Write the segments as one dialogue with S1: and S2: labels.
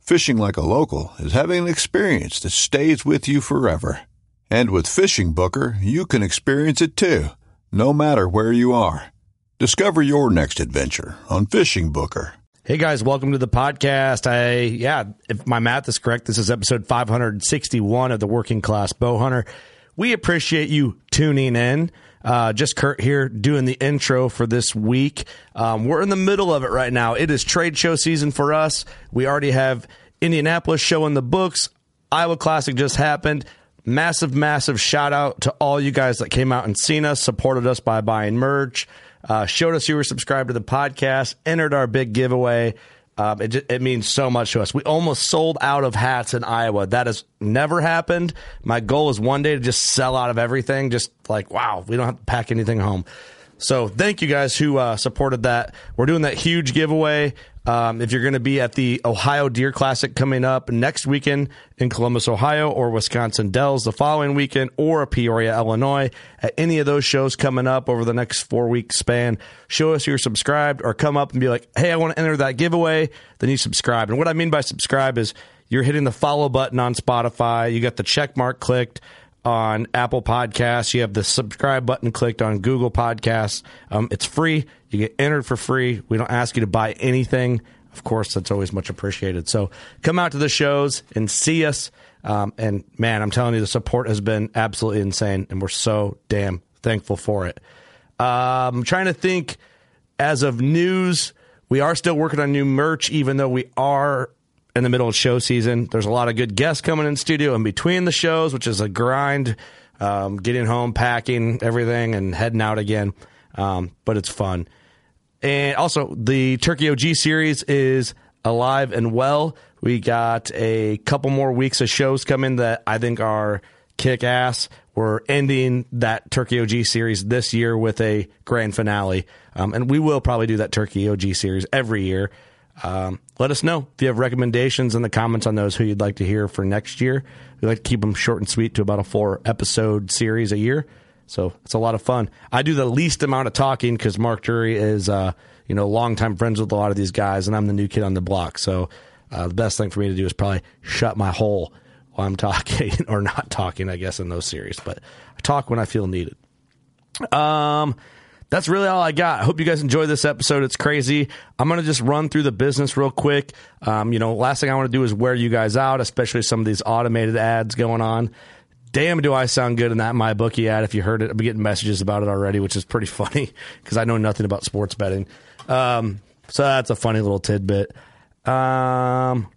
S1: Fishing like a local is having an experience that stays with you forever. And with Fishing Booker, you can experience it too, no matter where you are. Discover your next adventure on Fishing Booker.
S2: Hey guys, welcome to the podcast. I yeah, if my math is correct, this is episode 561 of the Working Class Bow Hunter. We appreciate you tuning in. Uh, just Kurt here doing the intro for this week. Um, we're in the middle of it right now. It is trade show season for us. We already have Indianapolis show in the books. Iowa Classic just happened. Massive, massive shout out to all you guys that came out and seen us, supported us by buying merch, uh, showed us you were subscribed to the podcast, entered our big giveaway. Um, it, ju- it means so much to us. We almost sold out of hats in Iowa. That has never happened. My goal is one day to just sell out of everything. Just like, wow, we don't have to pack anything home. So thank you guys who uh, supported that. We're doing that huge giveaway. Um, if you're going to be at the Ohio Deer Classic coming up next weekend in Columbus, Ohio, or Wisconsin Dells the following weekend, or Peoria, Illinois, at any of those shows coming up over the next four week span, show us you're subscribed or come up and be like, hey, I want to enter that giveaway. Then you subscribe. And what I mean by subscribe is you're hitting the follow button on Spotify, you got the check mark clicked on Apple Podcasts. You have the subscribe button clicked on Google Podcasts. Um, it's free. You get entered for free. We don't ask you to buy anything. Of course, that's always much appreciated. So come out to the shows and see us. Um, and man, I'm telling you, the support has been absolutely insane, and we're so damn thankful for it. Um, I'm trying to think as of news. We are still working on new merch, even though we are in the middle of show season. There's a lot of good guests coming in studio in between the shows, which is a grind. Um, getting home, packing everything, and heading out again. Um, but it's fun. And also, the Turkey OG series is alive and well. We got a couple more weeks of shows coming that I think are kick ass. We're ending that Turkey OG series this year with a grand finale. Um, and we will probably do that Turkey OG series every year. Um, let us know if you have recommendations in the comments on those who you'd like to hear for next year. We like to keep them short and sweet to about a four episode series a year. So it's a lot of fun. I do the least amount of talking because Mark Drury is, uh, you know, longtime friends with a lot of these guys, and I'm the new kid on the block. So uh, the best thing for me to do is probably shut my hole while I'm talking or not talking, I guess, in those series. But I talk when I feel needed. Um, that's really all I got. I hope you guys enjoy this episode. It's crazy. I'm going to just run through the business real quick. Um, you know, last thing I want to do is wear you guys out, especially some of these automated ads going on. Damn, do I sound good in that my bookie ad? If you heard it, I'm getting messages about it already, which is pretty funny because I know nothing about sports betting. Um, so that's a funny little tidbit. Um,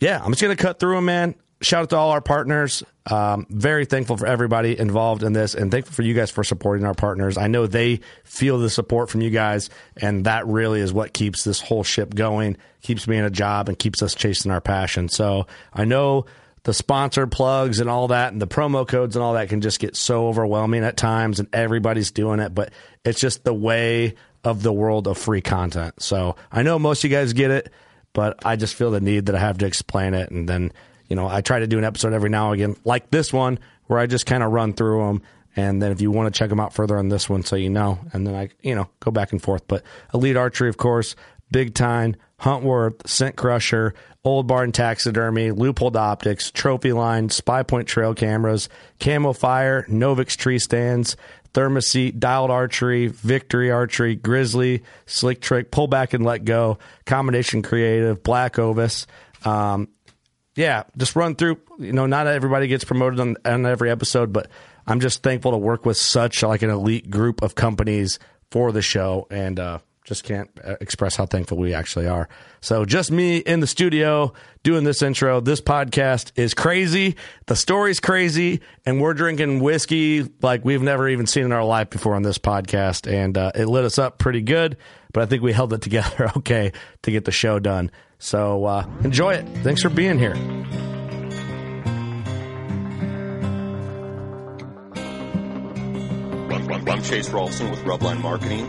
S2: yeah, I'm just going to cut through them, man. Shout out to all our partners. Um, very thankful for everybody involved in this and thankful for you guys for supporting our partners. I know they feel the support from you guys, and that really is what keeps this whole ship going, keeps me in a job, and keeps us chasing our passion. So I know the sponsor plugs and all that and the promo codes and all that can just get so overwhelming at times, and everybody's doing it, but it's just the way of the world of free content. So I know most of you guys get it, but I just feel the need that I have to explain it and then you know, I try to do an episode every now and again, like this one, where I just kind of run through them. And then if you want to check them out further on this one, so you know, and then I, you know, go back and forth. But Elite Archery, of course, Big Time, Huntworth, Scent Crusher, Old Barn Taxidermy, Loophole Optics, Trophy Line, Spy Point Trail Cameras, Camo Fire, Novix Tree Stands, Thermoset, Dialed Archery, Victory Archery, Grizzly, Slick Trick, Pull Back and Let Go, Combination Creative, Black Ovis. Um, yeah, just run through. You know, not everybody gets promoted on, on every episode, but I'm just thankful to work with such like an elite group of companies for the show, and uh, just can't uh, express how thankful we actually are. So, just me in the studio doing this intro. This podcast is crazy. The story's crazy, and we're drinking whiskey like we've never even seen in our life before on this podcast, and uh, it lit us up pretty good. But I think we held it together okay to get the show done. So uh, enjoy it. Thanks for being here.
S3: I'm Chase Rolfson with Rubline Marketing.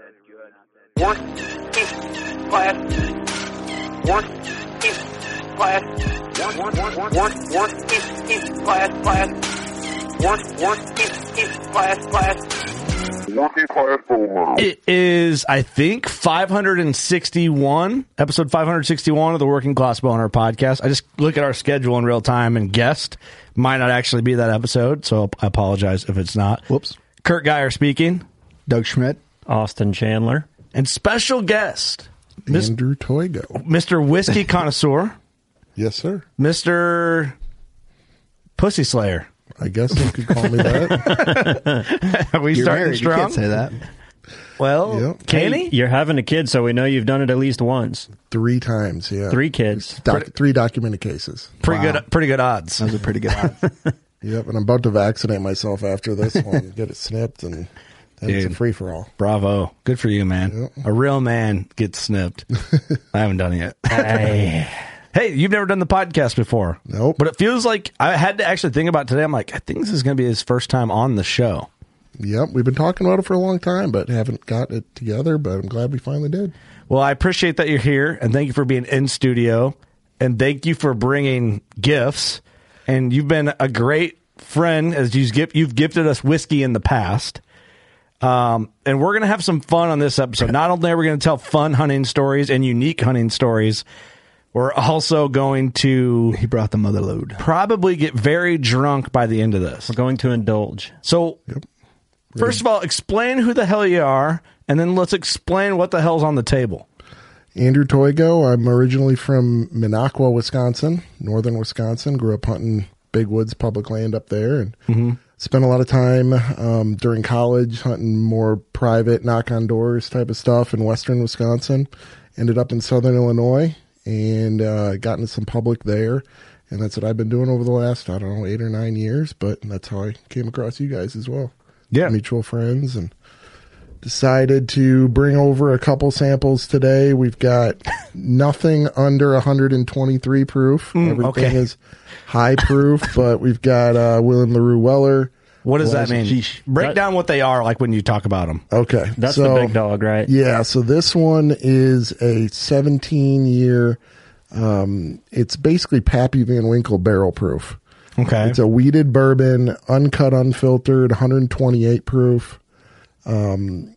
S4: Working Class. Working Class. Work, work, work, work, work, class, class. Work, work, class, class.
S5: Working class bow hunter.
S2: It is, I think, 561, episode 561 of the Working Class Boner podcast. I just look at our schedule in real time and guessed might not actually be that episode, so I apologize if it's not.
S6: Whoops.
S2: Kurt Geyer speaking,
S6: Doug Schmidt,
S7: Austin Chandler.
S2: and special guest, Mis-
S6: Andrew Toigo.
S2: Mr. Whiskey Connoisseur,
S6: Yes, sir.
S2: Mr. Pussy Slayer.
S6: I guess you could call me that.
S2: Are we starting strong?
S6: that.
S2: Well,
S6: Yep.
S2: can he?
S7: You're having a kid, so we know you've done it at least once.
S6: Three times, yeah.
S7: Three kids.
S6: Doc- three documented cases.
S2: Pretty good, pretty good odds.
S8: Those are pretty good.
S6: Yep, and I'm about to vaccinate myself after this one. Get it snipped, and then it's
S2: Dude.
S6: a free for all.
S2: Bravo, good for you, man. A real man gets snipped. I haven't done it yet. Hey, you've never done the podcast before.
S6: Nope.
S2: But it feels like I had to actually think about today. I'm like, I think this is going to be his first time on the show.
S6: Yep, we've been talking about it for a long time, but haven't got it together. But I'm glad we finally did.
S2: Well, I appreciate that you're here and thank you for being in studio and thank you for bringing gifts. And you've been a great friend as you've, gift, you've gifted us whiskey in the past. Um, and we're going to have some fun on this episode. Not only are we going to tell fun hunting stories and unique hunting stories, we're also going to
S8: He brought the mother load.
S2: probably get very drunk by the end of this.
S7: We're going to indulge.
S2: So, first of all, explain who the hell you are, and then let's explain what the hell's on the table.
S6: Andrew Toigo. I'm originally from Minocqua, Wisconsin, northern Wisconsin. Grew up hunting big woods, public land up there, and spent a lot of time um, during college hunting more private, knock on doors type of stuff in western Wisconsin. Ended up in southern Illinois and uh, got into some public there. And that's what I've been doing over the last, I don't know, eight or nine years. But that's how I came across you guys as well.
S2: Yeah.
S6: Mutual friends and decided to bring over a couple samples today. We've got nothing under 123 proof.
S7: Mm,
S6: Everything
S2: okay.
S6: is high proof, but we've got uh, William LaRue Weller.
S2: What does that
S6: Well,
S2: mean?
S6: sheesh.
S2: Break
S7: That-
S2: down what they are like when you talk about them.
S6: Okay.
S7: That's
S6: so,
S7: the big dog, right?
S6: Yeah, so this one is a 17 year. Um, it's basically Pappy Van Winkle barrel proof.
S2: Okay.
S6: It's a weeded bourbon, uncut, unfiltered, 128 proof. Um,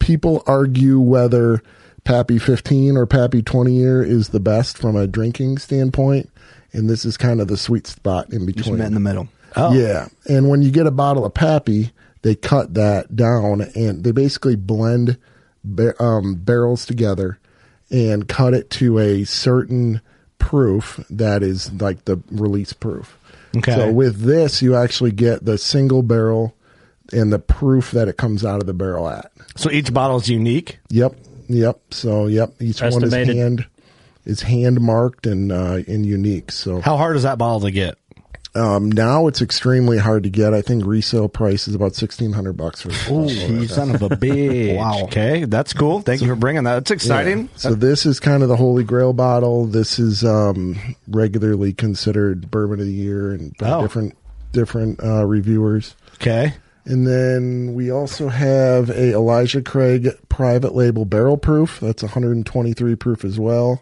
S6: people argue whether Pappy 15 or Pappy 20 year is the best from a drinking standpoint, and this is kind of the sweet spot in
S8: Just met in
S6: between.
S8: the middle.
S2: Oh.
S6: Yeah, and when you get a bottle of Pappy, they cut that down and they basically blend ba- um, barrels together and cut it to a certain proof that is like the release proof.
S2: Okay.
S6: So with this, you actually get the single barrel and the proof that it comes out of the barrel at.
S2: So each bottle is unique.
S6: Yep. Yep. So yep, each one is
S7: Estimated.
S6: hand is hand marked and uh, and unique. So
S2: How hard is that bottle to get?
S6: um, now it's extremely hard to get. I think resale price is about sixteen hundred bucks for. this bottle.
S8: you son of a bitch. wow.
S2: Okay, that's cool. Thank you for bringing that. That's exciting.
S6: So this is kind of the holy grail bottle. This is um, regularly considered bourbon of the year and by
S2: Oh.
S6: different different uh, reviewers.
S2: Okay.
S6: And then we also have a Elijah Craig private label barrel proof. That's 123 proof as well.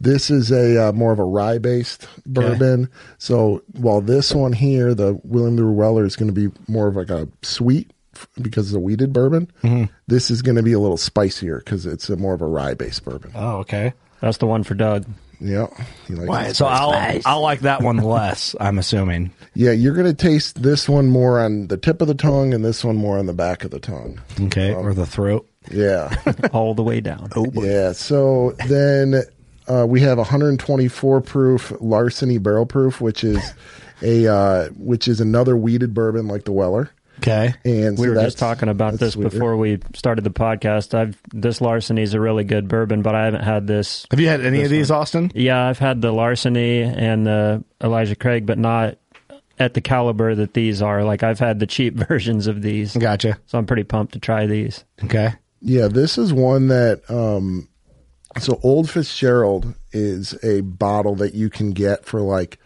S6: This is a uh, more of a rye based bourbon. So while this one here, the William Lou Weller, is going to be more of like a sweet f- because it's a weeded bourbon.
S2: Mm-hmm.
S6: This is going to be a little spicier because it's a more of a rye based bourbon.
S2: Oh, okay.
S7: That's the one for Doug.
S6: yeah, he likes it.
S2: So I'll I'll like that one less. I'm assuming.
S6: yeah. You're going to taste this one more on the tip of the tongue and this one more on the back of the tongue.
S2: Okay, or the throat.
S6: Yeah.
S7: All the way down.
S6: Oh, Yeah. So then uh, we have 124 proof larceny barrel proof, which is a uh, which is another weeded bourbon like the Weller.
S2: Okay.
S6: And
S7: we
S6: so
S7: were
S6: that's-
S7: just talking about
S6: that's
S7: this
S6: sweeter.
S7: before we started the podcast. I've this larceny is a really good bourbon, but I haven't had this.
S2: Have you had any of these, Austin?
S7: Yeah, I've had the larceny and the Elijah Craig, but not at the caliber that these are. Like I've had the cheap versions of these,
S2: Gotcha.
S7: so I'm pretty pumped to try these.
S2: Okay.
S6: Yeah, this is one that um, so Old Fitzgerald is a bottle that you can get for like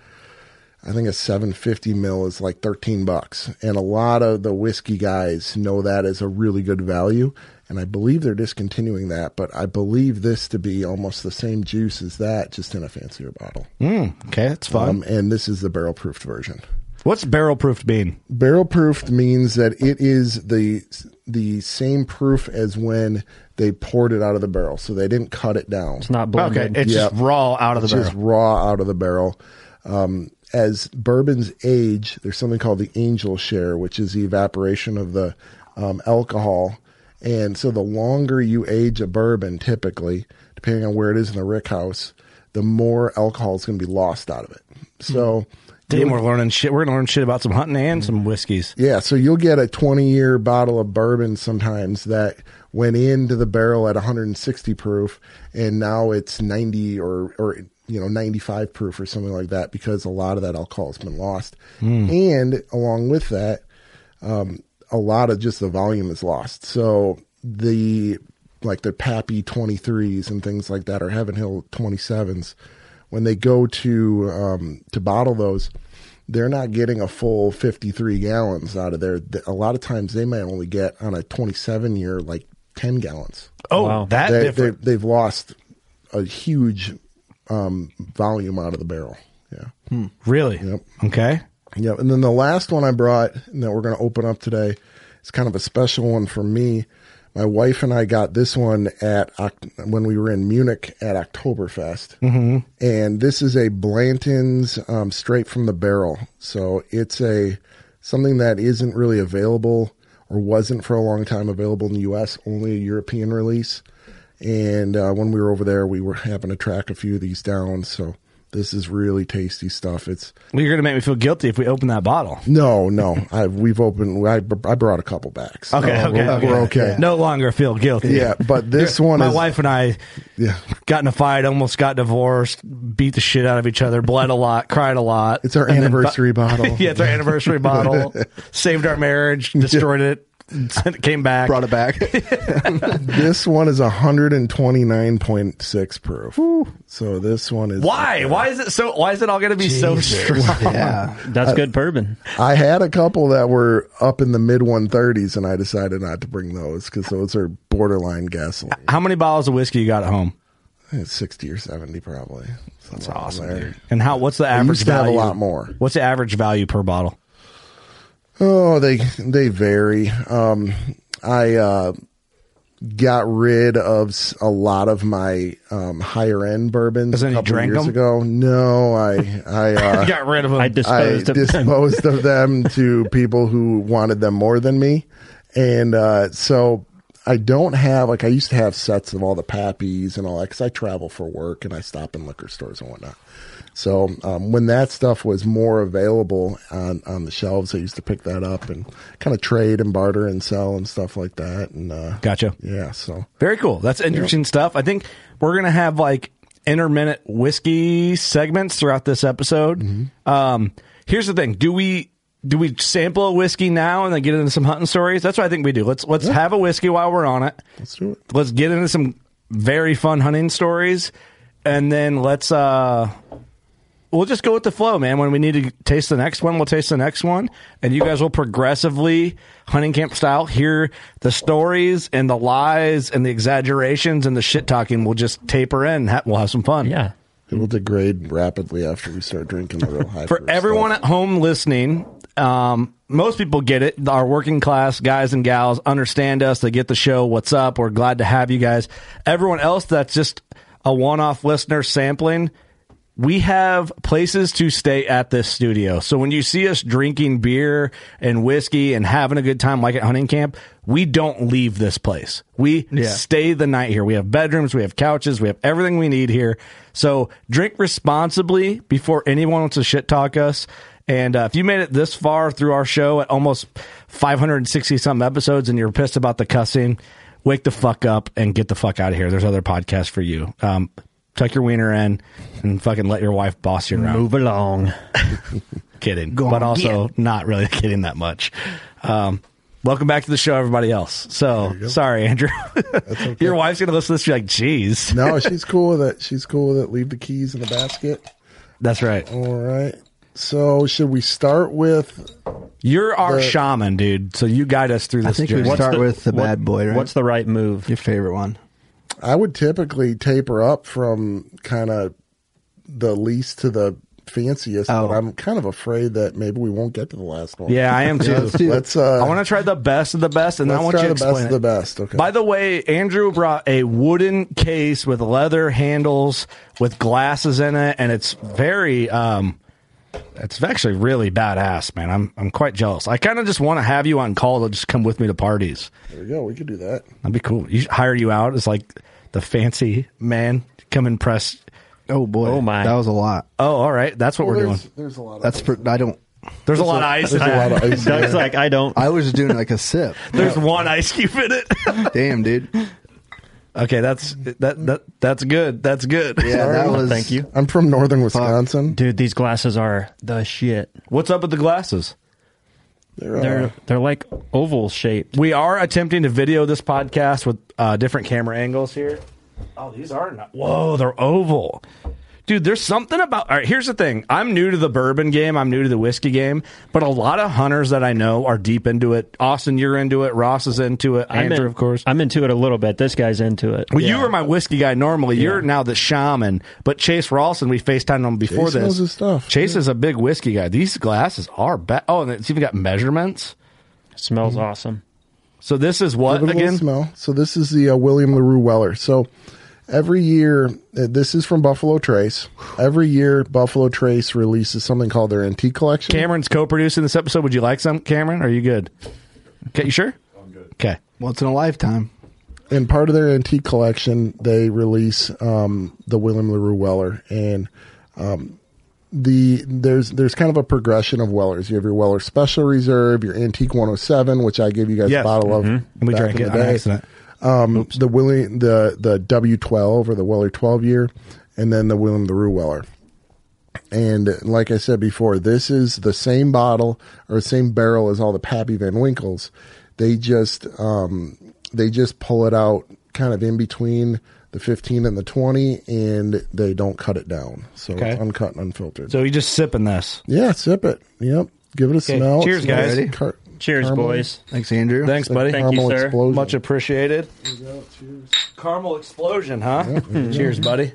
S6: I think a 750 mil is like 13 bucks. And a lot of the whiskey guys know that as a really good value. And I believe they're discontinuing that, but I believe this to be almost the same juice as that, just in a fancier bottle.
S2: Okay, that's fun.
S6: Um, and this is the barrel proofed version.
S2: What's barrel proofed bean?
S6: Barrel proofed means that it is the the same proof as when they poured it out of the barrel, so they didn't cut it down.
S7: It's not
S2: Okay,
S7: blended.
S2: it's
S6: Yep.
S2: just raw out of the
S6: It's
S2: barrel.
S6: just raw out of the barrel. Um, as bourbons age, there's something called the angel share, which is the evaporation of the um, alcohol. And so the longer you age a bourbon, typically, depending on where it is in the rick house, the more alcohol is going to be lost out of it. So.
S2: Today we're learning shit. We're gonna learn shit about some hunting and some whiskeys.
S6: Yeah, so you'll get a 20 year bottle of bourbon sometimes that went into the barrel at 160 proof and now it's 90 or or you know 95 proof or something like that because a lot of that alcohol has been lost. And along with that, um, a lot of just the volume is lost. So the like the Pappy 23s and things like that or Heaven Hill 27s when they go to um, to bottle those they're not getting a full 53 gallons out of there. Th- A lot of times they might only get on a 27 year like 10 gallons.
S2: Oh,
S7: Wow.
S2: that
S6: They, they,
S2: different.
S6: they've lost a huge um, volume out of the barrel. Yeah.
S2: really?
S6: Yep.
S2: Okay.
S6: Yeah. And then the last one I brought and that we're going to open up today is kind of a special one for me. My wife and I got this one at Oc- when we were in Munich at Oktoberfest, mm-hmm. and this is a Blanton's um, straight from the barrel. So it's a something that isn't really available or wasn't for a long time available in the U.S. Only a European release. And uh, when we were over there, we were having to track a few of these down. So this is really tasty stuff. It's
S2: Well, you're gonna make me feel guilty if we open that bottle.
S6: no, no. I we've opened. I, I brought a couple backs.
S2: Okay.
S6: So
S2: okay.
S6: we're,
S2: okay.
S6: Oh, we're okay.
S2: No longer feel guilty.
S6: Yeah, but this one
S2: My
S6: is
S2: wife and I
S6: yeah.
S2: got in a fight, almost got divorced, beat the shit out of each other, bled a lot, cried a lot.
S6: It's our
S2: And then-
S6: anniversary bottle.
S2: yeah, it's our anniversary bottle. Saved our marriage, destroyed it, came back.
S8: Brought it back.
S6: This one is 129.6 proof. So this one is
S2: Why? Why is it so? Why is it all going to be so strong?
S8: yeah.
S6: uh,
S7: That's good bourbon.
S6: I had a couple that were up in the mid 130s, and I decided not to bring those because those are borderline gasoline,
S2: How many bottles of whiskey you got at home?
S6: I think it's 60 or 70 probably. That's awesome.
S2: And how? What's the average?
S6: used to have a
S2: value?
S6: lot more.
S2: What's the average value per bottle?
S6: Oh, they they vary. Um, I uh, got rid of s- a lot of my um, higher end bourbons
S2: Does
S6: a
S2: any
S6: couple
S2: drank
S6: years
S2: 'em?
S6: ago. No, I I uh,
S2: got rid of them.
S7: I
S6: I
S7: disposed of them.
S6: disposed of them to people who wanted them more than me, and uh, so I don't have like I used to have sets of all the pappies and all that because I travel for work and I stop in liquor stores and whatnot. So um, when that stuff was more available on, on the shelves, I used to pick that up and kind of trade and barter and sell and stuff like that. And uh,
S2: Gotcha.
S6: yeah, so
S2: Very cool. That's interesting stuff. I think we're gonna have like intermittent whiskey segments throughout this episode. Um, here's the thing: do we do we sample a whiskey now and then get into some hunting stories? That's what I think we do. Let's let's have a whiskey while we're on it.
S6: let's do it.
S2: Let's get into some very fun hunting stories, and then let's uh, we'll just go with the flow, man. When we need to taste the next one, we'll taste the next one, and you guys will progressively hunting camp style hear the stories and the lies and the exaggerations and the shit talking. We'll just taper in. Ha- We'll have some fun.
S7: Yeah.
S6: It will degrade rapidly after we start drinking the real high.
S2: For everyone at home listening, um, most people get it. Our working class guys and gals understand us. They get the show. What's up? We're glad to have you guys. Everyone else that's just a one off listener sampling, we have places to stay at this studio. So when you see us drinking beer and whiskey and having a good time, like at hunting camp, we don't leave this place. We stay the night here. We have bedrooms, we have couches, we have everything we need here. So drink responsibly before anyone wants to shit talk us. And uh, if you made it this far through our show at almost 560 some episodes and you're pissed about the cussing, wake the fuck up and get the fuck out of here. There's other podcasts for you. Um, tuck your wiener in and fucking let your wife boss you around.
S7: Move along.
S2: Kidding, but also not really kidding that much. Um, welcome back to the show, everybody else. So sorry, Andrew. your wife's gonna listen to this. She's like, "Jeez,
S6: no, she's cool with it. She's cool with it. Leave the keys in the basket.
S2: that's right.
S6: All right. So should we start with?
S2: You're our shaman, dude. So you guide us through
S9: I
S2: this
S9: think we
S2: journey.
S9: start
S7: the-
S9: with the
S7: what-
S9: bad boy, right?
S7: What's the right move?
S9: your favorite one?
S6: I would typically taper up from kind of the least to the fanciest,
S9: Oh.
S6: but I'm kind of afraid that maybe we won't get to the last one.
S2: yeah, I am too.
S9: let's do it.
S6: Let's. Uh,
S2: I want to try the best of the best, and then I
S6: Let's
S2: want you
S6: try
S2: to
S6: the best
S2: explain
S6: of the
S2: it.
S6: best. Okay.
S2: By the way, Andrew brought a wooden case with leather handles with glasses in it, and it's very um it's actually really badass, man. I'm I'm quite jealous. I kind of just want to have you on call to just come with me to parties.
S6: there we go. We could do that.
S2: That'd be cool. You should hire you out as like the fancy man. Come impress.
S9: Oh boy!
S7: Oh, my.
S9: That was a lot.
S2: Oh, all right. That's what we're
S6: there's,
S2: doing.
S6: There's a lot. Of
S9: That's per, I don't.
S2: There's a lot of ice.
S6: there's a lot of ice. in there.
S7: Doug's like, I don't.
S9: I was just doing like a sip.
S2: There's one ice cube in it.
S9: Damn, dude. Yeah,
S2: okay, that's that that that's good. That's good.
S9: that was.
S7: Thank you.
S6: I'm from northern Wisconsin.
S7: Dude, these glasses are the shit.
S2: What's up with the glasses?
S6: They're, uh,
S7: They're they're like oval shaped.
S2: We are attempting to video this podcast with uh, different camera angles here. Oh, these are not. Whoa, they're oval. Dude, there's something about. All right, here's the thing. I'm new to the bourbon game. I'm new to the whiskey game, but a lot of hunters that I know are deep into it. Austin, you're into it. Ross is into it.
S7: I'm
S2: Andrew,
S7: in-
S2: of course.
S7: I'm into it a little bit. This guy's into it.
S2: well, you were my whiskey guy normally. You're now the shaman. But Chase Rawson, we FaceTimed him before
S6: Chase
S2: this.
S6: knows his stuff.
S2: Chase is a big whiskey guy. These glasses are bad. Oh, and it's even got measurements.
S7: Smells awesome.
S2: So this is what
S6: Give it a little
S2: again?
S6: smell. So this is the uh, William LaRue Weller. So every year, uh, this is from Buffalo Trace. Every year, Buffalo Trace releases something called their antique collection.
S2: Cameron's co-producing this episode. Would you like some, Cameron? Are you good? Okay, you sure? I'm good. Okay.
S9: Once in a lifetime.
S6: and part of their antique collection, they release um, the William LaRue Weller, and um, the there's there's kind of a progression of Wellers. You have your Weller Special Reserve, your Antique 107, which I gave you guys
S2: Yes.
S6: a bottle of,
S2: And we
S6: back
S2: drank
S6: in
S2: it on
S6: the day.
S2: accident.
S6: Um, the William the the W12 or the Weller 12 year, and then the William LaRue Weller. And like I said before, this is the same bottle or same barrel as all the Pappy Van Winkles. They just um, they just pull it out kind of in between the 15 and the 20, and they don't cut it down, so
S2: Okay.
S6: it's uncut and unfiltered.
S2: So you just sipping this.
S6: yeah, sip it. Yep, give it a smell.
S2: Cheers,
S6: It smells
S2: guys.
S6: like car-
S7: Cheers,
S6: caramel.
S7: boys.
S9: Thanks, Andrew.
S2: Thanks, buddy.
S7: Thank you,
S6: Caramel
S7: sir.
S6: explosion.
S2: Much appreciated. Caramel explosion, huh? Mm-hmm. Cheers, buddy.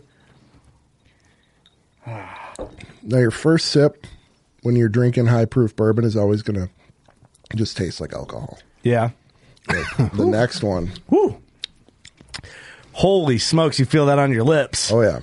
S6: Now, your first sip when you're drinking high proof bourbon is always going to just taste like alcohol.
S2: Yeah.
S6: The next one,
S2: Woo. Holy smokes, you feel that on your lips.
S6: oh yeah,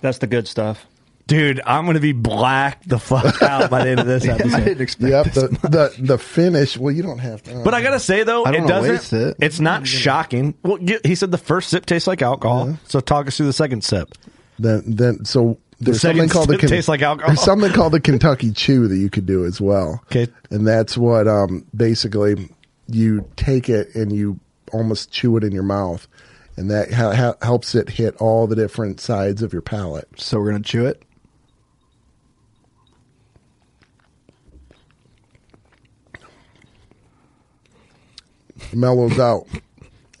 S7: That's the good stuff.
S2: Dude, I'm going to be black the fuck out by the end of this
S9: I
S2: episode.
S9: didn't expect
S6: yep.
S9: this.
S6: The, the the finish. Well, you don't have to. uh,
S2: But I gotta say though,
S9: I don't
S2: it
S9: wanna
S2: doesn't.
S9: waste it.
S2: It's not shocking. Well, you- he said the first sip tastes like alcohol. So talk us through the second sip.
S6: then then so there's
S2: second
S6: something called the
S2: sip tastes like alcohol.
S6: There's something called the Kentucky Chew that you could do as well.
S2: Okay.
S6: and that's what um, basically you take it and you almost chew it in your mouth, and that ha- ha- helps it hit all the different sides of your palate.
S9: So we're gonna chew it.
S6: It mellows out.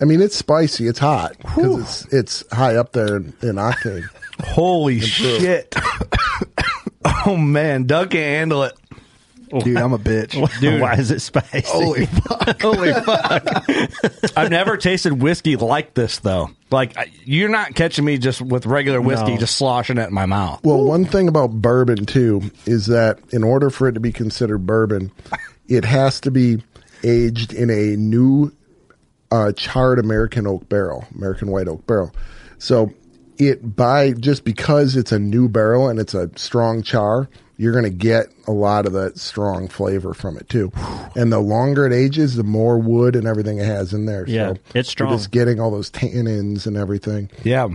S6: I mean, it's spicy. It's hot because it's it's high up there in, in octane.
S2: Holy shit. oh man, Doug can handle it.
S9: Dude, I'm a bitch.
S7: Dude, why is it spicy?
S2: Oh,
S9: Holy fuck.
S2: Holy fuck. I've never tasted whiskey like this though. Like I- you're not catching me just with regular whiskey
S7: No.
S2: just sloshing it in my mouth.
S6: Well, one thing about bourbon too is that in order for it to be considered bourbon, it has to be aged in a new uh, charred American oak barrel, American white oak barrel. So it by just because it's a new barrel and it's a strong char, you're going to get a lot of that strong flavor from it too. And the longer it ages, the more wood and everything it has in there.
S7: Yeah,
S6: so
S7: it's strong.
S6: You're just getting all those tannins and everything.
S2: Yeah.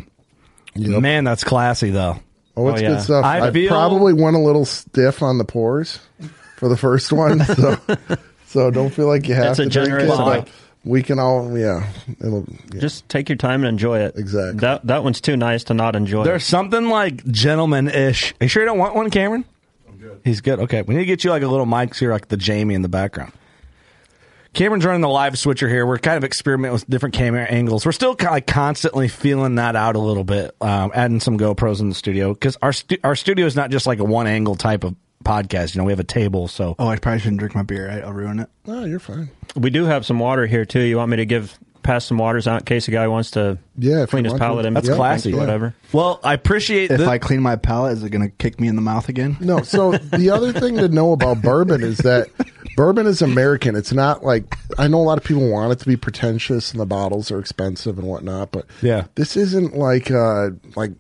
S2: Man, that's classy though.
S6: Oh, it's
S7: Oh, yeah.
S6: good stuff.
S2: I
S6: I,
S2: feel-
S6: probably went a little stiff on the pours for the first one, so so don't feel like you have
S7: That's a
S6: to drink it.
S7: generous
S6: but
S7: amount.
S6: we can all, yeah, it'll, yeah.
S7: Just take your time and enjoy it.
S6: Exactly.
S7: That that one's too nice to not enjoy.
S2: There's something like gentleman ish. Are you sure you don't want one, Cameron? I'm good. He's good. Okay. We need to get you like a little mic here, like the Jamie in the background. Cameron's running the live switcher here. We're kind of experimenting with different camera angles. We're still kind of like constantly feeling that out a little bit, um, adding some GoPros in the studio because our stu- our studio is not just like a one angle type of podcast. You know, we have a table, so
S9: Oh, I probably shouldn't drink my beer. I, I'll ruin it.
S6: oh, you're fine.
S7: it. We do have some water here too. You want me to give pass some waters out in case a guy wants to
S6: Yeah, if
S7: clean
S6: you
S7: his
S6: want to.
S7: palate in
S2: that's
S6: yeah,
S2: classy.
S6: yeah.
S7: whatever.
S2: Well, I appreciate
S9: If
S2: the-
S9: I clean my palate, is it gonna kick me in the mouth again?
S6: No, so the other thing to know about bourbon is that bourbon is American. It's not like I know a lot of people want it to be pretentious and the bottles are expensive and whatnot, but
S2: Yeah.
S6: this isn't like uh like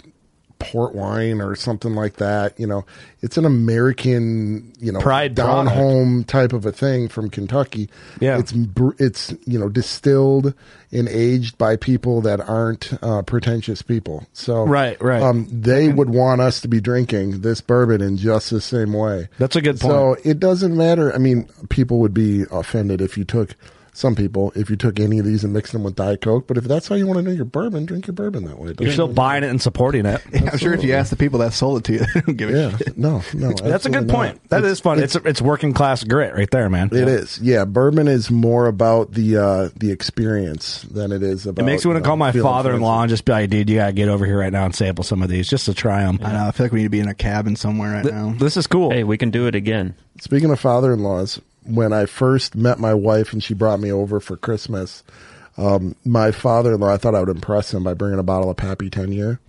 S6: port wine or something like that. You know, it's an American you know
S2: Pride
S6: down
S2: product.
S6: home type of a thing from Kentucky.
S2: Yeah.
S6: it's br- it's you know distilled and aged by people that aren't uh, pretentious people. So
S2: Right, right.
S6: Um, they would want us to be drinking this bourbon in just the same way.
S2: That's a good point.
S6: So it doesn't matter. I mean, people would be offended if you took some people if you took any of these and mixed them with Diet Coke. But if that's how you want to do your bourbon, drink your bourbon that way. It
S2: you're
S6: doesn't
S2: still
S6: really-
S2: buying it and supporting it.
S9: Yeah, I'm sure if you ask the people that sold it to you, they don't give a
S6: Yeah,
S9: shit.
S6: no, no.
S2: That's a
S6: absolutely
S2: good
S6: not.
S2: point. That is fun. It's it's working class grit right there, man.
S6: It is, yeah. Bourbon is more about the uh, the experience than it is about.
S2: It makes me want to
S6: you know,
S2: call my
S6: feeling
S2: father in law and just be like, dude, you got to get over here right now and sample some of these just to try them.
S9: I know. I feel like we need to be in a cabin somewhere right now.
S2: This is cool.
S7: Hey, we can do it again.
S6: Speaking of father in laws, when I first met my wife and she brought me over for Christmas, um, my father in law, I thought I would impress him by bringing a bottle of Pappy 10 year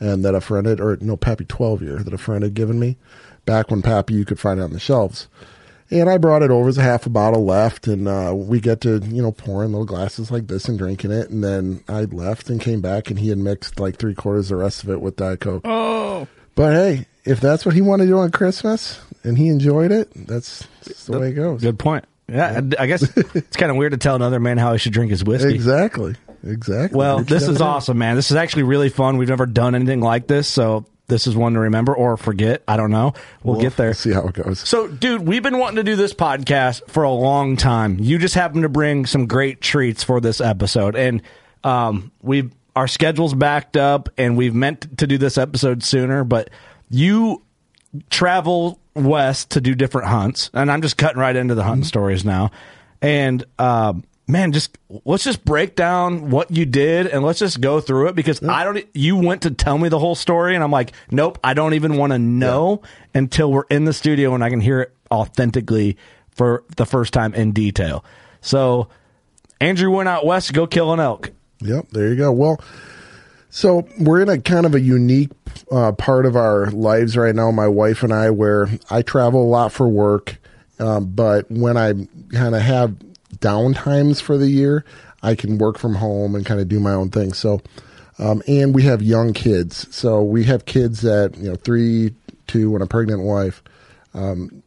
S6: and that a friend had, or no, Pappy 12 year that a friend had given me back when Pappy you could find it on the shelves. And I brought it over as a half a bottle left, and uh, we get to you know pouring little glasses like this and drinking it, and then I left and came back, and he had mixed like three quarters of the rest of it with Diet Coke.
S2: Oh.
S6: But hey, if that's what he wanted to do on Christmas and he enjoyed it, that's, that's the way it goes.
S2: Good point. Yeah, I I guess it's kind of weird to tell another man how he should drink his whiskey.
S6: Exactly. Exactly.
S2: Well,
S6: Reach
S2: this
S6: down
S2: is
S6: there.
S2: awesome, man. This is actually really fun. We've never done anything like this, so this is one to remember or forget. I don't know. We'll, get there.
S6: We'll see how it goes.
S2: So, dude, we've been wanting to do this podcast for a long time. You just happened to bring some great treats for this episode, and um, we our schedule's backed up, and we've meant to do this episode sooner, but you travel west to do different hunts, and I'm just cutting right into the hunting stories now. And um, man, just let's just break down what you did, and let's just go through it because I don't. e, You went to tell me the whole story, and I'm like, nope, I don't even want to know until we're in the studio and I can hear it authentically for the first time in detail. So, Andrew went out west to go kill an elk.
S6: Yep, there you go. Well, so we're in a kind of a unique uh, part of our lives right now, my wife and I, where I travel a lot for work, um, but when I kind of have downtimes for the year, I can work from home and kind of do my own thing. So, um, and we have young kids, so we have kids that you know three, two, and a pregnant wife.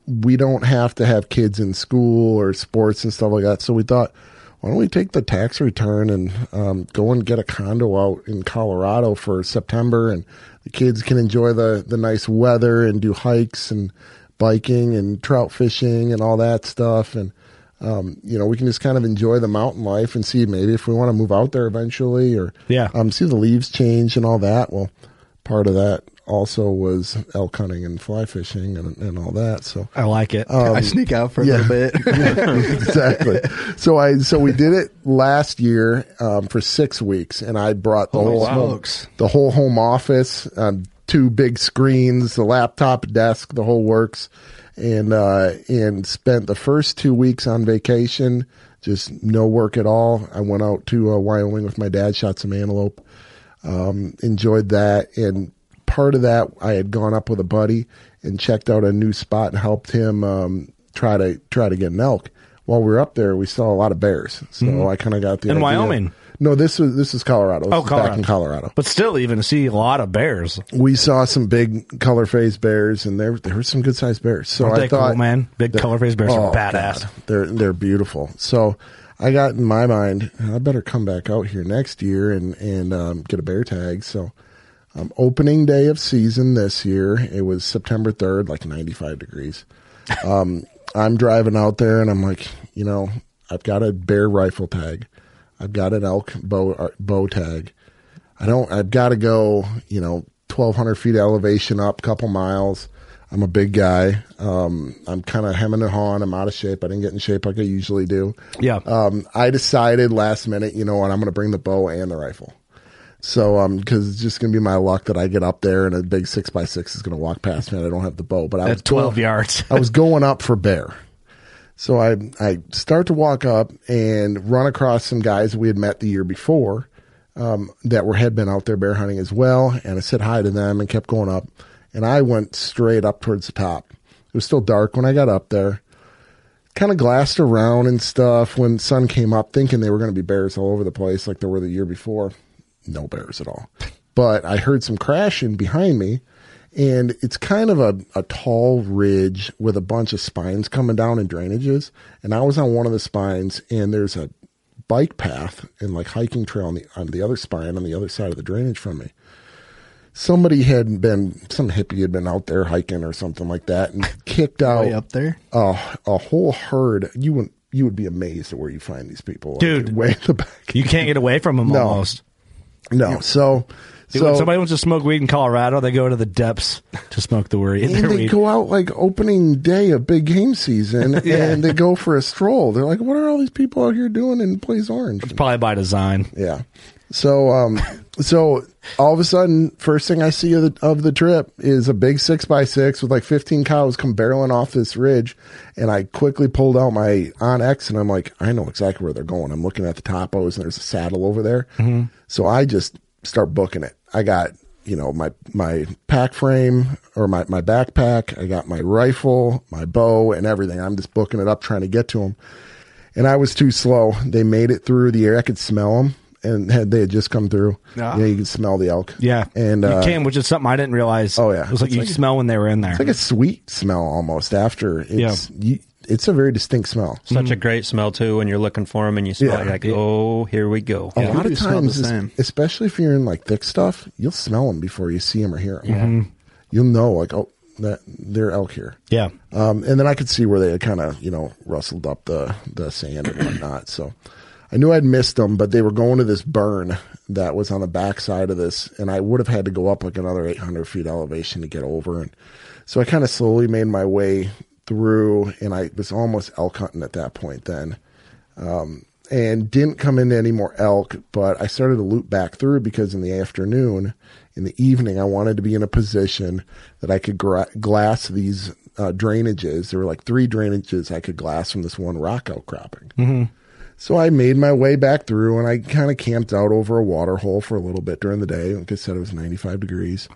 S6: we don't have to have kids in school or sports and stuff like that. So we thought, why don't we take the tax return and um, go and get a condo out in Colorado for September, and the kids can enjoy the the nice weather and do hikes and biking and trout fishing and all that stuff, and um, you know we can just kind of enjoy the mountain life and see maybe if we want to move out there eventually or
S2: Yeah.
S6: um, see the leaves change and all that. Well, part of that also was elk hunting and fly fishing and, and all that. So
S2: I like it.
S6: Uh,
S9: I sneak out for a
S6: yeah.
S9: little bit.
S6: exactly. So I so we did it last year um, for six weeks, and I brought the
S9: Holy
S6: whole home,
S9: smokes.
S6: the whole home office, um, two big screens, the laptop, desk, the whole works, and uh, and spent the first two weeks on vacation, just no work at all. I went out to uh, Wyoming with my dad, shot some antelope, um, enjoyed that, and part of that I had gone up with a buddy and checked out a new spot and helped him um, try to try to get an elk. While we were up there, we saw a lot of bears, so I kind of got the
S2: Mm-hmm. In
S6: idea-
S2: Wyoming?
S6: No, this was this is Colorado. This
S2: Oh,
S6: is back
S2: Colorado.
S6: in Colorado.
S2: But still, even to see a lot of bears.
S6: We saw some big color phase bears, and there there were some good sized bears. So
S2: Aren't
S6: I
S2: they
S6: thought,
S2: cool, man? Big color phase bears are
S6: Oh,
S2: badass.
S6: God. They're they're beautiful. So I got in my mind, I better come back out here next year and and um, get a bear tag. So um, opening day of season this year, it was September third, like ninety five degrees. Um, I'm driving out there, and I'm like, you know, I've got a bear rifle tag, I've got an elk bow uh, bow tag. I don't. I've got to go. You know, twelve hundred feet elevation up, couple miles. I'm a big guy. Um, I'm kind of hemming and hawing. I'm out of shape. I didn't get in shape like I usually do.
S2: Yeah.
S6: Um, I decided last minute. You know what? I'm going to bring the bow and the rifle. So, um, because it's just going to be my luck that I get up there and a big six by six is going to walk past me and I don't have the bow. But I was
S2: That's 12
S6: going-
S2: yards.
S6: I was going up for bear. So I I start to walk up and run across some guys we had met the year before um, that were had been out there bear hunting as well, and I said hi to them and kept going up, and I went straight up towards the top. It was still dark when I got up there. Kind of glassed around and stuff when sun came up, thinking they were going to be bears all over the place like there were the year before. No bears at all. But I heard some crashing behind me, and it's kind of a, a tall ridge with a bunch of spines coming down and drainages. And I was on one of the spines, and there's a bike path and like hiking trail on the on the other spine on the other side of the drainage from me. Somebody had been some hippie had been out there hiking or something like that and kicked out
S9: Way up there.
S6: a, a whole herd. You would you would be amazed at where you find these people, like,
S2: Dude.
S6: Way in the back.
S2: You can't get away from them
S6: No.
S2: almost.
S6: No, so
S2: Dude,
S6: so
S2: when somebody wants to smoke weed in Colorado, they go to the depths to smoke the weed.
S6: and
S2: their
S6: they
S2: weed.
S6: go out like opening day of big game season, and they go for a stroll. They're like, "What are all these people out here doing in Plays Orange?"
S2: Probably by design.
S6: Yeah. So um so all of a sudden, first thing I see of the, of the trip is a big six by six with like fifteen cows come barreling off this ridge, and I quickly pulled out my Onyx and I'm like, I know exactly where they're going. I'm looking at the topos and there's a saddle over there, so I just start booking it. I got you know my my pack frame or my my backpack. I got my rifle, my bow, and everything. I'm just booking it up, trying to get to them and I was too slow. They made it through the air. I could smell them, and had, they had just come through.
S9: Ah.
S6: You, know, you could smell the elk.
S2: Yeah.
S6: and
S2: you
S6: uh,
S2: can, which is something I didn't realize.
S6: Oh, yeah.
S2: It was like
S6: It's
S2: you
S6: like-
S2: smell when they were in there.
S6: It's like a sweet smell almost after. It's, you, it's a very distinct smell.
S7: Such a great smell too when you're looking for them and you smell
S6: Yeah.
S7: it, like, oh, here we go.
S6: A
S7: Yeah.
S6: lot of
S9: You smell the
S6: times, es-
S9: same.
S6: especially if you're in like thick stuff, you'll smell them before you see them or hear them. You'll know like oh that they're elk here.
S2: yeah.
S6: Um, and then I could see where they had kind of, you know, rustled up the, the sand and whatnot. So I knew I'd missed them, but they were going to this burn that was on the backside of this. And I would have had to go up like another 800 feet elevation to get over. And so I kind of slowly made my way through and I was almost elk hunting at that point then and didn't come into any more elk, but I started to loop back through because in the afternoon, in the evening, I wanted to be in a position that I could gra- glass these uh, drainages. There were like three drainages I could glass from this one rock outcropping. So I made my way back through and I kind of camped out over a water hole for a little bit during the day. Like I said, it was 95 degrees,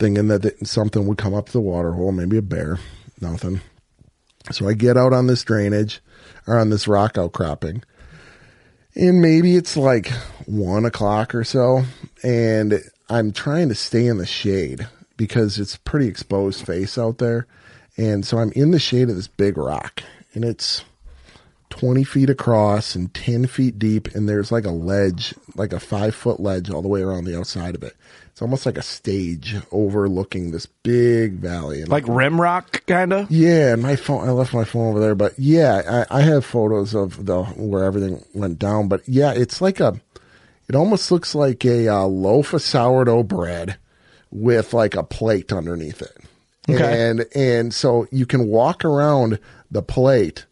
S6: thinking that th- something would come up the water hole, maybe a bear, nothing. So I get out on this drainage or on this rock outcropping and maybe it's like one o'clock or so, and I'm trying to stay in the shade because it's pretty exposed face out there, and so I'm in the shade of this big rock, and it's 20 feet across and 10 feet deep, and there's like a ledge, like a five foot ledge all the way around the outside of it. It's almost like a stage overlooking this big valley. And
S10: Like rim rock, kind of?
S6: yeah, and my phone. I left my phone over there, but yeah, I, I have photos of the where everything went down. But yeah, it's like a. It almost looks like a uh, loaf of sourdough bread with like a plate underneath it,
S10: Okay.
S6: and and so you can walk around the plate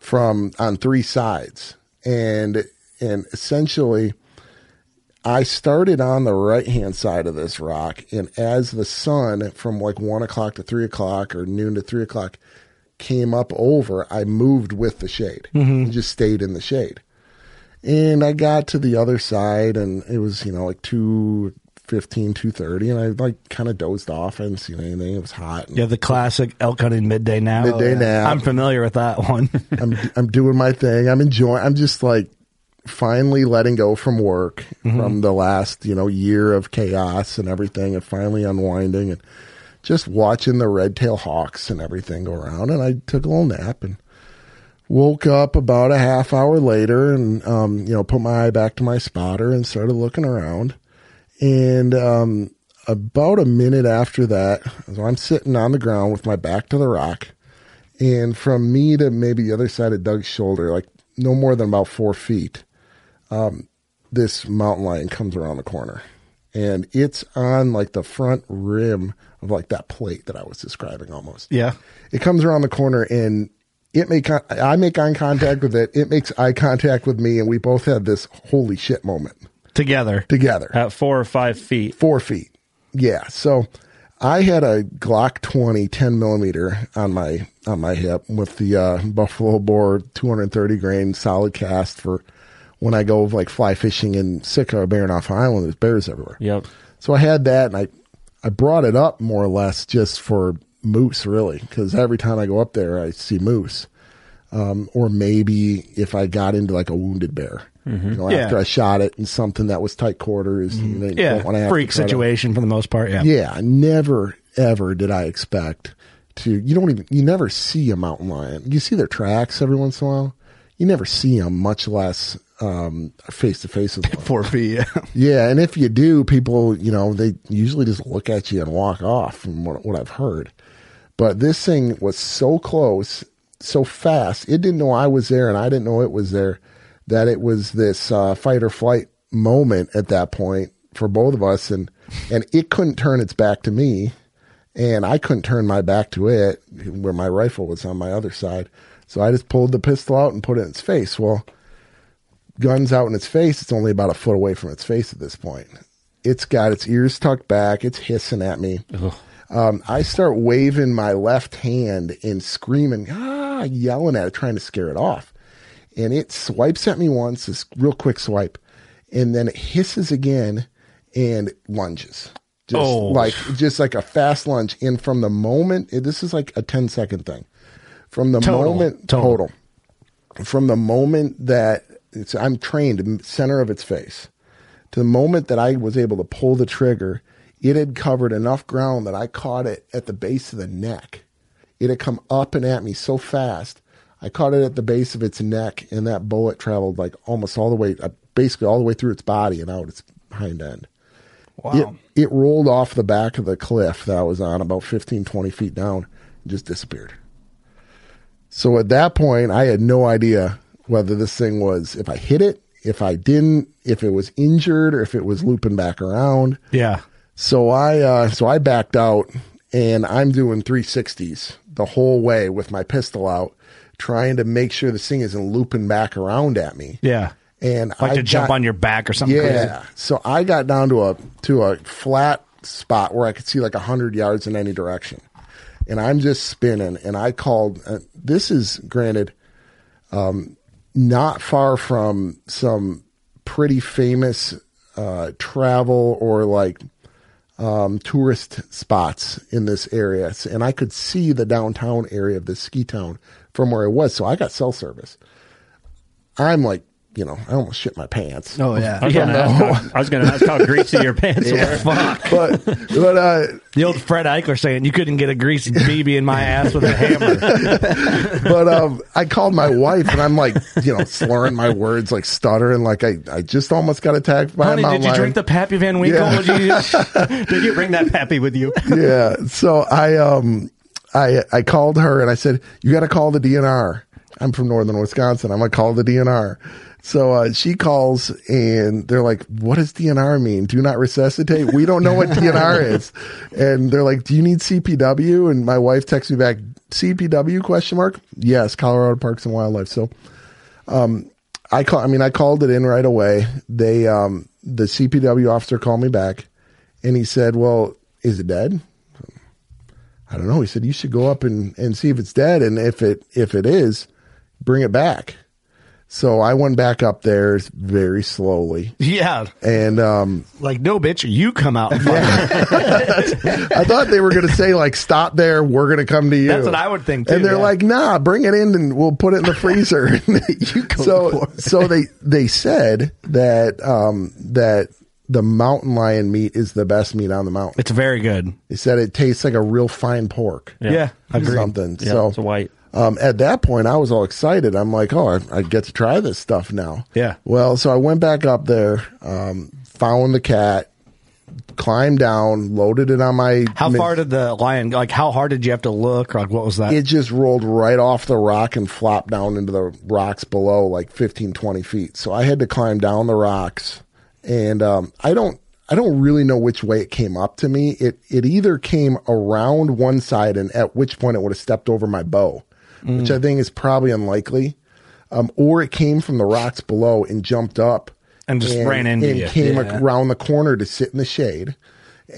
S6: from on three sides, and and essentially. I started on the right hand side of this rock, and as the sun from like one o'clock to three o'clock or noon to three o'clock came up over, I moved with the shade
S10: Mhm.
S6: and just stayed in the shade. And I got to the other side, and it was you know like two fifteen, two thirty, and I like kind of dozed off. I didn't see anything. It was hot. and
S10: Yeah, the classic elk hunting midday now.
S6: Midday nap.
S10: I'm familiar with that one.
S6: I'm I'm doing my thing. I'm enjoying. I'm just like finally letting go from work
S10: Mhm.
S6: from the last you know year of chaos and everything, and finally unwinding and just watching the red tail hawks and everything go around. And I took a little nap and woke up about a half hour later and um, you know put my eye back to my spotter and started looking around and um, about a minute after that so i'm sitting on the ground with my back to the rock and from me to maybe the other side of doug's shoulder like no more than about four feet um, this mountain lion comes around the corner and it's on like the front rim of like that plate that i was describing almost
S10: yeah.
S6: it comes around the corner and it make con- I make eye contact with it. It makes eye contact with me, and we both had this holy shit moment
S10: together.
S6: Together
S7: at four or five feet.
S6: Four feet. Yeah. So I had a Glock 20 10 millimeter on my on my hip with the uh, Buffalo Bore 230 grain solid cast for when I go like fly fishing in Sitka or Baranoff Island. There's bears everywhere.
S7: Yep.
S6: So I had that, and I I brought it up more or less just for moose, really, because every time I go up there, I see moose. Um, or maybe if I got into like a wounded bear,
S10: Mhm.
S6: you know,
S10: Yeah. Mm-hmm.
S6: after I shot it and something that was tight quarters, you know, you don't wanna
S10: Yeah.
S6: have
S10: Freak
S6: to try to-
S10: situation for the most part. Yeah.
S6: yeah, never ever did I expect to. You don't even you never see a mountain lion. You see their tracks every once in a while. You never see them, much less um, face to face with one.
S9: Four feet. Yeah.
S6: Yeah, and if you do, people, you know, they usually just look at you and walk off from what, what I've heard. But this thing was so close, so fast. It didn't know I was there and I didn't know it was there that it was this uh, fight or flight moment at that point for both of us and and it couldn't turn its back to me and I couldn't turn my back to it where my rifle was on my other side. So I just pulled the pistol out and put it in its face. Well, guns out in its face. It's only about a foot away from its face at this point. It's got its ears tucked back. It's hissing at me. Um, I start waving my left hand and screaming, ah, yelling at it, trying to scare it off. And it swipes at me once, this real quick swipe, and then it hisses again and lunges. Just
S10: Oh.
S6: like just like a fast lunge. And from the moment this is like a 10 second thing. From the
S10: Total.
S6: moment
S10: Total.
S6: total from the moment that it's, I'm trained m- center of its face to the moment that I was able to pull the trigger, it had covered enough ground that I caught it at the base of the neck. It had come up and at me so fast. I caught it at the base of its neck, and that bullet traveled like almost all the way, uh, basically all the way through its body and out its hind end.
S9: Wow.
S10: Um,
S6: It, it rolled off the back of the cliff that I was on about 15, 20 feet down and just disappeared. So at that point, I had no idea whether this thing was, if I hit it, if I didn't, if it was injured, or if it was looping back around.
S10: Yeah.
S6: So I uh, so I backed out and I'm doing 360s the whole way with my pistol out, trying to make sure this thing isn't looping back around at me.
S10: Yeah.
S6: And
S10: Like
S6: I
S10: to jump
S6: got-
S10: on your back or something
S6: yeah.
S10: crazy.
S6: So I got down to a to a flat spot where I could see like hundred yards in any direction, and I'm just spinning. And I called. Uh, this is granted, um, not far from some pretty famous uh, travel or like um, tourist spots in this area, S- and I could see the downtown area of this ski town from where I was. So I got cell service. I'm like you know, I almost shit my pants.
S9: Oh, yeah.
S7: I was gonna
S6: No.
S7: ask how- I was gonna ask how greasy your pants were.
S10: Fuck.
S6: But, but uh,
S10: the old Fred Eichler saying you couldn't get a greasy BB in my ass with a hammer.
S6: but um, I called my wife and I'm like, you know, slurring my words, like stuttering, like I, I just almost got attacked by
S10: Honey,
S6: a mountain
S10: did you
S6: lion.
S10: drink the Pappy Van Winkle?
S6: Yeah.
S10: Would you- did you bring that Pappy with you?
S6: yeah. So I um I I called her and I said, "You got to call the DNR." I'm from northern Wisconsin. I'm gonna call the DNR. So uh, she calls and they're like, "What does DNR mean? Do not resuscitate. We don't know what DNR is." And they're like, "Do you need CPW?" And my wife texts me back, "CPW?" Question mark. Yes, Colorado Parks and Wildlife. So um, I call. I mean, I called it in right away. They, um, the CPW officer called me back, and he said, "Well, is it dead?" I don't know. He said, "You should go up and and see if it's dead, and if it if it is, bring it back." So I went back up there very slowly,
S10: Yeah.
S6: and um,
S10: Like, no, bitch, you come out. and fuck me.
S6: I thought they were going to say like, "Stop there, we're going to come to you."
S10: That's what I would think, too,
S6: and they're
S10: yeah.
S6: like, "Nah, bring it in, and we'll put it in the freezer." so, so they they said that um, that the mountain lion meat is the best meat on the mountain.
S10: It's very good.
S6: They said it tastes like a real fine pork.
S10: Yeah. Yeah, agreed.
S6: something.
S10: Yeah,
S6: so
S10: it's white.
S6: Um, at that point, I was all excited. I'm like, "Oh, I, I get to try this stuff now."
S10: Yeah.
S6: Well, so I went back up there, um, found the cat, climbed down, loaded it on my.
S10: How
S6: mid-
S10: far did the lion, like, how hard did you have to look? Or, like, what was that?
S6: It just rolled right off the rock and flopped down into the rocks below, like 15, 20 feet. So I had to climb down the rocks, and um, I don't. I don't really know which way it came up to me. It it either came around one side, and at which point it would have stepped over my bow,
S10: Mm.
S6: which I think is probably unlikely, um, or it came from the rocks below and jumped up
S10: And just ran into
S6: and
S10: you.
S6: came
S10: Yeah.
S6: around the corner to sit in the shade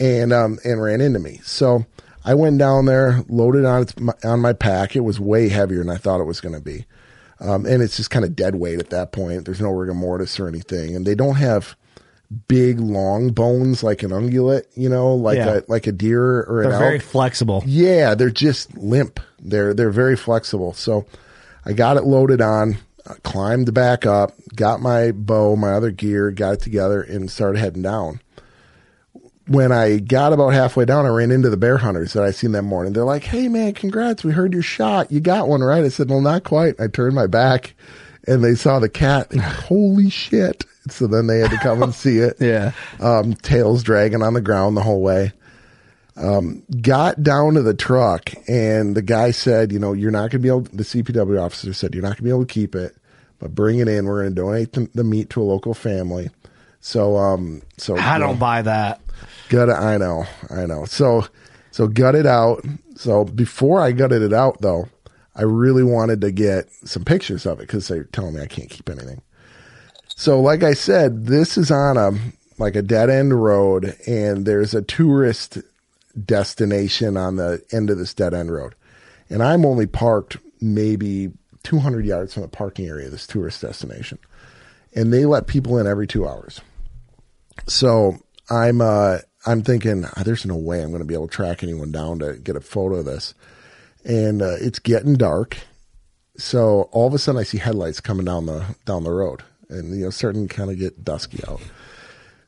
S6: and um and ran into me. So I went down there, loaded on its, my, on my pack. It was way heavier than I thought it was going to be, um, and it's just kind of dead weight at that point. There's no rigor mortis or anything, and they don't have big long bones like an ungulate, you know, like
S10: Yeah.
S6: a like a deer or an
S10: They're very
S6: elk.
S10: flexible.
S6: Yeah, they're just limp. They're they're very flexible. So I got it loaded on, uh, climbed back up, got my bow, my other gear, got it together, and started heading down. When I got about halfway down, I ran into the bear hunters that I seen that morning. They're like, "Hey man, congrats! We heard your shot. You got one, right?" I said, "Well, not quite." I turned my back, and they saw the cat. They go, Holy shit! So then they had to come and see it.
S9: Yeah.
S6: um, tails dragging on the ground the whole way um, got down to the truck and the guy said, you know, you're not going to be able, the CPW officer said, you're not going to be able to keep it, but bring it in. We're going to donate the, the meat to a local family. So, um, so
S10: I
S6: you know,
S10: don't buy that.
S6: gut it. I know, I know. So, so gut it out. So before I gutted it out though, I really wanted to get some pictures of it because they're telling me I can't keep anything. So, like I said, this is on a like a dead end road, and there's a tourist destination on the end of this dead end road, and I'm only parked maybe 200 yards from the parking area of this tourist destination, and they let people in every two hours. So I'm uh I'm thinking "Ah, there's no way I'm going to be able to track anyone down to get a photo of this, and uh, it's getting dark. So all of a sudden I see headlights coming down the down the road, and you know starting to kind of get dusky out.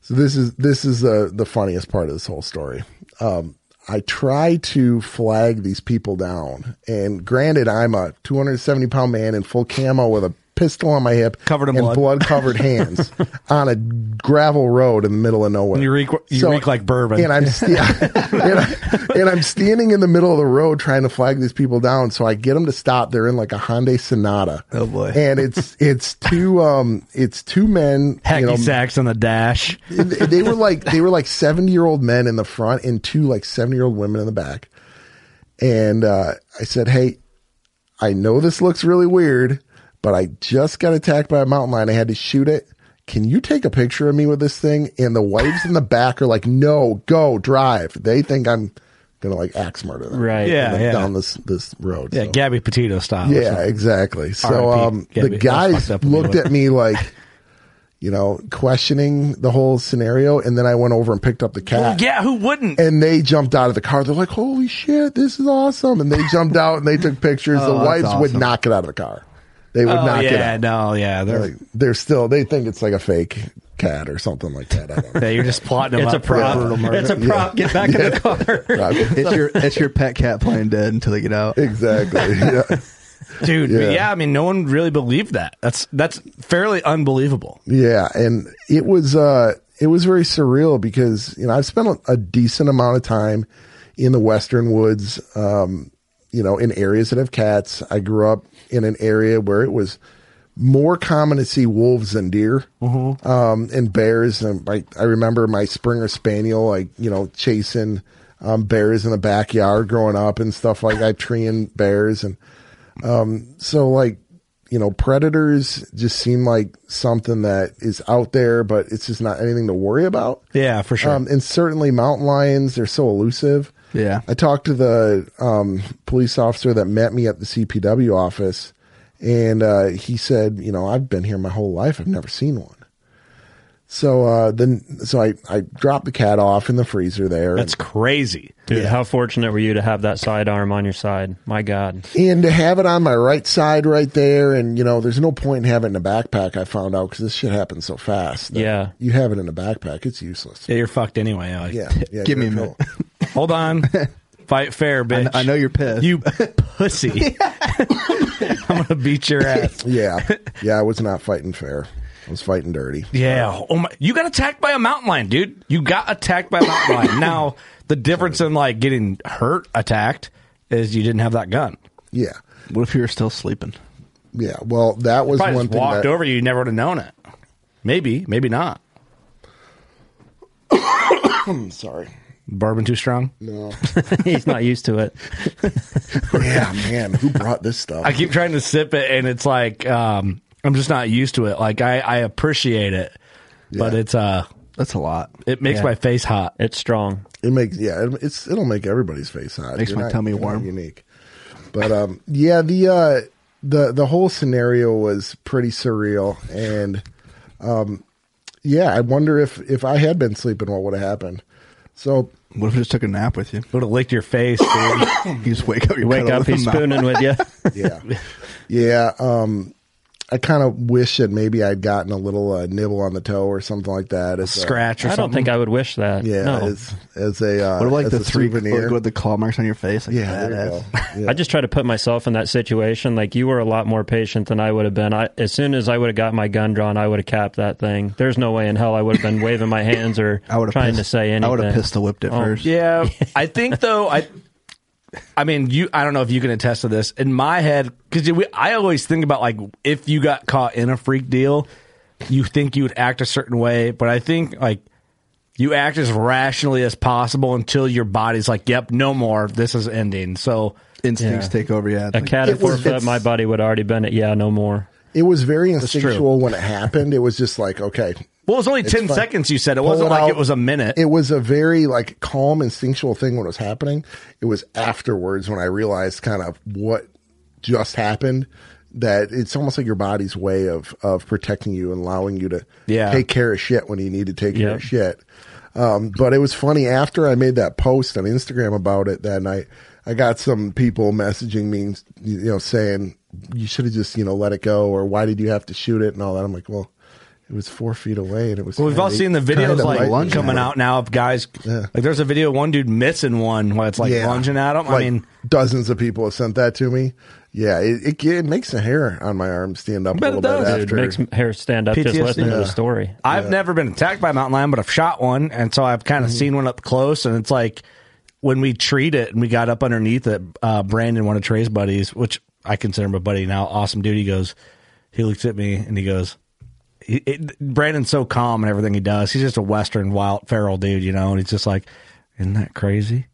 S6: So this is this is the the funniest part of this whole story. Um, I try to flag these people down, and granted, I'm a 270 pound man in full camo with a pistol on my hip,
S10: Covered in
S6: and
S10: blood.
S6: blood covered hands on a gravel road in the middle of nowhere.
S10: You reek, you
S6: So-
S10: reek like bourbon.
S6: and I'm sta- and, I, and I'm standing in the middle of the road trying to flag these people down. So I get them to stop. They're in like a Hyundai Sonata.
S9: Oh, boy.
S6: And it's it's two um it's two men.
S10: Hacky
S6: you know,
S10: sacks on the dash.
S6: they they were like they were like 70 year old men in the front and two like 70 year old women in the back and uh, i said hey i know this looks really weird but i just got attacked by a mountain lion i had to shoot it can you take a picture of me with this thing and the wives in the back are like no go drive they think i'm gonna like axe murder them
S7: Right.
S10: Yeah,
S6: like,
S10: yeah.
S6: down this this road
S10: Yeah,
S6: so.
S10: Gabby Petito style. or
S6: Yeah,
S10: something.
S6: exactly. So
S10: R.I.P.
S6: um,
S10: Yeah,
S6: the
S10: that's
S6: guys
S10: fucked up when they
S6: looked
S10: look.
S6: at me like, you know, questioning the whole scenario, and then I went over and picked up the cat.
S10: Yeah, who wouldn't?
S6: And they jumped out of the car. They're like, "Holy shit, this is awesome!" And they jumped out and they took pictures.
S9: Oh,
S6: the
S9: that's
S6: wives would
S9: awesome.
S6: not get out of the car. They would
S2: Oh,
S6: not get
S2: yeah,
S6: up.
S2: no, yeah,
S6: They're,
S2: they're-
S6: like, they're still, they think it's like a fake cat or something like that. I don't know.
S2: Yeah, you're just plotting them
S6: It's
S2: up
S6: a
S2: for
S6: prop.
S2: brutal murder.
S6: It's a prop.
S7: Get back in the car.
S9: it's your it's your pet cat playing dead until they get out.
S6: Exactly.
S2: dude.
S6: Yeah.
S2: Yeah. I mean, no one really believed that. That's that's fairly unbelievable.
S6: Yeah, and it was uh it was very surreal because you know I've spent a decent amount of time in the western woods um you know in areas that have cats. I grew up in an area where it was more common to see wolves than deer um and bears and I, I remember my springer spaniel like you know chasing um bears in the backyard growing up and stuff like I treeing bears and um, so like, you know, predators just seem like something that is out there, but it's just not anything to worry about.
S2: Yeah, for sure.
S6: Um, and certainly mountain lions, they're so elusive.
S9: Yeah.
S6: I talked to the um, police officer that met me at the CPW office, and uh, he said, you know, I've been here my whole life. I've never seen one. So uh, then, so I, I dropped the cat off in the freezer there.
S7: That's
S2: crazy,
S7: dude. How fortunate were you to have that sidearm on your side? My God,
S6: and to have it on my right side right there and you know there's no point in having it in a backpack i found out because this shit happens so fast that
S2: Yeah.
S6: you have it in a backpack it's useless
S2: Yeah, you're fucked anyway. Like,
S6: yeah, yeah
S2: Give
S6: you're
S2: me a
S6: in
S2: minute.
S6: trouble.
S2: Hold on. Fight fair, bitch. I, know
S9: you're pissed.
S2: You pussy. I'm gonna beat your ass.
S6: yeah yeah i was not fighting fair i was fighting dirty
S2: Yeah. Oh my! You got attacked by a mountain lion, dude. You got attacked by a mountain lion. Now the difference in like getting hurt attacked is you didn't have that gun.
S6: Yeah.
S9: What if you were still sleeping?
S6: yeah well that was
S2: Probably
S6: one
S2: just
S6: thing
S2: walked
S6: that-
S2: over you. You never would have known it. Maybe. Maybe not.
S6: I'm Hmm, sorry
S2: Bourbon too strong.
S6: no
S7: he's not used to it.
S6: yeah man who brought this stuff
S2: I keep trying to sip it, and it's like um, I'm just not used to it. Like I, I appreciate it, but it's uh,
S9: that's a lot.
S2: It makes
S6: Yeah.
S2: my face hot.
S7: It's strong.
S6: It makes yeah, it, it's it'll make everybody's face hot.
S9: Makes
S6: You're
S9: my tummy
S6: you're
S9: warm.
S6: Unique, but um, yeah, the uh, the the whole scenario was pretty surreal, and um, yeah, I wonder if if I had been sleeping, what would have happened. So
S9: What if I just took a nap with you?
S2: Would have licked your face.
S9: you just wake up. You're
S7: Wake up, he's spooning with you.
S6: yeah, yeah. Um, I kind of wish that maybe I'd gotten a little uh, nibble on the toe or something like that. As
S7: I don't think I would wish that.
S6: Yeah,
S7: no.
S6: as, as a uh,
S9: What if, like
S6: as
S9: the
S6: a
S9: three
S6: souvenir.
S9: like, with the claw marks on your face? Like,
S6: Yeah, there you
S9: badass.
S6: Yeah.
S7: I just try to put myself in that situation. Like you were a lot more patient than I would have been. I, as soon as I would have got my gun drawn, I would have capped that thing. There's no way in hell I would have been waving my hands or
S9: I would have
S7: trying to
S9: pissed-
S7: say anything.
S9: I would have pistol whipped it
S7: Oh,
S9: first.
S2: Yeah, I think though I, I mean you. I don't know if you can attest to this. In my head, because I always think about like if you got caught in a freak deal, you think you would act a certain way, but I think like you act as rationally as possible until your body's like, "Yep, no more. This is ending." So
S9: instincts take over. Yeah,
S7: A cat at four foot, my body would have already been at yeah, no more.
S6: It was very
S7: true.
S6: instinctual when it happened. It was just like, okay.
S2: Well, it was only
S6: it's
S2: 10
S6: fine.
S2: seconds, you said. It
S6: Pull
S2: wasn't like
S6: out.
S2: it was a minute.
S6: It was a very like calm, instinctual thing when it was happening. It was afterwards when I realized kind of what just happened that it's almost like your body's way of of protecting you and allowing you to
S2: Yeah.
S6: take care of shit when you need to take care
S2: Yep.
S6: of shit. Um, but it was funny after I made that post on Instagram about it that night. I got some people messaging me, you know, saying you should have just, you know, let it go, or why did you have to shoot it and all that. I'm like, well, it was four feet away, and it was.
S2: Well, we've all
S6: tiny-
S2: seen the
S6: tiny
S2: videos like
S6: light
S2: lunging coming
S6: bulb.
S2: out now of guys. Like there's a video of one dude missing one while it's like
S6: Yeah.
S2: lunging at him. I
S6: Like,
S2: mean,
S6: dozens of people have sent that to me. Yeah, it, it, it makes the hair on my arm stand up a little bit
S7: Dude,
S6: after.
S7: makes hair stand up just
S2: PTSD.
S7: listening to
S2: Yeah. Mm-hmm.
S7: the story.
S2: I've never been attacked by a mountain lion, but I've shot one, and so I've kind of seen one up close. And it's like when we treat it and we got up underneath it. Uh, Brandon, one of Trey's buddies, which I consider him a buddy now, awesome dude. He goes, he looks at me and he goes, he, it, Brandon's so calm and everything he does. He's just a Western wild feral dude, you know. And he's just like, isn't that crazy?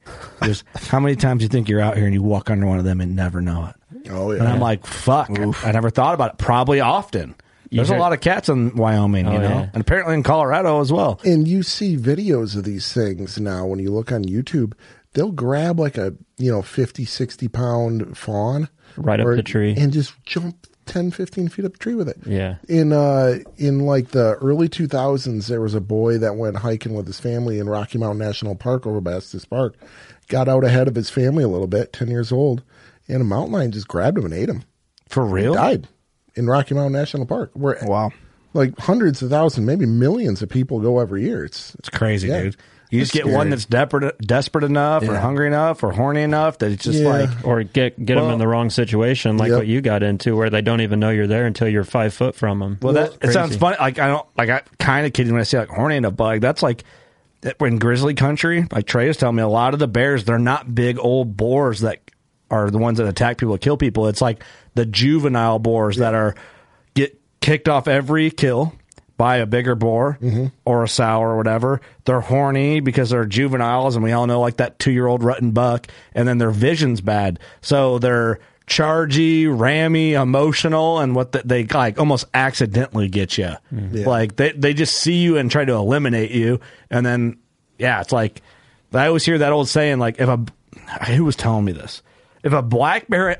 S2: Just how many times you think you're out here and you walk under one of them and never know it?
S6: Oh yeah.
S2: And I'm like, fuck, I never thought about it. Probably often. There's a
S6: heard-
S2: lot of cats in Wyoming, you
S6: Oh,
S2: know,
S6: yeah.
S2: and apparently in Colorado as well.
S6: And you see videos of these things now when you look on YouTube. They'll grab like a, you know, 50, 60 pound fawn.
S7: Right up the tree.
S6: And just jump 10, 15 feet up the tree with it.
S7: Yeah.
S6: In uh in like the early 2000s there was a boy that went hiking with his family in Rocky Mountain National Park over by Estes Park. Got out ahead of his family a little bit, 10 years old, and a mountain lion just grabbed him and ate him.
S2: For real?
S6: He died. in Rocky Mountain National Park. Where wow, like hundreds of thousands, maybe millions of people go every year. It's
S2: it's crazy,
S6: yeah.
S2: dude. You just
S6: That's
S2: get one
S6: scary.
S2: that's desperate, desperate enough, or
S6: Yeah.
S2: hungry enough, or horny enough that it's just
S6: Yeah.
S2: like
S7: or get get them
S2: Well-
S7: in the wrong situation, like
S2: Yep.
S7: what you got into, where they don't even know you're there until you're five foot from them.
S2: Well, that it sounds funny. Like I don't like I kind of kidding when I say like horny in a bug. That's like that- in grizzly country. Like Trey was telling me, a lot of the bears they're not big old boars that are the ones that attack people, kill people. It's like the juvenile boars that are get kicked off every kill by a bigger boar or a sow or whatever. They're horny because they're juveniles, and we all know like that two year old rutting buck, and then their vision's bad, so they're chargy, rammy, emotional, and what the, they like almost accidentally get you.
S6: Yeah.
S2: Like they they just see you and try to eliminate you, and then yeah, it's like I always hear that old saying like if a who was telling me this if a black bear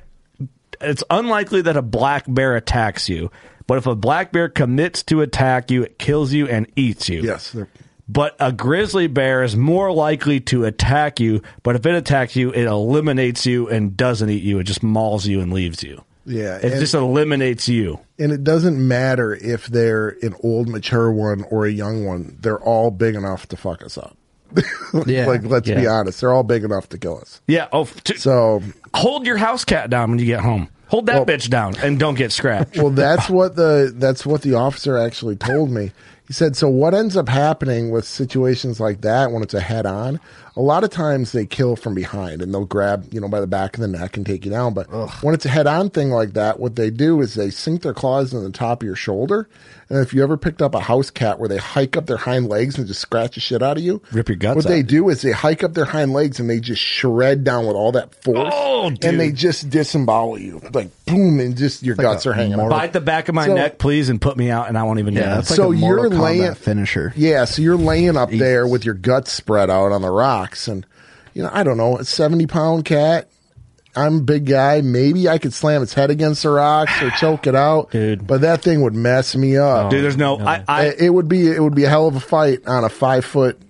S2: it's unlikely that a black bear attacks you, but if a black bear commits to attack you, it kills you and eats you.
S6: Yes, they're-
S2: But a grizzly bear is more likely to attack you, but if it attacks you, it eliminates you and doesn't eat you. It just mauls you and leaves you.
S6: Yeah,
S2: It
S6: and-
S2: just eliminates you.
S6: and it doesn't matter if they're an old mature one or a young one they're all big enough to fuck us up
S2: Yeah.
S6: like let's be
S2: Yeah.
S6: honest they're all big enough to kill us
S2: Yeah. Oh, t-
S6: so
S2: hold your house cat down when you get home. Hold that bitch down and don't get scratched.
S6: well that's what the that's what the officer actually told me he said so what ends up happening with situations like that when it's a head on a lot of times they kill from behind and they'll grab you know by the back of the neck and take you down but when it's a head on thing like that what they do is they sink their claws in the top of your shoulder and if you ever picked up a house cat where they hike up their hind legs and just scratch the shit out of you
S2: Rip your guts
S6: what they
S2: out.
S6: do is they hike up their hind legs and they just shred down with all that force
S2: Oh, dude.
S6: and they just disembowel you like boom and just your guts are hanging out
S2: Bite the back of my
S6: So-
S2: neck, please, and put me out, and I won't even know.
S6: so you're laying
S9: finisher.
S6: Yeah, so you're laying up there with your guts spread out on the rocks, and you know I don't know a seventy pound cat. I'm a big guy. Maybe I could slam its head against the rocks or choke it out, dude. But that thing would mess me up,
S2: Dude, there's no. I, I
S6: It- it would be it would be a hell of a fight on a five foot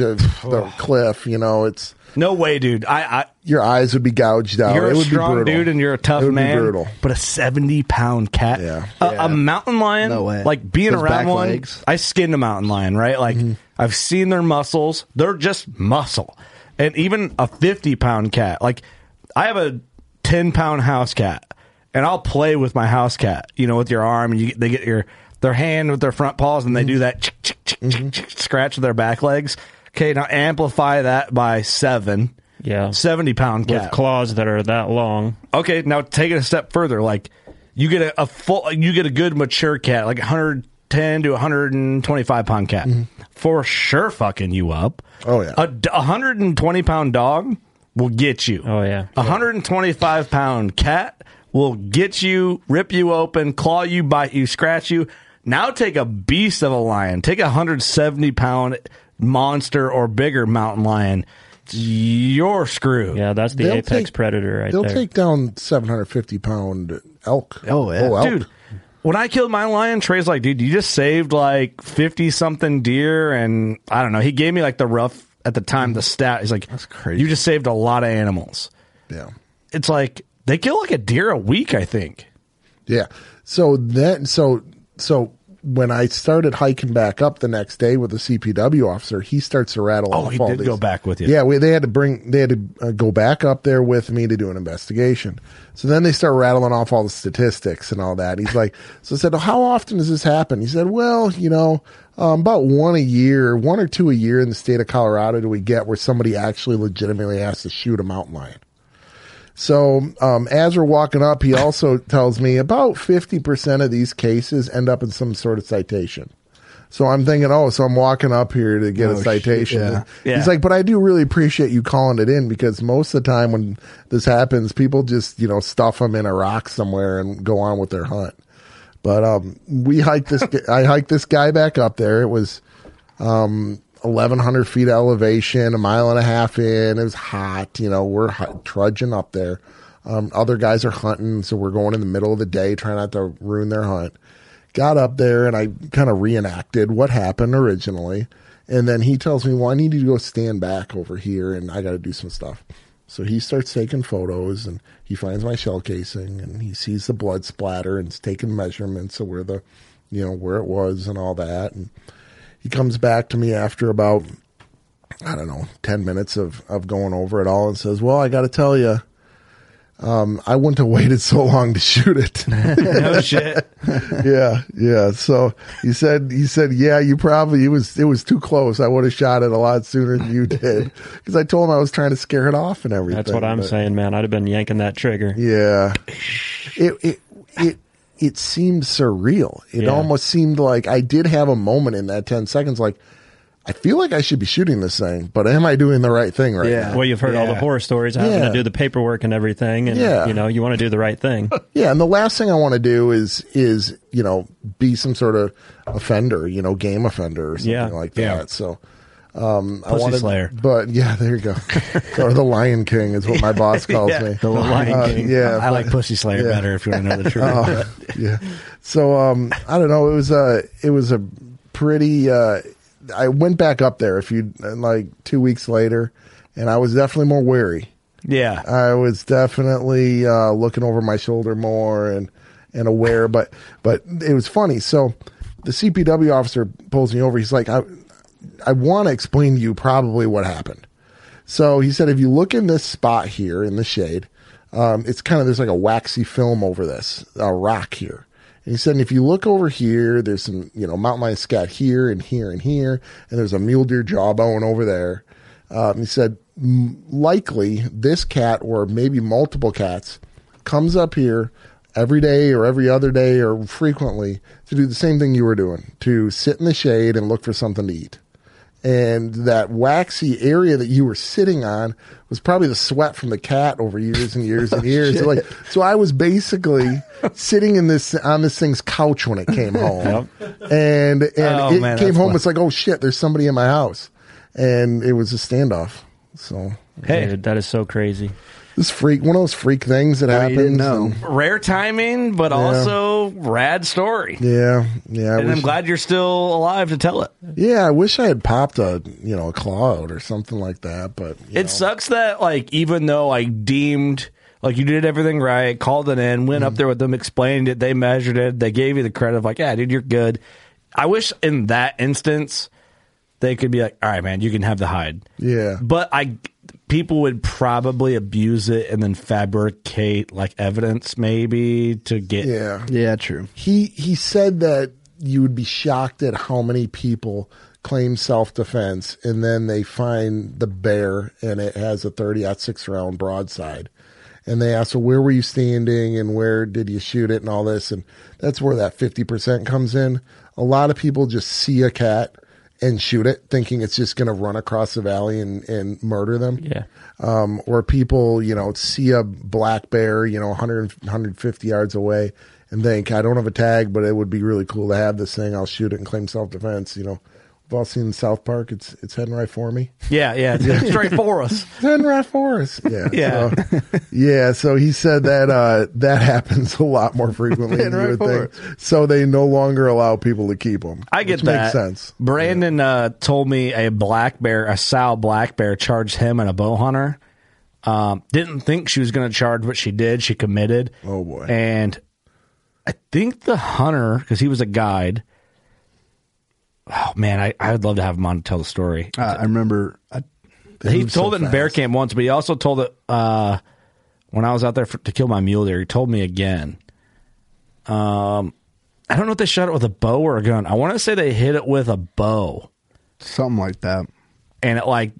S6: of the cliff. You know, it's
S2: no way, dude. I, I
S6: your eyes would be gouged out.
S2: You're
S6: it
S2: a
S6: would be
S2: strong
S6: brutal.
S2: dude and you're a tough
S6: It would be
S2: man.
S6: brutal.
S2: But a 70 pound cat, A, a mountain lion,
S9: No way.
S2: like being
S9: Those
S2: around
S9: back
S2: one,
S9: legs.
S2: I skinned a mountain lion, right? Like
S6: Mm-hmm.
S2: I've seen their muscles. They're just muscle. And even a 50 pound cat, like I have a 10 pound house cat and I'll play with my house cat, you know, with your arm and you, they get your, their hand with their front paws and they
S6: Mm-hmm.
S2: do that chick, chick, chick, chick, chick, scratch with their back legs. Okay. Now amplify that by seven.
S7: Yeah.
S2: 70 pound cat.
S7: with claws that are that long.
S2: Okay, now take it a step further. Like you get a, a full, you get a good mature cat, like 110 to 125 pound cat, for sure, fucking you up.
S6: Mm-hmm. Oh, yeah.
S2: a d- 120 pound dog will get you.
S7: Oh yeah,
S2: A 125 pound cat will get you, rip you open, claw you, bite you, scratch you. Now take a beast of a lion. Take a 170 pound monster or bigger mountain lion. You're screwed.
S7: yeah. That's the
S6: They'll
S7: apex
S6: take-
S7: predator right
S6: They'll
S7: there.
S6: take down seven hundred fifty pound elk.
S9: Oh, yeah.
S6: elk.
S2: dude. When I killed my lion, Trey's like, dude, you just saved like fifty something deer, and I don't know. He gave me like the rough at the time the stat. He's like, that's
S9: crazy.
S2: You just saved a lot of animals.
S6: yeah.
S2: It's like they kill like a deer a week, I think.
S6: Yeah. So then, so so when I started hiking back up the next day with the CPW officer, he starts to rattle.
S2: Oh,
S6: off
S2: he
S6: all
S2: did
S6: these-
S2: go back with you.
S6: Yeah, we, they had to bring they had to uh, go back up there with me to do an investigation. So then they start rattling off all the statistics and all that. He's like, so I said, how often does this happen? He said, well, you know, um, about one a year, one or two a year in the state of Colorado do we get where somebody actually legitimately has to shoot a mountain lion. So um, as we're walking up, he also tells me about 50% of these cases end up in some sort of citation. So I'm thinking, oh, so I'm walking up here to get
S9: Oh,
S6: a
S9: shit,
S6: citation.
S9: yeah.
S2: Yeah.
S6: He's like, but I do really appreciate you calling it in because most of the time when this happens, people just, you know, stuff them in a rock somewhere and go on with their hunt. But um, we hiked this. gu- I hiked this guy back up there. It was um, 1,100 feet elevation, a mile and a half in. It was hot. You know, we're hi- trudging up there. Um, other guys are hunting, so we're going in the middle of the day, trying not to ruin their hunt. Got up there and I kind of reenacted what happened originally. And then he tells me, "Well, I need you to go stand back over here, and I got to do some stuff." So he starts taking photos and he finds my shell casing and he sees the blood splatter and he's taking measurements of where the, you know, where it was and all that. And he comes back to me after about, I don't know, 10 minutes of, of going over it all and says, Well, I got to tell you, um, I wouldn't have waited so long to shoot it.
S10: No shit.
S6: yeah, yeah. So he said, he said, yeah, you probably it was it was too close. I would have shot it a lot sooner than you did because I told him I was trying to scare it off and everything.
S7: That's what I'm
S6: but-
S7: saying, man. I'd have been yanking that trigger.
S6: Yeah, it it it it seemed surreal. It
S7: Yeah.
S6: almost seemed like I did have a moment in that ten seconds, like. I feel like I should be shooting this thing, but am I doing the right thing right now?
S7: Well, you've heard all the
S6: Yeah.
S7: horror stories having
S6: Yeah.
S7: to do the paperwork and everything, and
S6: Yeah.
S7: you know you want to do the right thing.
S6: Yeah, and the last thing I want to do is is you know be some sort of offender, you know, game offender or something
S7: Yeah.
S6: like that.
S7: Yeah.
S6: So, um, I
S10: Pussy
S6: wanted,
S10: slayer.
S6: but yeah, there you go, or the Lion King is what my boss calls
S10: Yeah.
S6: me. Uh,
S10: The Lion
S9: Uh,
S10: King.
S6: Yeah,
S10: I like Pussy Slayer better if you wanna know the truth.
S6: Oh, yeah. So um, I don't know. It was a it was a pretty. Uh, I went back up there if you like two weeks later, and I was definitely more wary.
S10: Yeah.
S6: I was definitely uh, looking over my shoulder more and and aware, but but it was funny. So the CPW officer pulls me over. He's like, I I want to explain to you probably what happened. So he said, if you look in this spot here in the shade, um, it's kind of there's like a waxy film over this uh, rock here. And he said, and if you look over here, there's some, you know, mountain lion scat here and here and here, and there's a mule deer jawbone over there. Um, he said, "M- likely this cat or maybe multiple cats comes up here every day or every other day or frequently to do the same thing you were doing to sit in the shade and look for something to eat. And that waxy area that you were sitting on was probably the sweat from the cat over years and years
S10: Oh,
S6: and years. So, like, so I was basically sitting in this on this thing's couch when it came home, and and
S10: Oh,
S6: it
S10: man,
S6: came
S10: that's
S6: home.
S10: fun.
S6: It's like, oh shit, there's somebody in my house, and it was a standoff. So
S7: Hey, Dude, that is so crazy.
S6: this freak, one of those freak things that happens. and-
S2: Rare timing, but
S6: Yeah.
S2: also rad story.
S6: yeah, yeah. I
S2: and I'm
S6: wish-
S2: glad you're still alive to tell it.
S6: Yeah, I wish I had popped a you know a claw out or something like that, but
S2: It sucks that like even though I deemed like you did everything right, called it in, went
S6: Mm-hmm.
S2: up there with them, explained it, they measured it, they gave you the credit of like, yeah, dude, you're good. I wish in that instance they could be like, all right, man, you can have the hide.
S6: yeah,
S2: But I people would probably abuse it and then fabricate like evidence maybe to get
S6: yeah.
S9: Yeah, true.
S6: He he said that you would be shocked at how many people claim self defense and then they find the bear and it has a thirty out six round broadside. And they ask, well, where were you standing and where did you shoot it and all this? And that's where that 50% comes in. A lot of people just see a cat and shoot it, thinking it's just going to run across the valley and, and murder them.
S7: Yeah.
S6: um, or people, you know, see a black bear, you know, 100, 150 yards away and think, I don't have a tag, but it would be really cool to have this thing. I'll shoot it and claim self defense. You know, we've all seen South Park. It's, it's heading right for me.
S2: Yeah, yeah. it's Straight for us.
S6: It's heading right for us. Yeah.
S2: Yeah.
S6: So, yeah. So he said that, uh, that happens a lot more frequently than you
S2: Heading
S6: would
S2: right for
S6: think. So they no longer allow people to keep them.
S2: I get
S6: which
S2: that.
S6: Makes sense.
S2: Brandon uh, told me a black bear, a sow black bear, charged him and a bow hunter. Um, didn't think she was going to charge, but she did. She committed.
S6: Oh, boy.
S2: And I think the hunter, because he was a guide. Oh man, I, I would love to have him on to tell the story.
S9: Uh, I remember. I, they
S2: he
S9: moved so
S2: told it in bear
S9: fast.
S2: camp once, but he also told it uh, when I was out there for, to kill my mule deer. He told me again. Um, I don't know if they shot it with a bow or a gun. I want to say they hit it with a bow.
S9: something like that.
S2: and it like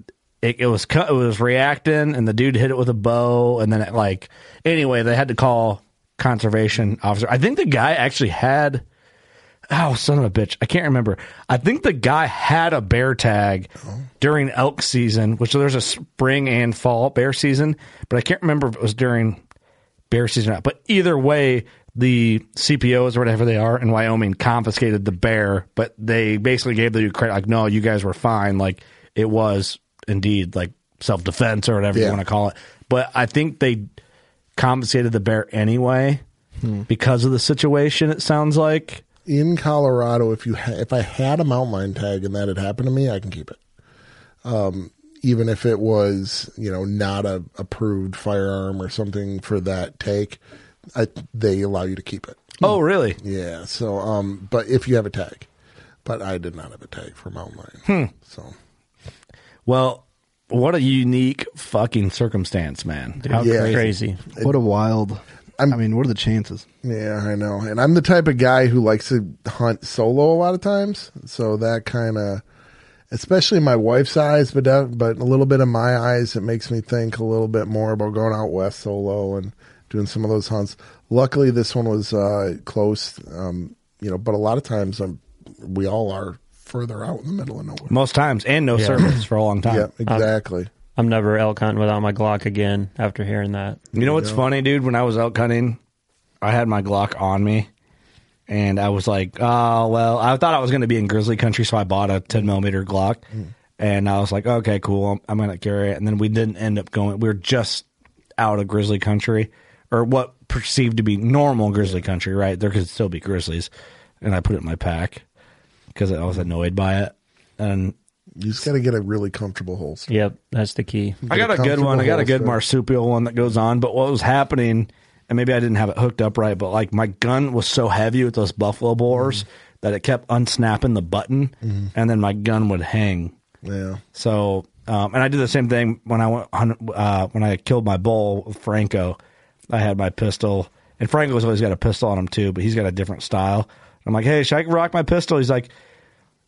S2: it, it was cut, it was reacting, and the dude hit it with a bow, and then it like anyway they had to call conservation officer. I think the guy actually had oh son of a bitch, I can't remember. I think the guy had a bear tag during elk season, which there's a spring and fall bear season, but I can't remember if it was during bear season or not. But either way. The CPOs or whatever they are in Wyoming confiscated the bear, but they basically gave the dude credit like, no, you guys were fine. Like it was indeed like self defense or whatever you
S6: Yeah.
S2: want to call it. But I think they compensated the bear anyway because of the situation. It sounds like
S6: in Colorado, if you ha- if I had a mountain lion tag and that had happened to me, I can keep it. Um, even if it was you know not a approved firearm or something for that take, I, they allow you to keep it.
S2: Oh, really?
S6: Yeah. So, um, but if you have a tag, but I did not have a tag for mountain lion. So
S10: Well, what a unique fucking circumstance, man. How crazy.
S9: What a wild. i mean, what are the chances?
S6: Yeah, I know. And I'm the type of guy who likes to hunt solo a lot of times. So that kind of, especially my wife's eyes, but that, but a little bit of my eyes, it makes me think a little bit more about going out west solo and doing some of those hunts. Luckily, this one was uh, close, um, you know. But a lot of times, I'm, we all are further out in the middle of nowhere.
S2: Most times, and no
S7: Yeah.
S2: service for a long time.
S6: Yeah, exactly.
S7: I'm never elk hunting without my Glock again after hearing that.
S2: You know what's funny, dude? When I was out hunting, I had my Glock on me, and I was like, "Oh well." I thought I was going to be in grizzly country, so I bought a ten millimeter Glock, and I was like, "Okay, cool. I'm, I'm going to carry it." And then we didn't end up going. We were just out of grizzly country, or what perceived to be normal grizzly country. Right there could still be grizzlies, and I put it in my pack because I was annoyed by it. And
S6: You just got to get a really comfortable holster.
S7: Yep, that's the key.
S2: I got a good one. I got a good marsupial one that goes on. But what was happening, and maybe I didn't have it hooked up right, but like my gun was so heavy with those buffalo bores that it kept unsnapping the button,
S6: Mhm.
S2: and then my gun would hang.
S6: Yeah.
S2: So, um, and I did the same thing when I went on- uh, when I killed my bull with Franco. I had my pistol, and Franco's always got a pistol on him too, but he's got a different style. I'm like, hey, should I rock my pistol? He's like,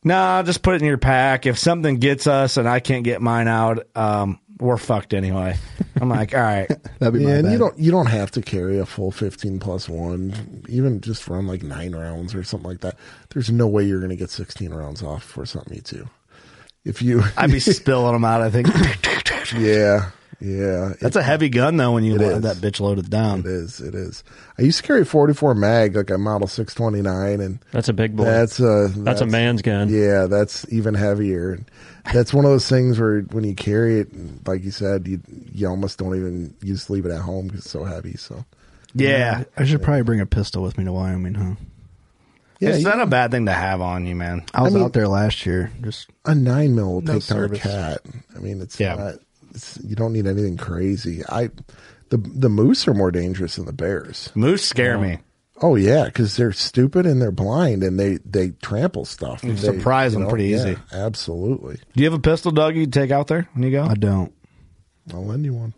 S2: nah, just put it in your pack. If something gets us and I can't get mine out, um, we're fucked anyway. I'm like, all right,
S9: That'd
S6: yeah, and you don't you don't have to carry a full fifteen plus one. Even just run like nine rounds or something like that. There's no way you're going to get sixteen rounds off for something you do. If you,
S2: I'd be spilling them out. I think
S6: yeah, yeah.
S2: that's a heavy gun though when you have that bitch loaded down.
S6: It is. It is. I used to carry a 44 mag, like a Model 629, and
S7: That's a big boy.
S6: that's a
S7: That's a man's gun.
S6: Yeah, that's even heavier. And That's one of those things where when you carry it, like you said, you you almost don't even you just leave it at home because it's so heavy. So
S2: Yeah.
S9: I should probably bring a pistol with me to Wyoming, huh?
S6: Yeah,
S2: it's
S6: you-
S2: not a bad thing to have on you, man.
S9: I was
S6: I mean-
S9: out there last year. Just
S6: a nine mil will
S9: No
S6: take down
S9: service.
S6: a cat. I mean, it's not. It's, you don't need anything crazy. I the the moose are more dangerous than the bears.
S2: Moose scare me.
S6: Oh yeah, because they're stupid and they're blind and they they trample stuff.
S2: You
S6: They-
S2: surprise
S6: you
S2: 'em
S6: know,
S2: pretty
S6: yeah,
S2: easy.
S6: Absolutely.
S2: Do you have a pistol, Doug? You take out there when you go?
S9: I don't.
S6: I'll lend you one.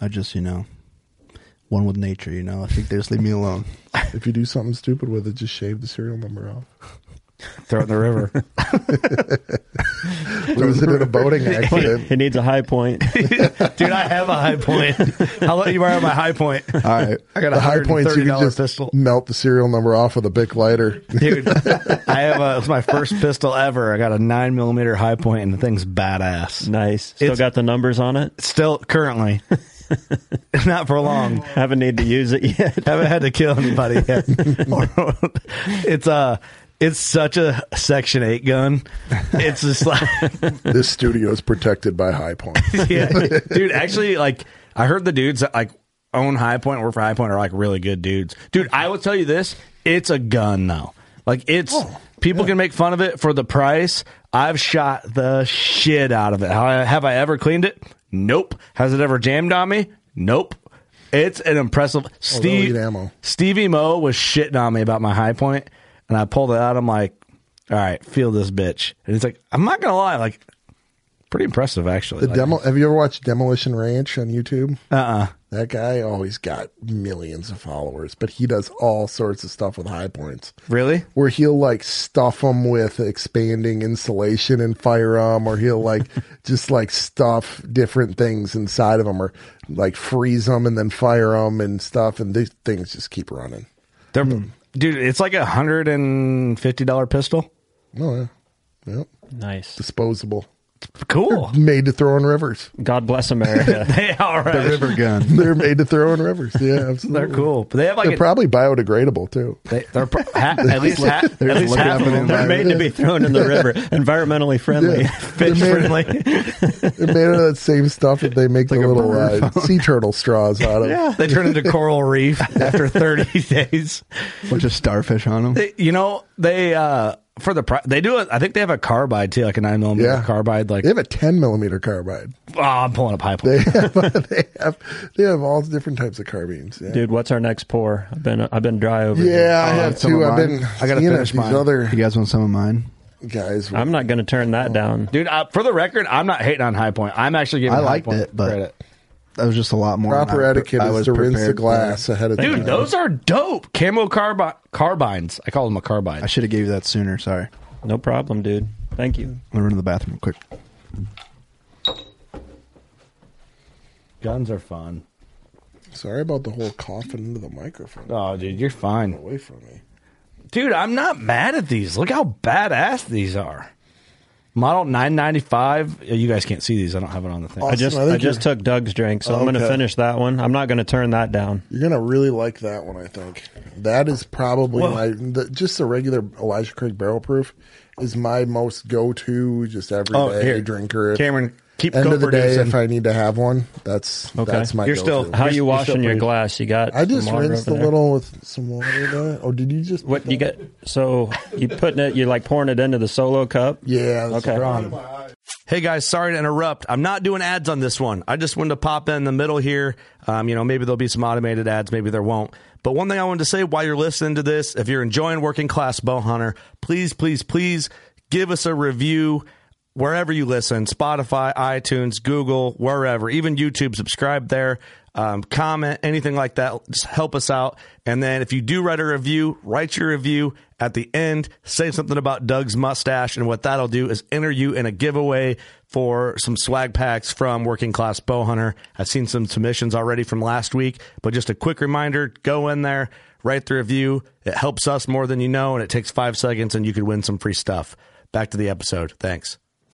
S9: I just you know, one with nature. You know, I think they just leave me alone.
S6: If you do something stupid with it, just shave the serial number off.
S2: Throw it in the river.
S6: Lose it in a boating accident.
S7: It needs a high point.
S2: Dude, I have a high point. I'll let you borrow my high point. All
S9: right.
S2: I got a
S6: The high
S2: hundred
S6: points you
S2: thirty
S6: can
S2: dollar
S6: just
S2: pistol.
S6: melt the serial number off with a bic lighter.
S2: Dude, I have a, it's my first pistol ever. I got a nine millimeter high point and the thing's badass.
S7: nice. Still
S2: It's-
S7: got the numbers on it.
S2: Still currently. Not for long.
S7: Haven't need to use it yet.
S2: Haven't had to kill anybody yet. it's uh it's such a section eight gun. It's just like
S6: this studio is protected by High Point.
S2: yeah, dude. Actually, like I heard the dudes that like own High Point, and work for High Point, are like really good dudes. Dude, I will tell you this: it's a gun though. Like it's
S6: Oh,
S2: people can make fun of it for the price. I've shot the shit out of it. How have I ever cleaned it? Nope. Has it ever jammed on me? Nope. It's an impressive. Steve
S6: Oh, eat ammo.
S2: Stevie Mo was shitting on me about my High Point, and I pulled it out. I'm like, all right, feel this bitch. And he's like, I'm not gonna lie, like. Pretty impressive, actually.
S6: The
S2: Like,
S6: demo. Have you ever watched Demolition Ranch on YouTube?
S2: uh-uh.
S6: That guy always got millions of followers, but he does all sorts of stuff with high points.
S2: Really?
S6: where he'll like stuff them with expanding insulation and firearm, or he'll like just like stuff different things inside of them, or like freeze them and then fire them and stuff, and these things just keep running.
S2: They're, Dude, it's like a hundred and fifty dollar pistol.
S6: Oh yeah, yep,
S7: Nice.
S6: disposable,
S2: Cool.
S6: made to throw in rivers.
S7: God bless America.
S2: they are right.
S9: River gun.
S6: They're made to throw in rivers. Yeah, absolutely.
S2: They're cool, but they have like
S6: They're
S2: a,
S6: probably biodegradable too.
S2: they, they're pro- ha- at least ha- at
S9: They're
S2: least
S9: looking
S2: half
S9: up
S2: of
S9: in
S2: them.
S9: the
S2: They're made to
S7: Be
S2: be
S7: thrown in the river. Environmentally friendly.
S6: Yeah.
S2: fish friendly.
S6: They're made out of that same stuff that they make the little
S9: burner
S6: uh, sea turtle straws out of.
S2: yeah, they turn into coral reef after thirty days.
S9: Bunch of starfish on them.
S2: They- you know, they uh, for the price. They do it. I think they have a carbide too, like a nine millimeter
S6: Yeah.
S2: carbide. Like
S6: They have a 10 millimeter carbide.
S2: oh, I'm pulling a pipe.
S6: They have, they have, they have all different types of carbines. Yeah.
S7: Dude, what's our next pour? I've been I've been dry over.
S6: Yeah,
S7: here.
S6: I have
S9: some
S6: two.
S9: of
S6: I've
S9: mine.
S6: been.
S9: I gotta
S6: seeing
S9: finish
S6: these
S9: mine.
S6: Other
S9: You guys want some of mine?
S6: guys.
S7: I'm not going to turn that down.
S2: Dude, uh, for the record, I'm not hating on High Point. I'm actually giving
S9: I
S2: High
S9: liked
S2: Point
S9: it, but
S2: credit.
S9: that was just a lot more. than
S6: Proper
S9: I-
S6: etiquette
S9: I
S6: is
S9: was
S6: to rinse the
S9: prepared for.
S6: glass ahead of time.
S2: Dude, those are dope. Camo carbi- carbines. I call them a carbine.
S9: I should have gave you that sooner. Sorry. I'm
S7: No problem, dude. Thank you.
S9: gonna run to the bathroom quick.
S10: Guns are fun.
S6: Sorry about the whole coughing into the microphone.
S2: Oh, dude, you're fine.
S6: Away from me.
S2: Dude, I'm not mad at these. Look how badass these are. Model 995. You guys can't see these. I don't have it on the thing.
S7: I just
S6: Awesome, I think
S7: I, just took Doug's drink, so I'm going to
S6: Okay.
S7: finish that one. I'm not going to turn that down.
S6: You're gonna really like that one, I think. That is probably
S2: Whoa.
S6: my the, just the regular Elijah Craig Barrel Proof is my most go to just everyday
S2: Oh, here.
S6: drinker. If-
S2: Cameron, keep
S6: end of the day
S2: co-producing.
S6: if I need to have one. That's
S7: Okay.
S6: that's my
S2: You're
S6: go-to.
S2: still-
S7: How are
S2: You're-
S7: you
S2: you're so
S7: washing your
S2: pretty.
S7: glass? You got
S6: I just
S7: some water
S6: rinsed a
S7: over there?
S6: little with some water there. Oh, did you just
S7: What you get? So you putting it? You like pouring it into the solo cup?
S6: Yeah, that's
S7: Okay.
S2: Hey guys, sorry to interrupt. I'm not doing ads on this one. I just wanted to pop in the middle here. Um, you know, maybe there'll be some automated ads, maybe there won't. But one thing I wanted to say while you're listening to this, if you're enjoying Working Class Bow Hunter, please, please, please give us a review wherever you listen Spotify, iTunes, Google, wherever, even YouTube. Subscribe there, um, comment, anything like that. Just help us out. And then if you do write a review, write your review at the end, say something about Doug's mustache. And what that'll do is enter you in a giveaway for some swag packs from Working Class Bow Hunter. I've seen some submissions already from last week, but just a quick reminder go in there, write the review. It helps us more than you know, and it takes five seconds, and you could win some free stuff. Back to the episode. Thanks.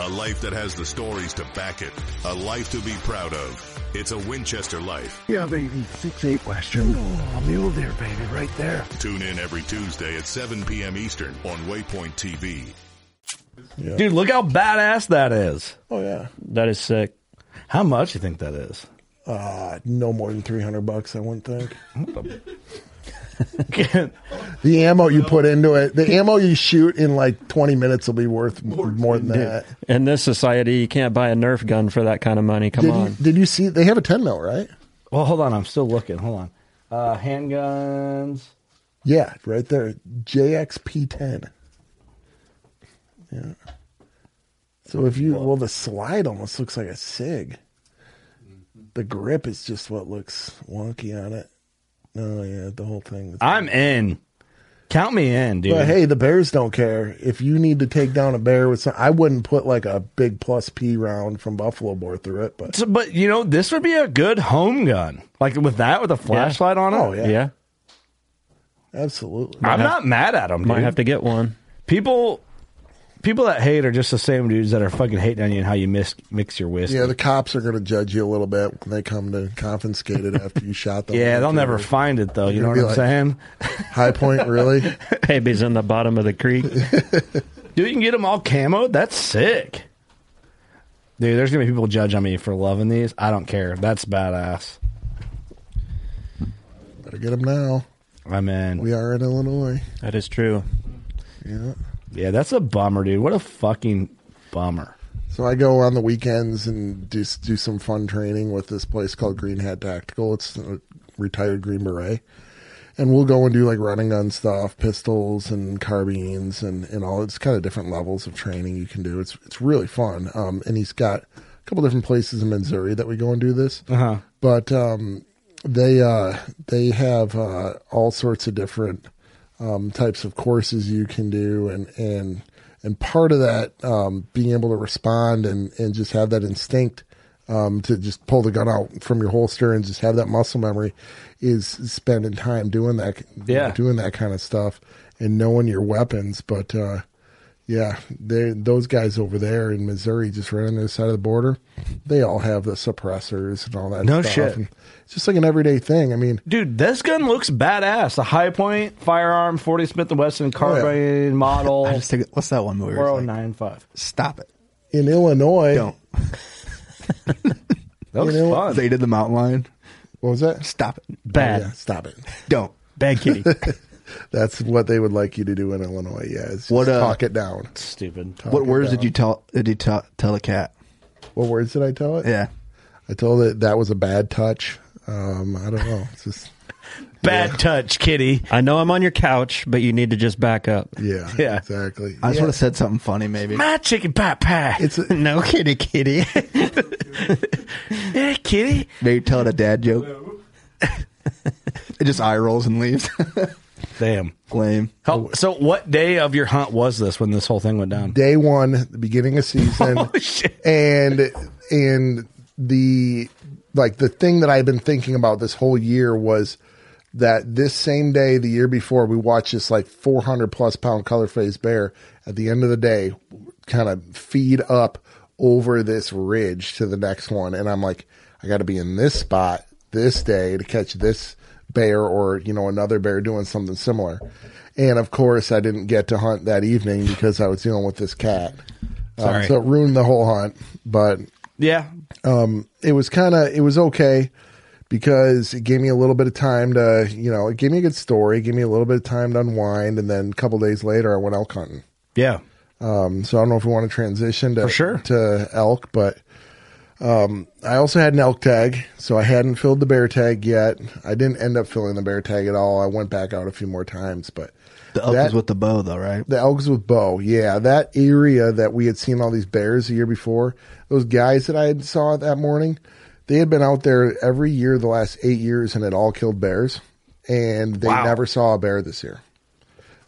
S11: A life that has the stories to back it. A life to be proud of. It's a Winchester life.
S8: Yeah, baby. Six eight Western. Oh, mule deer, baby, right there.
S11: Tune in every Tuesday at 7 p.m. Eastern on Waypoint TV.
S2: Dude, look how badass that is.
S6: Oh yeah.
S7: That is sick.
S2: How much you think that is?
S6: Uh, no more than three hundred bucks, I wouldn't think.
S2: Dude,
S6: The ammo you put into it, the ammo you shoot in like twenty minutes will be worth more, more than that.
S7: In this society, you can't buy a Nerf gun for that kind of money. Come
S6: Did
S7: on.
S6: you, did you see? They have a ten mil, right?
S2: well, hold on. I'm still looking. Hold on. Uh, handguns.
S6: Yeah, right there. JXP ten. Yeah. So if you well, the slide almost looks like a sig. The grip is just what looks wonky on it. Oh yeah, the whole thing. Is
S2: I'm in. Count me in, dude.
S6: But hey, the Bears don't care. If you need to take down a bear with some, I wouldn't put like a big plus P round from Buffalo Bore through it. But
S2: So- but you know, this would be a good home gun. Like with that, with a flashlight on it.
S6: Oh, yeah.
S7: yeah,
S6: absolutely,
S2: I'm not mad at them.
S7: might
S2: Dude.
S7: have to get one.
S2: people, people that hate are just the same dudes that are fucking hating on you and how you mix mix your whiskey.
S6: yeah, the cops are going to judge you a little bit when they come to confiscate it after you shot them.
S2: yeah, they'll never find it though. You know what I'm
S6: You're gonna
S2: saying?
S6: High Point, really?
S7: Baby's in the bottom of the creek.
S2: Dude, you can get them all camoed. That's sick. Dude, there's gonna be people judge on me for loving these. I don't care. That's badass.
S6: Better get them now.
S2: I'm in.
S6: We are in Illinois.
S7: That is true.
S6: Yeah.
S2: yeah, that's a bummer, dude. What a fucking bummer.
S6: So I go on the weekends and do do some fun training with this place called Green Hat Tactical. It's a retired Green Beret, and we'll go and do like running gun stuff, pistols and carbines, and and all. It's kind of different levels of training you can do. It's it's really fun. Um, and he's got a couple different places in Missouri that we go and do this.
S2: Uh-huh.
S6: But um, they uh they have uh all sorts of different um, types of courses you can do and and and part of that um, being able to respond and and just have that instinct um, to just pull the gun out from your holster and just have that muscle memory is spending time doing that,
S2: Yeah.
S6: doing that kind of stuff and knowing your weapons. But uh, yeah, they those guys over there in Missouri, just right on the other side of the border, they all have the suppressors and all that.
S2: No
S6: stuff.
S2: shit.
S6: And it's just like an everyday thing. I mean,
S2: Dude, this gun looks badass. The High Point firearm, 40 Smith &
S6: Oh,
S2: Wesson carbine model.
S9: I just think, what's that one movie? where it's like,
S2: 4095.
S9: Stop it.
S6: in Illinois,
S9: Don't.
S2: That was fun.
S9: They did the mountain lion.
S6: What was that?
S9: Stop it.
S7: Bad.
S6: Yeah, stop it.
S9: Don't.
S7: Bad kitty.
S6: That's what they would like you to do in Illinois. Yeah, is
S9: What,
S6: what,
S9: uh,
S6: talk it down.
S2: Stupid.
S6: Talk
S9: what
S6: it
S9: words
S6: down.
S9: did you tell? Did you tell tell the cat?
S6: What words did I tell it?
S9: Yeah.
S6: I told it that was a bad touch. Um, I don't know. It's just
S2: Bad touch, kitty.
S7: I know I'm on your couch, but you need to just back up.
S6: yeah,
S2: Yeah.
S6: exactly.
S9: I just
S6: Yeah.
S9: would have said something funny, maybe.
S2: My chicken pie pie.
S6: It's a,
S9: no kitty, kitty.
S2: yeah, kitty.
S9: maybe tell it a dad joke. it just eye rolls and leaves.
S2: Damn.
S9: Lame.
S2: How, Oh, so what day of your hunt was this when this whole thing went down?
S6: day one, the beginning of season,
S2: Oh, shit.
S6: and and the like the thing that I've been thinking about this whole year was that this same day the year before we watched this like 400 plus pound color phase bear at the end of the day kind of feed up over this ridge to the next one and i'm like i got to be in this spot this day to catch this bear or you know another bear doing something similar and of course i didn't get to hunt that evening because i was dealing with this cat Um,
S2: Sorry.
S6: so it ruined the whole hunt but um,
S2: Yeah.
S6: it was kind of it was okay because it gave me a little bit of time to you know it gave me a good story gave me a little bit of time to unwind and then a couple days later i went elk hunting
S2: Yeah.
S6: um, so i don't know if we want to transition to
S2: For sure.
S6: to elk but um, i also had an elk tag so i hadn't filled the bear tag yet i didn't end up filling the bear tag at all i went back out a few more times but
S9: The elk
S6: That-
S9: was with the bow, though, right?
S6: the elks with bow. Yeah, that area that we had seen all these bears the year before. Those guys that I had saw that morning, they had been out there every year the last eight years and had all killed bears, and they
S2: Wow.
S6: never saw a bear this year.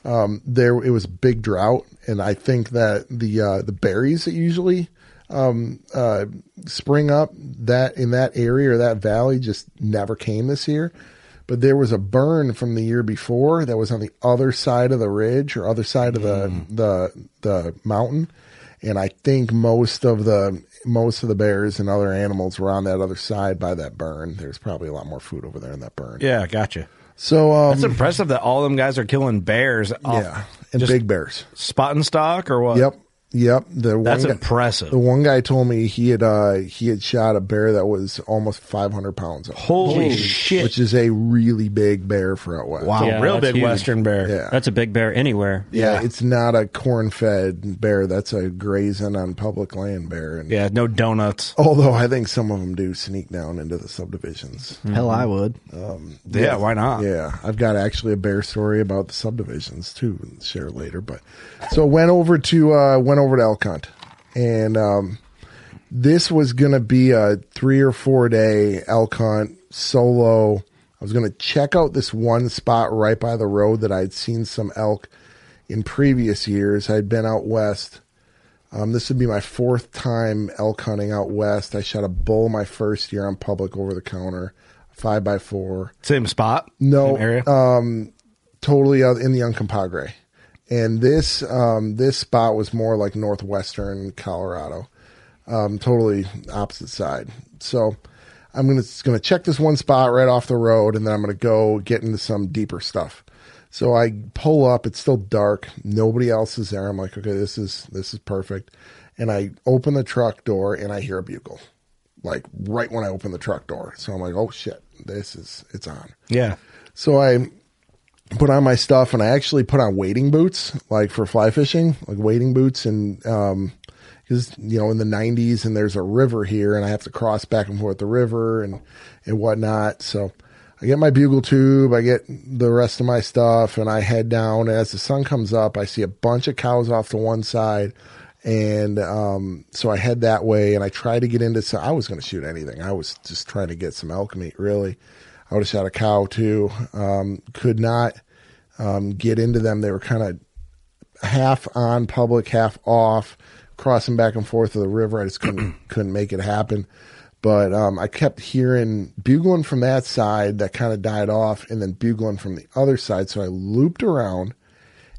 S6: Um, there it was a big drought, and I think that the uh, the berries that usually um, uh, spring up that in that area or that valley just never came this year. But there was a burn from the year before that was on the other side of the ridge or other side of the
S2: Mm.
S6: the the mountain, and I think most of the most of the bears and other animals were on that other side by that burn. There's probably a lot more food over there in that burn.
S2: Yeah, gotcha.
S6: So um,
S2: It's impressive that all them guys are killing bears. Off
S6: yeah, and
S2: just
S6: big bears.
S2: spot and stock or what?
S6: Yep. Yep. The
S2: That's
S6: one guy-
S2: impressive.
S6: the one guy told me he had uh he had shot a bear that was almost five hundred pounds.
S2: Holy Holy shit.
S6: Which is a really big bear for out west.
S2: Wow,
S7: Yeah,
S2: real
S7: that's
S2: big
S7: huge.
S2: Western bear.
S6: Yeah.
S7: That's a big bear anywhere.
S6: Yeah,
S2: Yeah.
S6: it's not a corn fed bear. That's a grazing on public land bear. And
S2: Yeah, no donuts.
S6: although I think some of them do sneak down into the subdivisions.
S2: Mm-hmm.
S9: Hell, I would.
S2: Yeah, why not?
S6: Yeah, I've got actually a bear story about the subdivisions too. and Share later, but so went over to uh, went over to elk hunt, and um, this was gonna be a three or four day elk hunt solo. I was gonna check out this one spot right by the road that I'd seen some elk in previous years. I'd been out west. Um, this would be my fourth time elk hunting out west. I shot a bull my first year on public over the counter, five by four
S2: Same spot.
S6: No,
S2: Same area.
S6: totally out in the Uncompahgre. And this um, this spot was more like northwestern Colorado, um, totally opposite side. So I'm gonna gonna check this one spot right off the road, and then I'm gonna go get into some deeper stuff. So I pull up. It's still dark. Nobody else is there. I'm like, okay, this is this is perfect. And I open the truck door, and I hear a bugle, like right when I open the truck door. So I'm like, oh shit, this is it's on.
S2: yeah.
S6: So I put on my stuff and I actually put on wading boots, like for fly fishing, like wading boots. And, um, cause you know, in the nineties and there's a river here and I have to cross back and forth the river and, and whatnot. So I get my bugle tube, I get the rest of my stuff and I head down. As the sun comes up, I see a bunch of cows off to one side. And, um, so I head that way and I try to get into, so I was going to shoot anything. I was just trying to get some elk meat really. I would have shot a cow too. Um, could not um, get into them. They were kind of half on public, half off, crossing back and forth of the river. I just couldn't couldn't make it happen. But um, I kept hearing bugling from that side that kind of died off, and then bugling from the other side. So I looped around,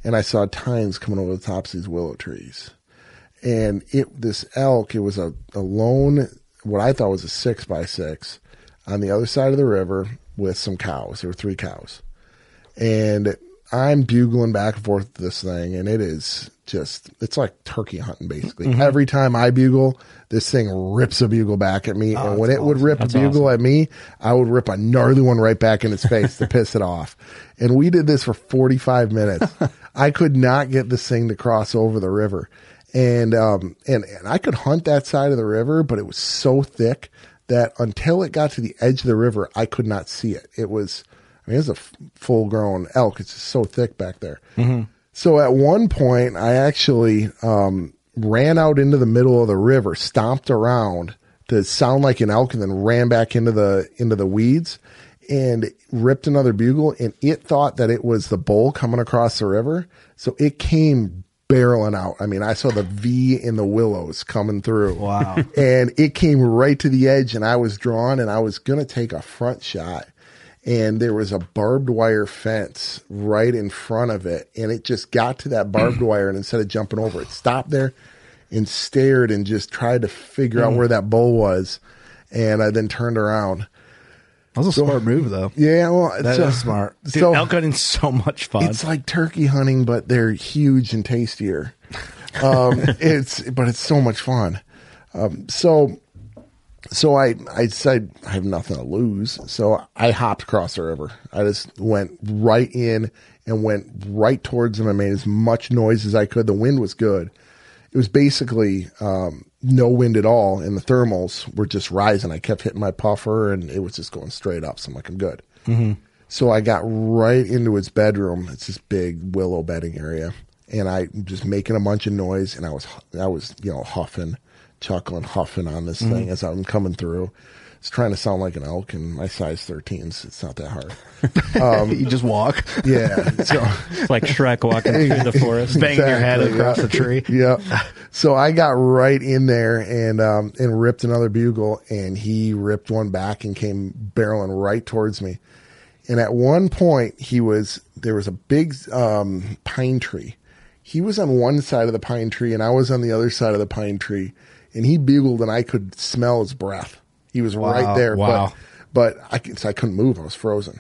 S6: and I saw tines coming over the tops of these willow trees. And it this elk, it was a, a lone, what I thought was a six by six, on the other side of the river with some cows. There were three cows, and I'm bugling back and forth this thing, and it is just it's like turkey hunting basically.
S12: Mhm.
S6: Every time I bugle, this thing rips a bugle back at me, and when it would rip
S12: Oh, That's
S6: a bugle at me, I would rip a gnarly one right back in its face to piss it off. And we did this for 45 minutes. I could not get this thing to cross over the river. And um and, and I could hunt that side of the river, but it was so thick that until it got to the edge of the river, I could not see it. It was I mean, it's a f- full grown elk. It's just so thick back there.
S12: Mhm.
S6: So at one point, I actually um, ran out into the middle of the river, stomped around to sound like an elk, and then ran back into the into the weeds and ripped another bugle. And it thought that it was the bull coming across the river, so it came barreling out. I mean, I saw the V in the willows coming through. Wow! and it came right to the edge, and I was drawn, and I was gonna take a front shot and there was a barbed wire fence right in front of it and it just got to that barbed wire and instead of jumping over it stopped there and stared and just tried to figure out
S9: Mm.
S6: where that bull was and i then turned around
S9: That was a smart move, though.
S6: yeah well
S9: That
S6: so-
S9: is smart. Dude,
S6: so
S9: elk hunting's so much fun.
S6: it's like turkey hunting but they're huge and tastier um it's but it's so much fun um so so I, I said I have nothing to lose. So I hopped across the river. I just went right in and went right towards them. I made as much noise as I could. The wind was good. It was basically um, no wind at all, and the thermals were just rising. I kept hitting my puffer, and it was just going straight up. So I'm like, I'm good.
S12: Mhm.
S6: So I got right into his bedroom. It's this big willow bedding area, and I just making a bunch of noise, and I was I was you know huffing, chuckling, huffing on this
S9: Mm-hmm.
S6: thing
S12: Mhm.
S6: as I'm coming through. It's trying to sound like an elk, and my size 13s. It's not that hard. Um,
S9: You just walk.
S6: Yeah, so
S7: It's like Shrek walking through the forest.
S6: Exactly, yeah. yeah. So I got right in there and um, and ripped another bugle, and he ripped one back and came barreling right towards me. And at one point, he was there was a big um, pine tree. He was on one side of the pine tree, and I was on the other side of the pine tree. And he bugled, and I could smell his breath. He was
S9: Wow,
S6: right there.
S9: wow.
S6: But, but I, c- so I couldn't move. I was frozen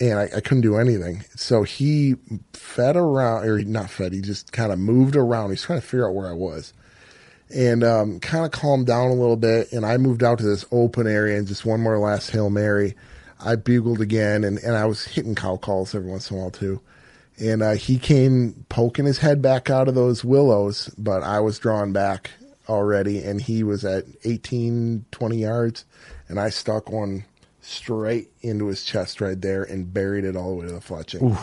S6: and I, I couldn't do anything. So he fed around, or not fed, he just kind of moved around. He's trying to figure out where I was and um, kind of calmed down a little bit. And I moved out to this open area and just one more last Hail Mary. I bugled again and, and I was hitting cow calls every once in a while too. And uh, he came poking his head back out of those willows, but I was drawn back already. And he was at 18, 20 yards. And I stuck one straight into his chest right there and buried it all the way to the fletching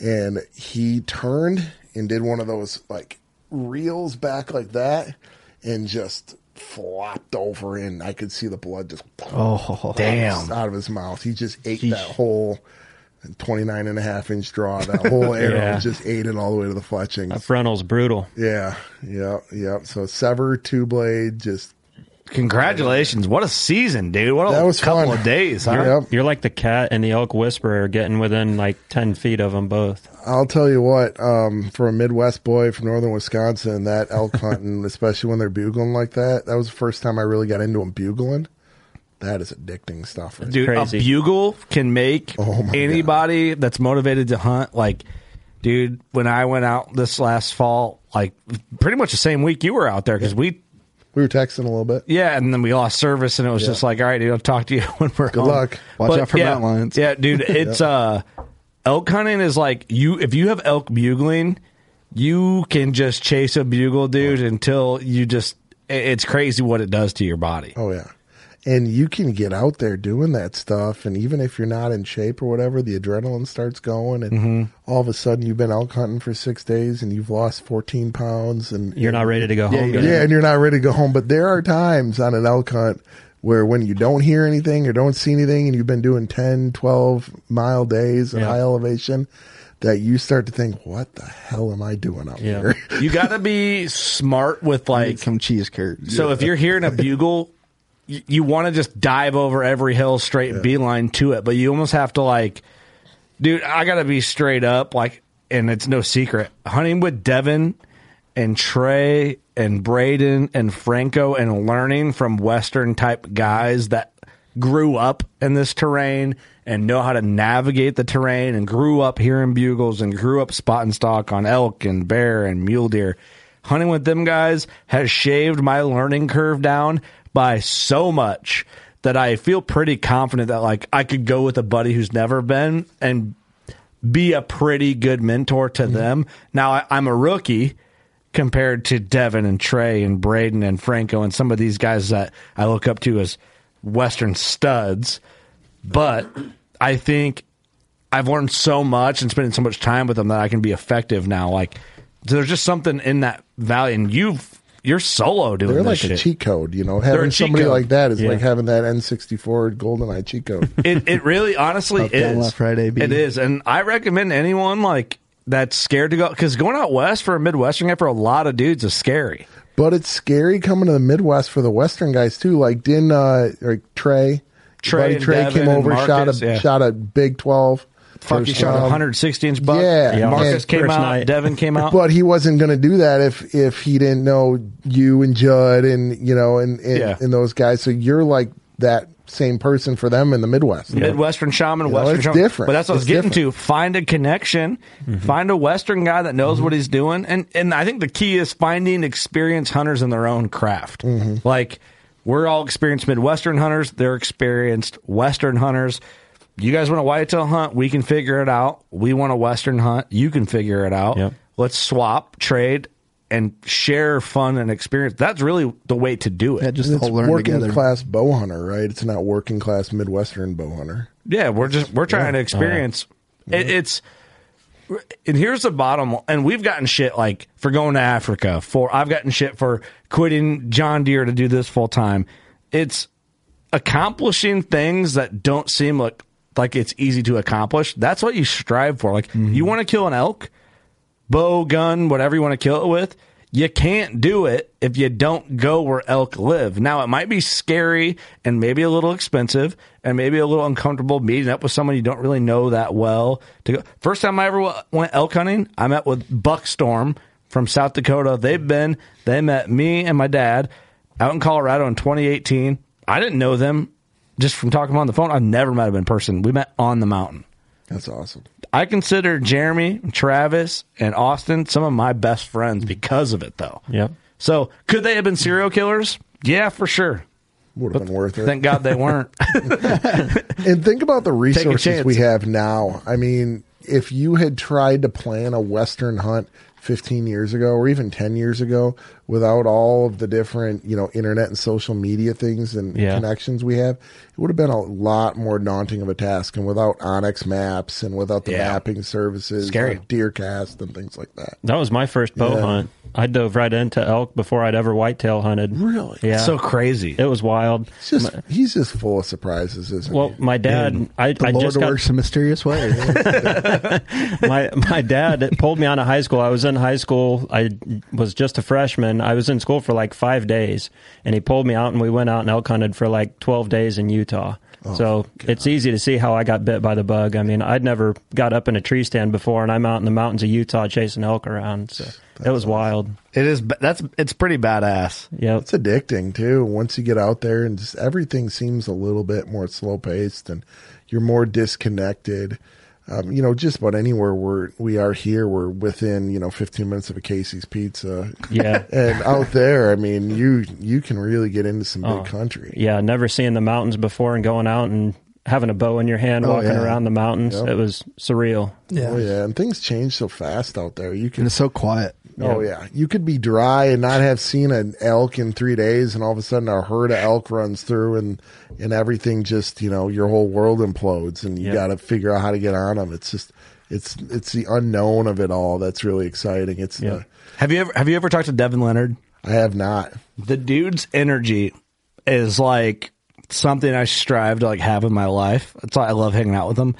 S6: and he turned and did one of those like reels back like that and just flopped over and I could see the blood just
S9: Oh, damn.
S6: out of his mouth. He just ate that whole 29 and a half inch draw, that whole arrow
S7: Yeah.
S6: just ate it all the way to the fletching.
S7: That frontal's brutal.
S6: Yeah, yeah, yeah. So sever, two blade, just
S2: Congratulations! What a season, dude! What a couple of days, huh?
S7: You're, you're like the cat and the elk whisperer getting within like 10 feet of them both.
S6: I'll tell you what, um, for a Midwest boy from northern Wisconsin, that elk hunting, especially when they're bugling like that, that was the first time I really got into them bugling. That is addicting stuff. Right
S10: dude,
S6: there.
S10: a bugle can make
S9: Oh,
S10: anybody that's motivated to hunt like, dude. When I went out this last fall, like pretty much the same week you were out there because we
S6: we were texting a little bit.
S10: Yeah, and then we lost service, and it was
S6: Yeah.
S10: just like, all right, dude, I'll talk to you when we're
S6: Good
S10: home.
S6: luck. Watch out for
S10: yeah,
S6: mountain lions.
S10: Yeah, dude, it's
S6: Yeah.
S10: uh, elk hunting is like you if you have elk bugling, you can just chase a bugle, dude, until you just i- it's crazy what it does to your body.
S6: Oh yeah, and you can get out there doing that stuff, and even if you're not in shape or whatever, the adrenaline starts going, and
S10: Mhm.
S6: all of a sudden you've been elk hunting for six days and you've lost 14 pounds, and
S7: You're not ready to go
S6: yeah,
S7: home
S6: Yeah,
S7: yet.
S6: and you're not ready to go home. But there are times on an elk hunt where when you don't hear anything or don't see anything and you've been doing 10, 12 mile days at
S10: Yeah.
S6: high elevation that you start to think, what the hell am I doing out
S10: Yeah,
S6: here?
S10: you got to be smart with like
S9: some cheese curds.
S10: So if you're hearing a bugle,
S2: y- you want to just dive over every hill straight beeline to it, but you almost have to like, dude, I gotta be straight up like, and it's no secret. Hunting with Devin and Trey and Braden and Franco and learning from Western type guys that grew up in this terrain and know how to navigate the terrain and grew up hearing bugles and grew up spotting stock on elk and bear and mule deer. Hunting with them guys has shaved my learning curve down by so much that I feel pretty confident that like I could go with a buddy who's never been and be a pretty good mentor
S6: Mm-hmm.
S2: to them. Now I, I'm a rookie compared to Devin and Trey and Braden and Franco and some of these guys that I look up to as Western studs. But I think I've learned so much and spending so much time with them that I can be effective now. Like there's just something in that valley, and you've you're solo doing
S6: They're
S2: this
S6: like a
S2: shit.
S6: cheat code, you know.
S2: They're a
S6: Having
S2: cheat
S6: somebody
S2: code.
S6: like that is
S2: Yeah.
S6: like having that N64 GoldenEye cheat code.
S2: It, it really honestly
S6: Up,
S2: is.
S6: down, left, right, A, B.
S2: It is, and I recommend anyone like that's scared to go because going out west for a Midwestern guy for a lot of dudes is scary.
S6: But it's scary coming to the Midwest for the Western guys too. Like didn't uh like Trey,
S2: Trey
S6: buddy
S2: and
S6: Trey
S2: Devin
S6: came
S2: and
S6: over, shot
S2: Marcus,
S6: a
S2: yeah.
S6: shot a Big Twelve.
S2: Fuck, you
S6: first
S2: shot a
S6: round.
S2: 160 inch buck.
S6: Yeah, Yeah.
S2: Marcus
S6: Yeah.
S2: came
S6: First
S2: out.
S6: night.
S2: Devin came out.
S6: But he wasn't going to do that if if he didn't know you and Judd and you know and and,
S2: Yeah.
S6: and those guys. So you're like that same person for them in the Midwest.
S2: Midwestern shaman,
S6: You know,
S2: Western
S6: it's
S2: shaman.
S6: different. Mm-hmm.
S2: But that's what I was
S6: It's
S2: getting to. Find a connection. Find a Western guy that knows what he's doing. And and I think the key is finding experienced hunters in their own craft.
S6: Mm-hmm.
S2: Like we're all experienced Midwestern hunters. They're experienced Western hunters. You guys want a whitetail hunt? We can figure it out. We want a Western hunt. You can figure it out. Let's swap, trade, and share fun and experience. That's really the way to do it. Yeah,
S6: And it's working class bow hunter, right? It's not working class Midwestern bow hunter.
S2: Yeah, we're just we're trying
S6: Yeah.
S2: to experience. It, it's and here's the bottom. And we've gotten shit like for going to Africa. For I've gotten shit for quitting John Deere to do this full time. It's accomplishing things that don't seem like like it's easy to accomplish. That's what you strive for. Like you want to kill an elk, bow, gun, whatever you want to kill it with. You can't do it if you don't go where elk live. Now, it might be scary and maybe a little expensive and maybe a little uncomfortable meeting up with someone you don't really know that well. To go. First time I ever w- went elk hunting, I met with Buckstorm from South Dakota. They've been, they met me and my dad out in Colorado in 2018. I didn't know them just from talking on the phone. I've never met them in person. We met on the mountain.
S6: That's awesome.
S2: I consider Jeremy, Travis, and Austin some of my best friends because of it, though.
S7: Yep.
S2: So, could they have been serial killers? Yeah, for sure.
S6: Would have been worth it.
S2: Thank God they weren't.
S6: and think about the resources
S2: chance.
S6: we have now. I mean, if you had tried to plan a Western hunt 15 years ago or even 10 years ago without all of the different, you know, internet and social media things and
S7: Yeah.
S6: connections we have, it would have been a lot more daunting of a task. And without Onyx maps and without the mapping services,
S7: Scary.
S6: like Deercast and things like that.
S7: That was my first bow
S6: Yeah.
S7: hunt. I dove right into elk before I'd ever whitetail hunted.
S6: Really?
S7: Yeah.
S6: So
S2: crazy.
S7: It was wild.
S6: It's just, he's just full of surprises, isn't
S7: Well,
S6: he?
S7: my dad, I,
S9: The
S7: I
S9: Lord
S7: just got
S9: works in mysterious ways.
S7: my my dad pulled me out of high school. I was in high school. I was just a freshman. I was in school for like five days, and he pulled me out, and we went out and elk hunted for like twelve days in Utah.
S6: Oh,
S7: so it's easy to see how I got bit by the bug. I mean, I'd never got up in a tree stand before, and I'm out in the mountains of Utah chasing elk around. So it was wild.
S2: It is. That's it's pretty badass.
S7: Yeah,
S6: it's addicting too. Once you get out there, and just everything seems a little bit more slow paced, and you're more disconnected. Um, you know, just about anywhere we're we are here, we're within you know 15 minutes of a Casey's Pizza.
S7: Yeah.
S6: and out there, I mean, you you can really get into some big country.
S7: Oh. Yeah, never seeing the mountains before, and going out and having a bow in your hand,
S6: Oh,
S7: walking
S6: yeah.
S7: around the mountains.
S6: Yep.
S7: It was surreal.
S6: Yeah. Oh yeah, and things change so fast out there. You can
S9: it's so quiet.
S6: Oh yeah. you could be dry and not have seen an elk in three days, and all of a sudden a herd of elk runs through, and and everything just you know your whole world implodes, and you
S7: Yeah.
S6: got to figure out how to get on them. It's just it's it's the unknown of it all that's really exciting. It's the,
S2: Have you ever Have you ever talked to Devin Leonard?
S6: I have not.
S2: The dude's energy is like something I strive to like have in my life. That's why I love hanging out with him.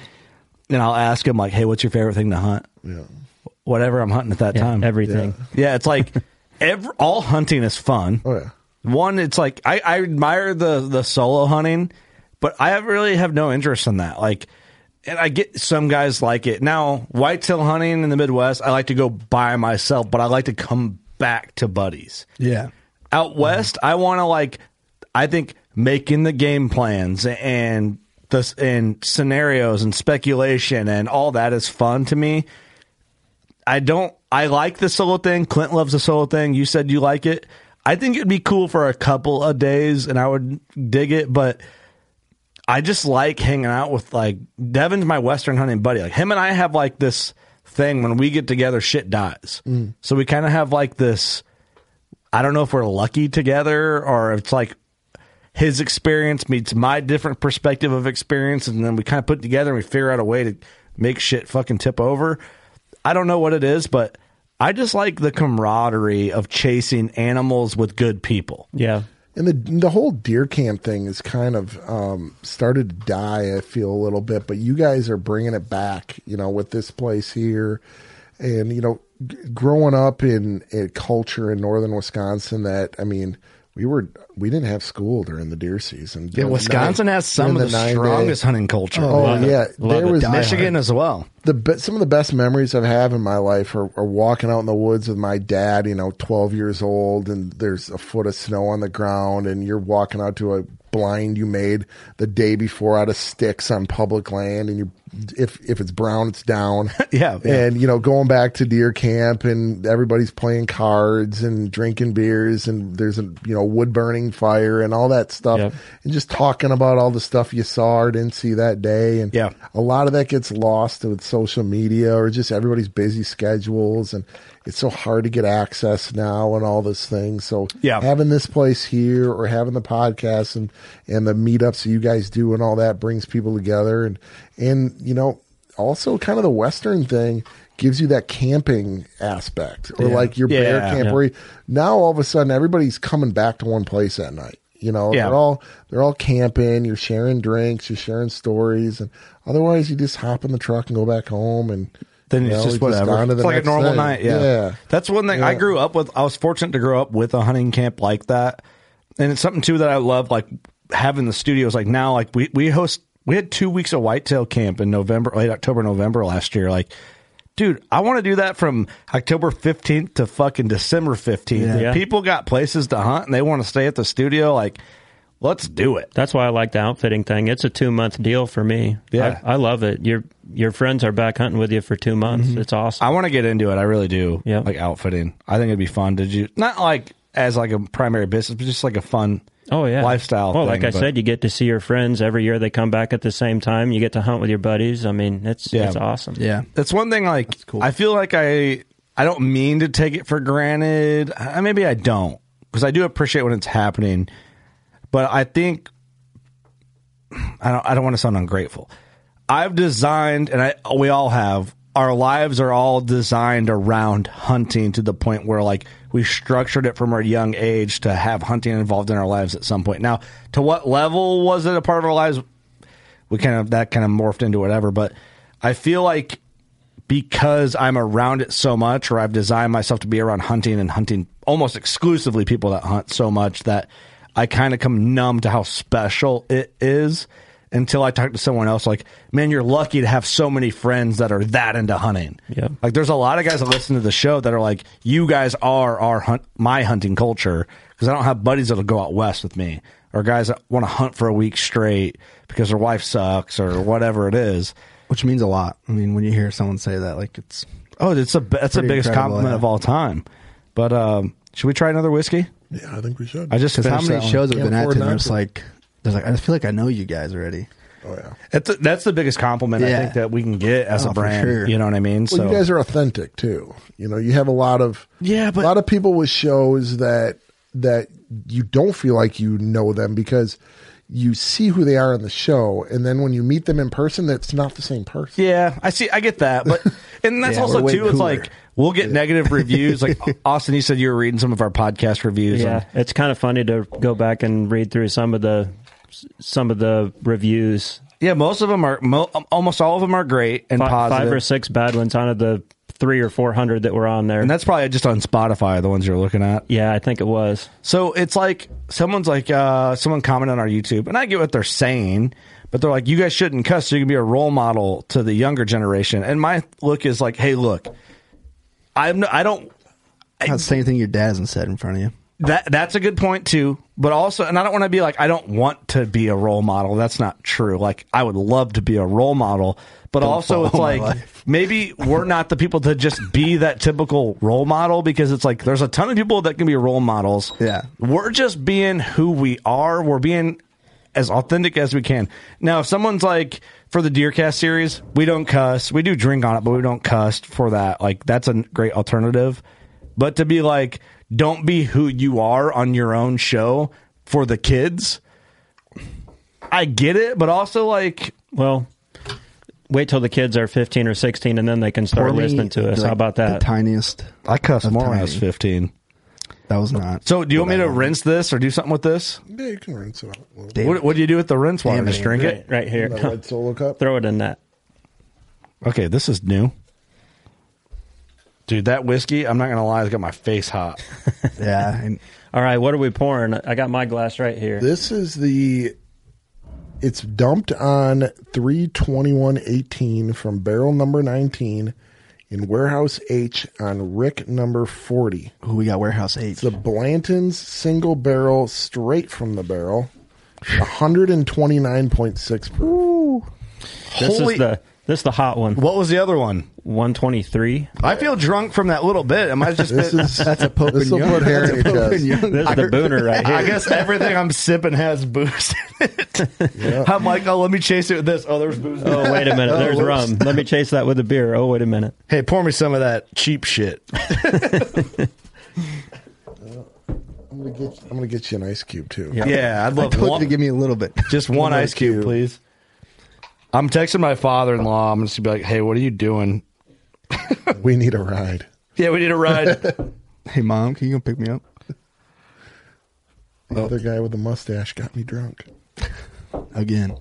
S2: And I'll ask him like, "Hey, what's your favorite thing to hunt?"
S6: Yeah.
S2: Whatever I'm hunting at that
S7: Yeah,
S2: time.
S7: everything.
S2: Yeah, it's like every, all hunting is fun.
S6: Oh yeah.
S2: One, it's like I, I admire the the solo hunting, but I have- really have no interest in that. Like, and I get some guys like it. Now, whitetail hunting in the Midwest, I like to go by myself, but I like to come back to buddies.
S9: Yeah.
S2: Out west, I want to like, I think making the game plans and the and scenarios and speculation and all that is fun to me. I don't. I like the solo thing. Clint loves the solo thing. You said you like it. I think it'd be cool for a couple of days, and I would dig it. But I just like hanging out with like Devin's my Western hunting buddy. Like him and I have like this thing when we get together, shit dies.
S6: Mm.
S2: So we kind of have like this. I don't know if we're lucky together or if it's like his experience meets my different perspective of experience, and then we kind of put it together and we figure out a way to make shit fucking tip over. I don't know what it is, but I just like the camaraderie of chasing animals with good people.
S7: Yeah.
S6: And the the whole deer camp thing is kind of um, started to die. I feel a little bit, but you guys are bringing it back. You know, with this place here, and you know, g- growing up in a culture in northern Wisconsin. That I mean, we were we didn't have school during the deer season.
S2: Yeah,
S6: During the
S2: Wisconsin
S6: nine-
S2: has some
S6: during
S2: of the
S6: nine
S2: strongest hunting culture.
S6: Oh
S2: Love it.
S6: yeah,
S2: Love it. Die Michigan
S6: hard.
S2: as well.
S6: The be- some of the best memories I've had in my life are, are walking out in the woods with my dad. You know, twelve years old, and there's a foot of snow on the ground, and you're walking out to a blind you made the day before out of sticks on public land, and you if if it's brown, it's down.
S2: yeah, yeah.
S6: and you know, going back to deer camp, and everybody's playing cards and drinking beers, and there's a you know wood burning fire and all that stuff, and just talking about all the stuff you saw or didn't see that day, and yeah, a lot of that gets lost with social media or just everybody's busy schedules, and it's so hard to get access now and all this thing. So
S2: Yeah.
S6: having this place here or having the podcast and and the meetups that you guys do and all that brings people together, and and you know also kind of the western thing gives you that camping aspect or
S13: Yeah.
S6: like your bear
S13: Yeah.
S6: camp
S13: Yeah.
S6: where you- now all of a sudden everybody's coming back to one place at night you know
S13: Yeah.
S6: they're all they're all camping you're sharing drinks you're sharing stories and otherwise you just hop in the truck and go back home and
S2: Then
S6: you
S2: it's
S6: know,
S2: just whatever.
S6: on to the
S2: it's like a
S6: next
S2: normal
S6: thing.
S2: night. Yeah.
S6: yeah
S2: That's one thing I
S6: Yeah.
S2: grew up with. I was fortunate to grow up with a hunting camp like that. And it's something too that I love, like having the studios. Like now, like we, we host, we had two weeks of whitetail camp in November, late October, November last year. Like, dude, I want to do that from October 15th to fucking December 15th.
S7: Yeah.
S2: If
S7: Yeah.
S2: People got places to hunt and they want to stay at the studio. Like, let's do it.
S7: That's why I like the outfitting thing. It's a two month deal for me.
S2: Yeah.
S7: I, I love it. Your your friends are back hunting with you for two months.
S2: Mhm.
S7: It's awesome.
S2: I want to get into it. I really do. Yeah. Like outfitting. I think it'd be fun. Did you not like as like a primary business, but just like a fun
S7: oh yeah
S2: lifestyle.
S7: Well, like
S2: thing,
S7: I
S2: but-
S7: said, you get to see your friends every year. They come back at the same time. You get to hunt with your buddies. I mean, it's it's awesome.
S2: That's one thing like I feel like I I don't mean to take it for granted. I, maybe I don't because I do appreciate when it's happening. But I think I don't I don't want to sound ungrateful. I've designed and I we all have our lives are all designed around hunting to the point where like we structured it from a young age to have hunting involved in our lives at some point. Now, to what level was it a part of our lives? we kind of that kind of morphed into whatever but i feel like because i'm around it so much or i've designed myself to be around hunting and hunting almost exclusively people that hunt so much that i kind of come numb to how special it is until i talk to someone else like man you're lucky to have so many friends that are that into hunting yeah like there's a lot of guys that listen to the show that are like you guys are our hunt my hunting culture because i don't have buddies that'll go out west with me or guys that want to hunt for a week straight because their wife sucks or whatever it is.
S9: Which means a lot. I mean, when you hear someone say that, like it's
S2: Oh, it's a that's the
S9: Pretty
S2: biggest
S9: incredible,
S2: compliment
S9: yeah.
S2: of all time. But um, should we try another whiskey?
S6: Yeah, I think we should.
S2: I just
S9: because how
S2: finished
S9: many
S2: that one.
S9: shows have been at and it's
S2: to.
S9: like there's like I feel like I know you guys already.
S6: Oh yeah,
S2: That's, that's the biggest compliment I
S9: Yeah.
S2: think that we can get as
S9: Oh,
S2: a
S9: for
S2: brand.
S9: sure.
S2: You know what I mean?
S6: Well, you guys are authentic too. You know, you have a lot of yeah, but a lot of people with shows that that you don't feel like you know them because you see who they are on the show, and then when you meet them in person, that's not the same person.
S2: Yeah, I see. I get that, but and that's
S6: Yeah,
S2: also
S6: we're way
S2: too. It's
S6: cooler.
S2: like we'll get negative reviews. Like Austin, you said you were reading some of our podcast reviews.
S7: Yeah,
S2: and-
S7: it's kind of funny to go back and read through some of the some of the reviews.
S2: Yeah, most of them are mo- almost all of them are great and
S7: Fi-
S2: positive.
S7: Five or six bad ones out of the three or four hundred that were on there.
S2: And that's probably just on Spotify, the ones you're looking at.
S7: Yeah, I think it was.
S2: So it's like someone's like uh, someone commented on our YouTube, and I get what they're saying, but they're like, "You guys shouldn't cuss. So you can be a role model to the younger generation." And my look is like, "Hey, look, I'm no, I don't
S9: Not saying anything your dad hasn't said in front of you.
S2: that that's a good point too, but also, and I don't want to be like, I don't want to be a role model. That's not true. Like, I would love to be a role model, but
S9: Don't
S2: also it's
S9: follow my
S2: like
S9: life.
S2: maybe we're not the people to just be that typical role model because it's like there's a ton of people that can be role models. Yeah, we're just being who we are. We're being as authentic as we can. Now, if someone's like for the Deercast series, we don't cuss. We do drink on it, but we don't cuss for that. Like that's a great alternative. But to be like, don't be who you are on your own show for the kids. I get it, but also like,
S7: well, wait till the kids are fifteen or sixteen, and then they can start
S9: Poorly,
S7: listening to us.
S9: like,
S7: How about that?
S9: The tiniest.
S2: I cussed
S9: of
S2: more when I
S9: tiny.
S2: was fifteen.
S9: That was not.
S2: So, do you want me to rinse this or do something with this?
S6: Yeah, you can rinse it out.
S2: What, what do you do with the rinse water?
S6: Damn it,
S2: Just drink
S6: Andrew.
S2: it
S7: Right- right here.
S6: That red solo cup.
S7: Throw it in that.
S2: Okay, this is new. Dude, that whiskey, I'm not going to lie, it's got my face hot.
S9: yeah.
S7: All right, what are we pouring? I got my glass right here.
S6: This is the. It's dumped on 32118 from barrel number 19 in warehouse H on Rick number 40.
S9: Ooh, we got warehouse H.
S6: The Blanton's single barrel straight from the barrel. 129.6 proof.
S7: This
S2: Holy-
S7: is the this is the hot one.
S2: What was the other one?
S7: One twenty three.
S2: I feel drunk from that little bit. It might have just
S6: This
S2: been.
S6: is that's a Pope this will put hair in your chest.
S7: This is the booner right here.
S2: I guess everything I'm sipping has booze in it. I'm like, oh, let me chase it with this. Oh, there's booze. in it.
S7: Oh wait a minute,
S2: Oh,
S7: there's
S2: whoops.
S7: rum. Let me chase that with a beer. Oh wait a minute.
S2: Hey, pour me some of that cheap shit.
S6: I'm gonna get I'm gonna get you an ice cube too.
S2: Yeah, I'd love
S9: I told
S2: one-
S9: you to give me a little bit.
S2: Just one ice cube, please. I'm texting my father-in-law. I'm just gonna be like, hey, what are you doing?
S6: We need a ride.
S2: Yeah, we need a ride.
S9: Hey, mom, can you go pick me up?
S6: The other guy with the mustache got me drunk.
S9: Again.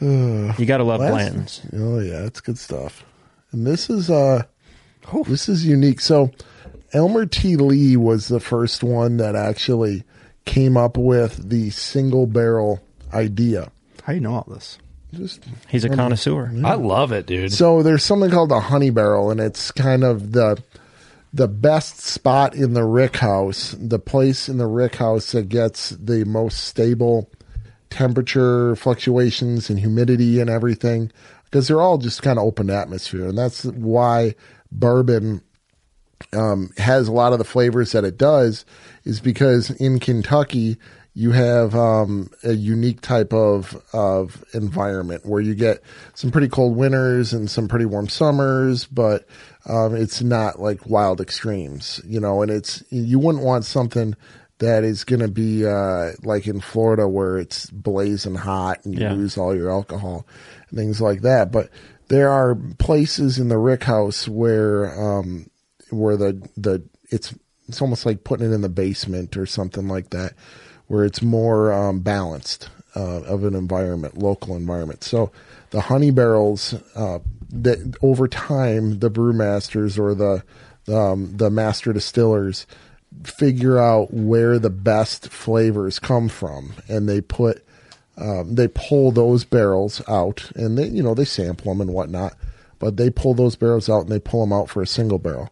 S7: You gotta love
S6: Last-
S7: Blanton's.
S6: Oh yeah, it's good stuff. And this is uh this is unique. So Elmer T. Lee was the first one that actually came up with the single barrel idea.
S9: How do you know all this?
S6: Just
S7: He's a connoisseur.
S2: I love it, dude.
S6: So there's something called the honey barrel, and it's kind of the the best spot in the rick house, the place in the rick house that gets the most stable temperature fluctuations and humidity and everything, because they're all just kind of open atmosphere, and that's why bourbon um, has a lot of the flavors that it does is because in Kentucky you have um, a unique type of of environment where you get some pretty cold winters and some pretty warm summers, but um, it's not like wild extremes, you know. And it's you wouldn't want something that is going to be uh, like in Florida where it's blazing hot and you
S7: Yeah.
S6: lose all your alcohol and things like that. But there are places in the Rick House where um, where the the it's it's almost like putting it in the basement or something like that, where it's more um, balanced uh, of an environment, local environment. So the honey barrels uh, that over time the brewmasters or the um, the master distillers figure out where the best flavors come from, and they put um, they pull those barrels out and they you know they sample them and whatnot but they pull those barrels out and they pull them out for a single barrel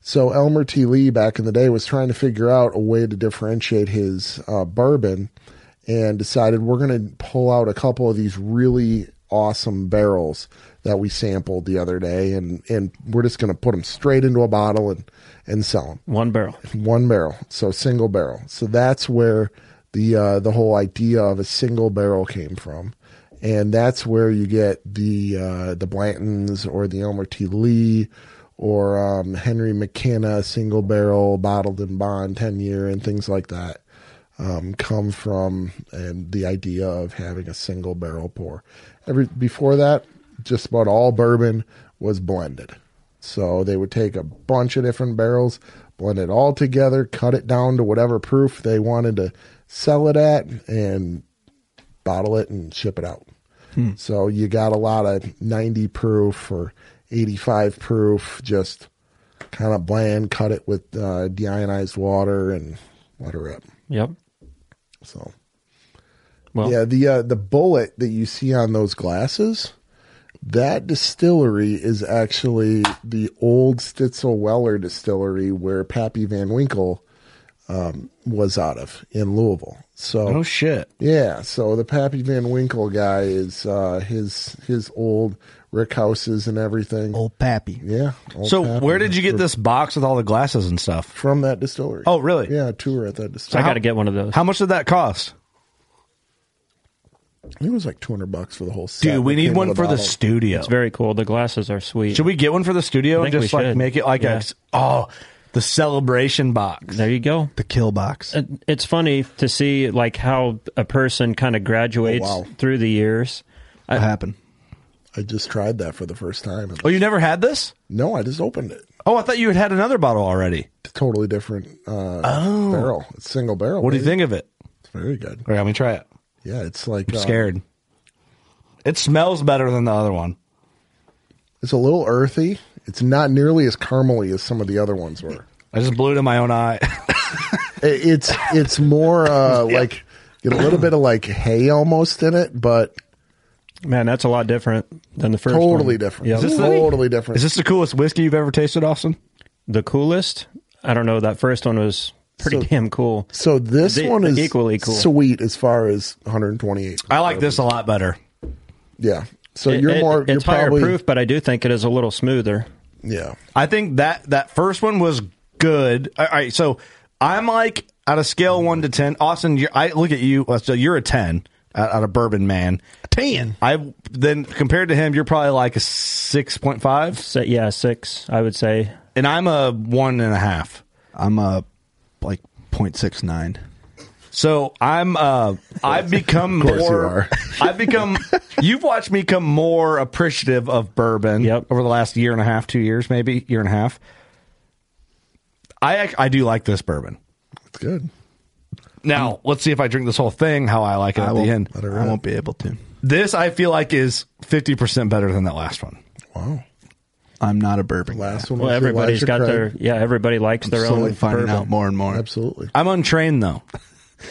S6: so elmer t lee back in the day was trying to figure out a way to differentiate his uh, bourbon and decided we're going to pull out a couple of these really awesome barrels that we sampled the other day and and we're just going to put them straight into a bottle and and sell them
S7: One barrel.
S6: one barrel, so single barrel. So that's where the uh, the whole idea of a single barrel came from, and that's where you get the uh, the Blantons or the Elmer T. Lee or um, Henry McKenna single barrel bottled in bond ten year and things like that um, come from and the idea of having a single barrel pour. Every before that, just about all bourbon was blended. So they would take a bunch of different barrels, blend it all together, cut it down to whatever proof they wanted to sell it at, and bottle it and ship it out. So you got a lot of 90 proof or 85 proof, just kind of bland, cut it with uh, deionized water and let her up.
S7: Yep.
S6: So,
S7: Well-
S6: yeah, the uh, the bullet that you see on those glasses, that distillery is actually the old Stitzel Weller distillery where Pappy Van Winkle um, was out of in Louisville. So
S2: Oh, shit.
S6: yeah, so the Pappy Van Winkle guy is uh, his his old Rick houses and everything. Old
S9: Pappy,
S6: yeah. old
S2: Oh. So
S6: Pappy.
S2: where did you get this box with all the glasses and stuff?
S6: From that distillery.
S2: Oh, really?
S6: Yeah, a tour at that distillery.
S2: So how- How much did that cost?
S6: I think it was like two hundred bucks for the whole set.
S2: Dude, we
S6: It
S2: need
S6: came
S2: one
S6: with a
S2: for the
S6: bottle.
S2: studio.
S7: It's very cool. The glasses are sweet.
S2: Should we get one for the studio
S7: I
S2: and
S7: think we
S2: just like
S7: should.
S2: make it like
S7: Yeah.
S2: a oh the celebration box?
S7: There you go.
S9: The kill box.
S7: It- It's funny to see like how a person kind of graduates
S6: Oh, wow.
S7: through the years. I,
S9: What happened?
S6: I just tried that for the first time.
S2: Oh, you never had this?
S6: No, I just opened it.
S2: Oh, I thought you had had another bottle already.
S6: Totally different uh,
S2: Oh.
S6: barrel. It's single barrel.
S2: What do you
S6: baby.
S2: think of it?
S6: It's very good.
S2: All right, let me try it.
S6: Yeah, it's like
S2: I'm
S6: uh,
S2: scared. It smells better than the other one.
S6: It's a little earthy. It's not nearly as caramely as some of the other ones were.
S2: I just blew it in my own eye.
S6: It- It's it's more uh, like get a little bit of like hay almost in it, but
S7: man, that's a lot different than the first.
S6: totally
S7: one.
S6: different.
S7: Yeah.
S6: totally different.
S2: Is this the coolest whiskey you've ever tasted, Austin?
S7: the coolest? I don't know. That first one was pretty
S6: So-
S7: damn cool.
S6: so this
S7: The-
S6: one is
S7: equally cool.
S6: sweet as far as 128.
S2: I like this a lot better.
S6: Yeah. So
S7: It-
S6: you're
S7: it-
S6: more.
S7: It's
S6: you're
S7: higher
S6: probably,
S7: proof, but I do think it is a little smoother.
S6: Yeah.
S2: I think that that first one was good. All right, so I'm like out of scale one to ten. Austin, you're, I look at you. uh, So you're a ten uh, out, out of Bourbon Man. Ten. I then compared to him, you're probably like a six point five,
S7: So, yeah, six, I would say.
S2: and I'm a one and a half.
S9: I'm a like 0.69.
S2: So I'm uh I've become
S6: course you
S2: more
S6: are.
S2: I've become you've watched me become more appreciative of bourbon
S7: Yep.
S2: over the last year and a half, 2 years maybe, year and a half. I ac- I do like this bourbon.
S6: It's good.
S2: Now, let's see if I drink this whole thing how I like it
S9: I
S2: at the
S9: won't,
S2: end.
S9: I won't be able to.
S2: This I feel like is 50% better than that last one.
S6: Wow.
S9: I'm not a bourbon. guy.
S6: Last one.
S7: Well,
S6: was
S7: everybody's
S6: Elijah
S7: got
S6: Craig.
S7: their yeah. Everybody likes their
S9: slowly
S7: own
S9: finding
S7: bourbon.
S9: out more and more.
S6: Absolutely.
S2: I'm untrained though.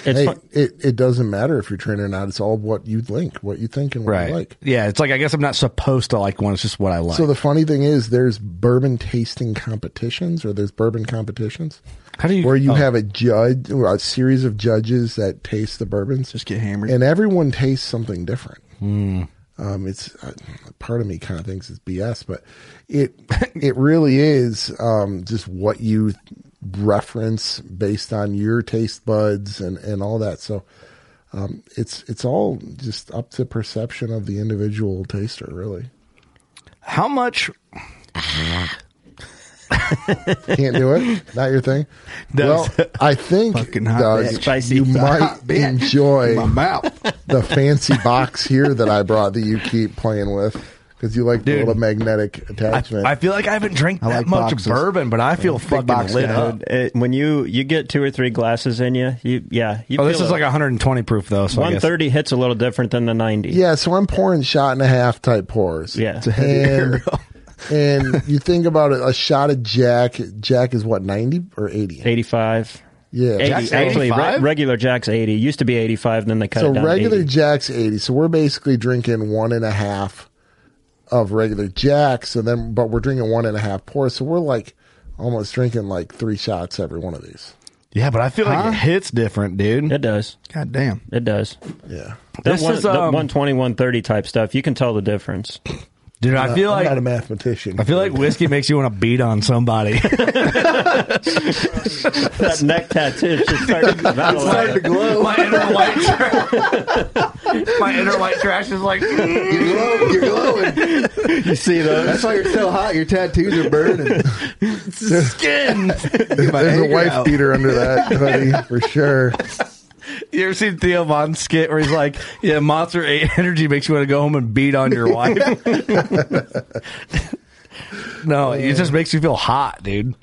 S7: It's
S6: Hey,
S7: fun-
S6: it, it doesn't matter if you're trained or not. It's all what you think, what you think, and what you like.
S2: Yeah, it's like I guess I'm not supposed to like one, it's just what I like.
S6: So the funny thing is, there's bourbon tasting competitions, or there's bourbon competitions
S2: how do you
S6: where you
S2: oh,
S6: have a judge, or a series of judges that taste the bourbons,
S9: Just get hammered.
S6: and everyone tastes something different. Um, it's uh, part of me kind of thinks it's BS, but it it really is um, just what you reference based on your taste buds and and all that. So. Um, it's it's all just up to perception of the individual taster, really.
S2: how much
S6: Can't do it. Not your thing.
S2: That was-
S6: well, I think
S9: Fucking hot
S6: Doug,
S9: bitch.
S7: Spicy.
S6: you
S9: Hot
S6: might
S9: bitch.
S6: enjoy
S9: my mouth.
S6: the fancy box here that I brought that you keep playing with because you like the
S2: Dude.
S6: little magnetic attachment.
S2: I feel like I haven't drank that
S9: like
S2: much
S9: boxes.
S2: bourbon, but I feel fucking
S9: box
S2: lit
S9: guy.
S2: up.
S7: it- when you you get two or three glasses in you, you yeah. You
S2: Oh, this
S7: feel
S2: is
S7: it.
S2: like 120 proof though. So I guess-
S7: 130 hits a little different than the 90.
S6: yeah, so I'm pouring shot and a half type pours.
S7: Yeah. It's a
S6: and, and you think about it, a shot of Jack. Jack is what ninety or eighty?
S7: 85.
S6: Yeah,
S7: 80.
S2: Jack's
S7: Actually,
S2: 85?
S7: regular Jack's 80. Used to be 85, then they cut
S6: So
S7: it down
S6: regular
S7: to 80.
S6: Jack's eighty. So we're basically drinking one and a half of regular Jack. So then, but we're drinking one and a half pour. So we're like almost drinking like three shots every one of these.
S2: yeah, but I feel like
S9: Huh?
S2: it hits different, dude.
S7: It does.
S9: God damn.
S7: It does.
S6: Yeah,
S7: The
S2: This
S7: one,
S2: is,
S7: the
S2: um,
S7: 120, 130 type stuff. You can tell the difference.
S2: dude, I feel
S6: I'm not a
S2: like
S6: mathematician.
S2: I feel like whiskey makes you want to beat on somebody.
S7: that neck tattoo just started to develop.
S9: glow.
S2: my inner white trash. my inner white trash is like
S9: You're glowing. You're glowing. You see those? That's why you're so hot. Your tattoos are burning.
S2: skin.
S6: There's a
S9: anger
S6: wife
S9: out.
S6: beater under that hoodie for sure.
S2: You ever seen Theo Von skit where he's like, "Yeah, Monster Eight Energy makes you want to go home and beat on your wife." no, it just makes you feel hot, dude.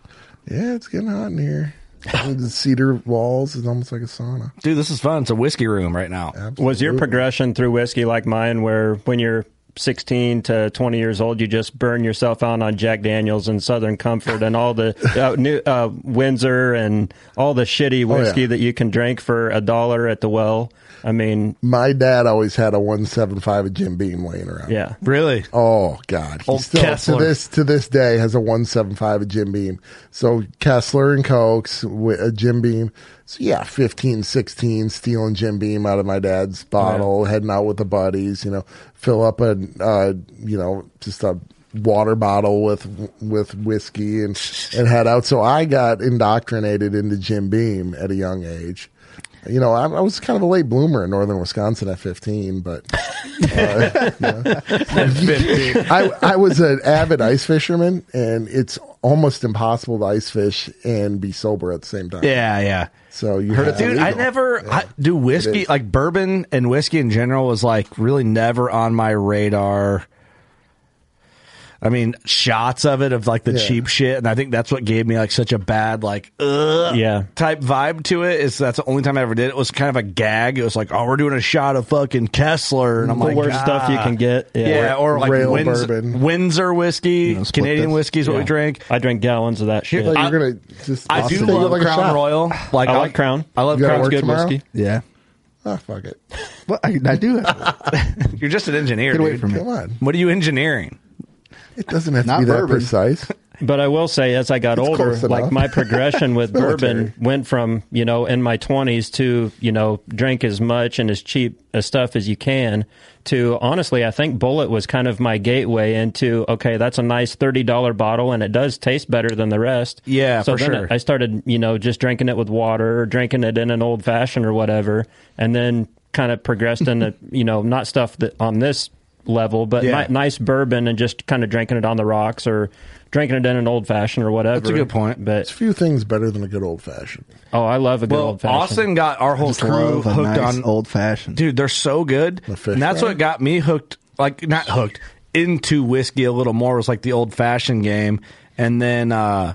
S6: Yeah, it's getting hot in here. The cedar walls is almost like a sauna.
S2: Dude, this is fun. It's a whiskey room right now.
S7: Was your progression through whiskey like mine, where when you're 16 to 20 years old, you just burn yourself out on Jack Daniels and Southern Comfort and all the uh, new uh, Windsor and all the shitty
S6: Oh, yeah.
S7: whiskey that you can drink for a dollar at the well? I mean,
S6: My dad always had a one seven five of Jim Beam laying around.
S7: yeah.
S2: Really?
S6: Oh God, he
S2: Old
S6: still
S2: Kessler.
S6: to this to this day has a one seven five of Jim Beam. So Kessler and Cokes with a Jim Beam. So yeah, 15, 16, stealing Jim Beam out of my dad's bottle, heading out with the buddies. You know, fill up a uh, you know just a water bottle with with whiskey and and head out. So I got indoctrinated into Jim Beam at a young age. You know, I, I was kind of a late bloomer in northern Wisconsin at 15, but I, I was an avid ice fisherman, and it's almost impossible to ice fish and be sober at the same time.
S2: Yeah, yeah.
S6: So you
S2: Heard
S6: have
S2: it, dude. I
S6: legal.
S2: never I, do
S6: It
S2: whiskey
S6: is.
S2: like bourbon and whiskey in general was like really never on my radar. I mean, shots of it of like the
S6: Yeah.
S2: cheap shit, and I think that's what gave me like such a bad like ugh
S7: Yeah.
S2: type vibe to it. Is that's the only time I ever did it. It was kind of a gag. It was like, oh, we're doing a shot of fucking Kessler, and I'm
S7: The
S2: like,
S7: worst stuff you
S2: "Ah."
S7: can get.
S2: Yeah,
S7: Yeah.
S2: or like
S6: Rail
S2: Windsor,
S6: bourbon.
S2: Windsor whiskey, Canadian whiskey is what we
S7: Yeah.
S2: drink.
S7: I drink gallons of that
S6: I
S7: shit.
S6: thought
S2: I-
S6: you were gonna just.
S2: I do
S6: take it
S2: love
S6: like a
S2: Crown
S6: shot.
S2: Royal. Like
S7: I like Crown.
S2: I love
S6: You gotta
S2: Crown's
S6: work
S2: good
S6: tomorrow?
S2: whiskey.
S9: Yeah.
S6: Ah, fuck it.
S9: Well, I, I do have
S2: You're just an engineer.
S9: Get away
S2: dude.
S9: from me.
S6: Come on,
S2: What are you engineering?
S6: it doesn't have to
S9: Not
S6: be that
S9: bourbon.
S6: precise.
S7: But I will say, as I got
S6: It's
S7: older,
S6: close
S7: like
S6: enough.
S7: my progression with
S6: military.
S7: bourbon went from you know in my twenties to you know drink as much and as cheap as stuff as you can. To honestly, I think Bullet was kind of my gateway into okay, that's a nice thirty dollar bottle and it does taste better than the rest.
S2: Yeah,
S7: so
S2: for
S7: then
S2: sure.
S7: I started you know just drinking it with water or drinking it in an old fashioned or whatever, and then kind of progressed into you know not stuff that on this level, but
S2: Yeah.
S7: ni- nice bourbon and just kind of drinking it on the rocks or drinking it in an old fashioned or whatever.
S2: That's a good point.
S6: It's
S7: But
S6: few things better than a good old fashioned.
S7: oh, I love a good
S2: Well,
S7: old fashioned.
S2: Austin got our whole
S9: just
S2: crew
S9: love a
S2: hooked
S9: nice
S2: on
S9: old fashioned.
S2: Dude, they're so good,
S6: The fish
S2: and that's
S6: fry?
S2: what got me hooked. Like not hooked into whiskey a little more was like the old fashioned game, and then uh,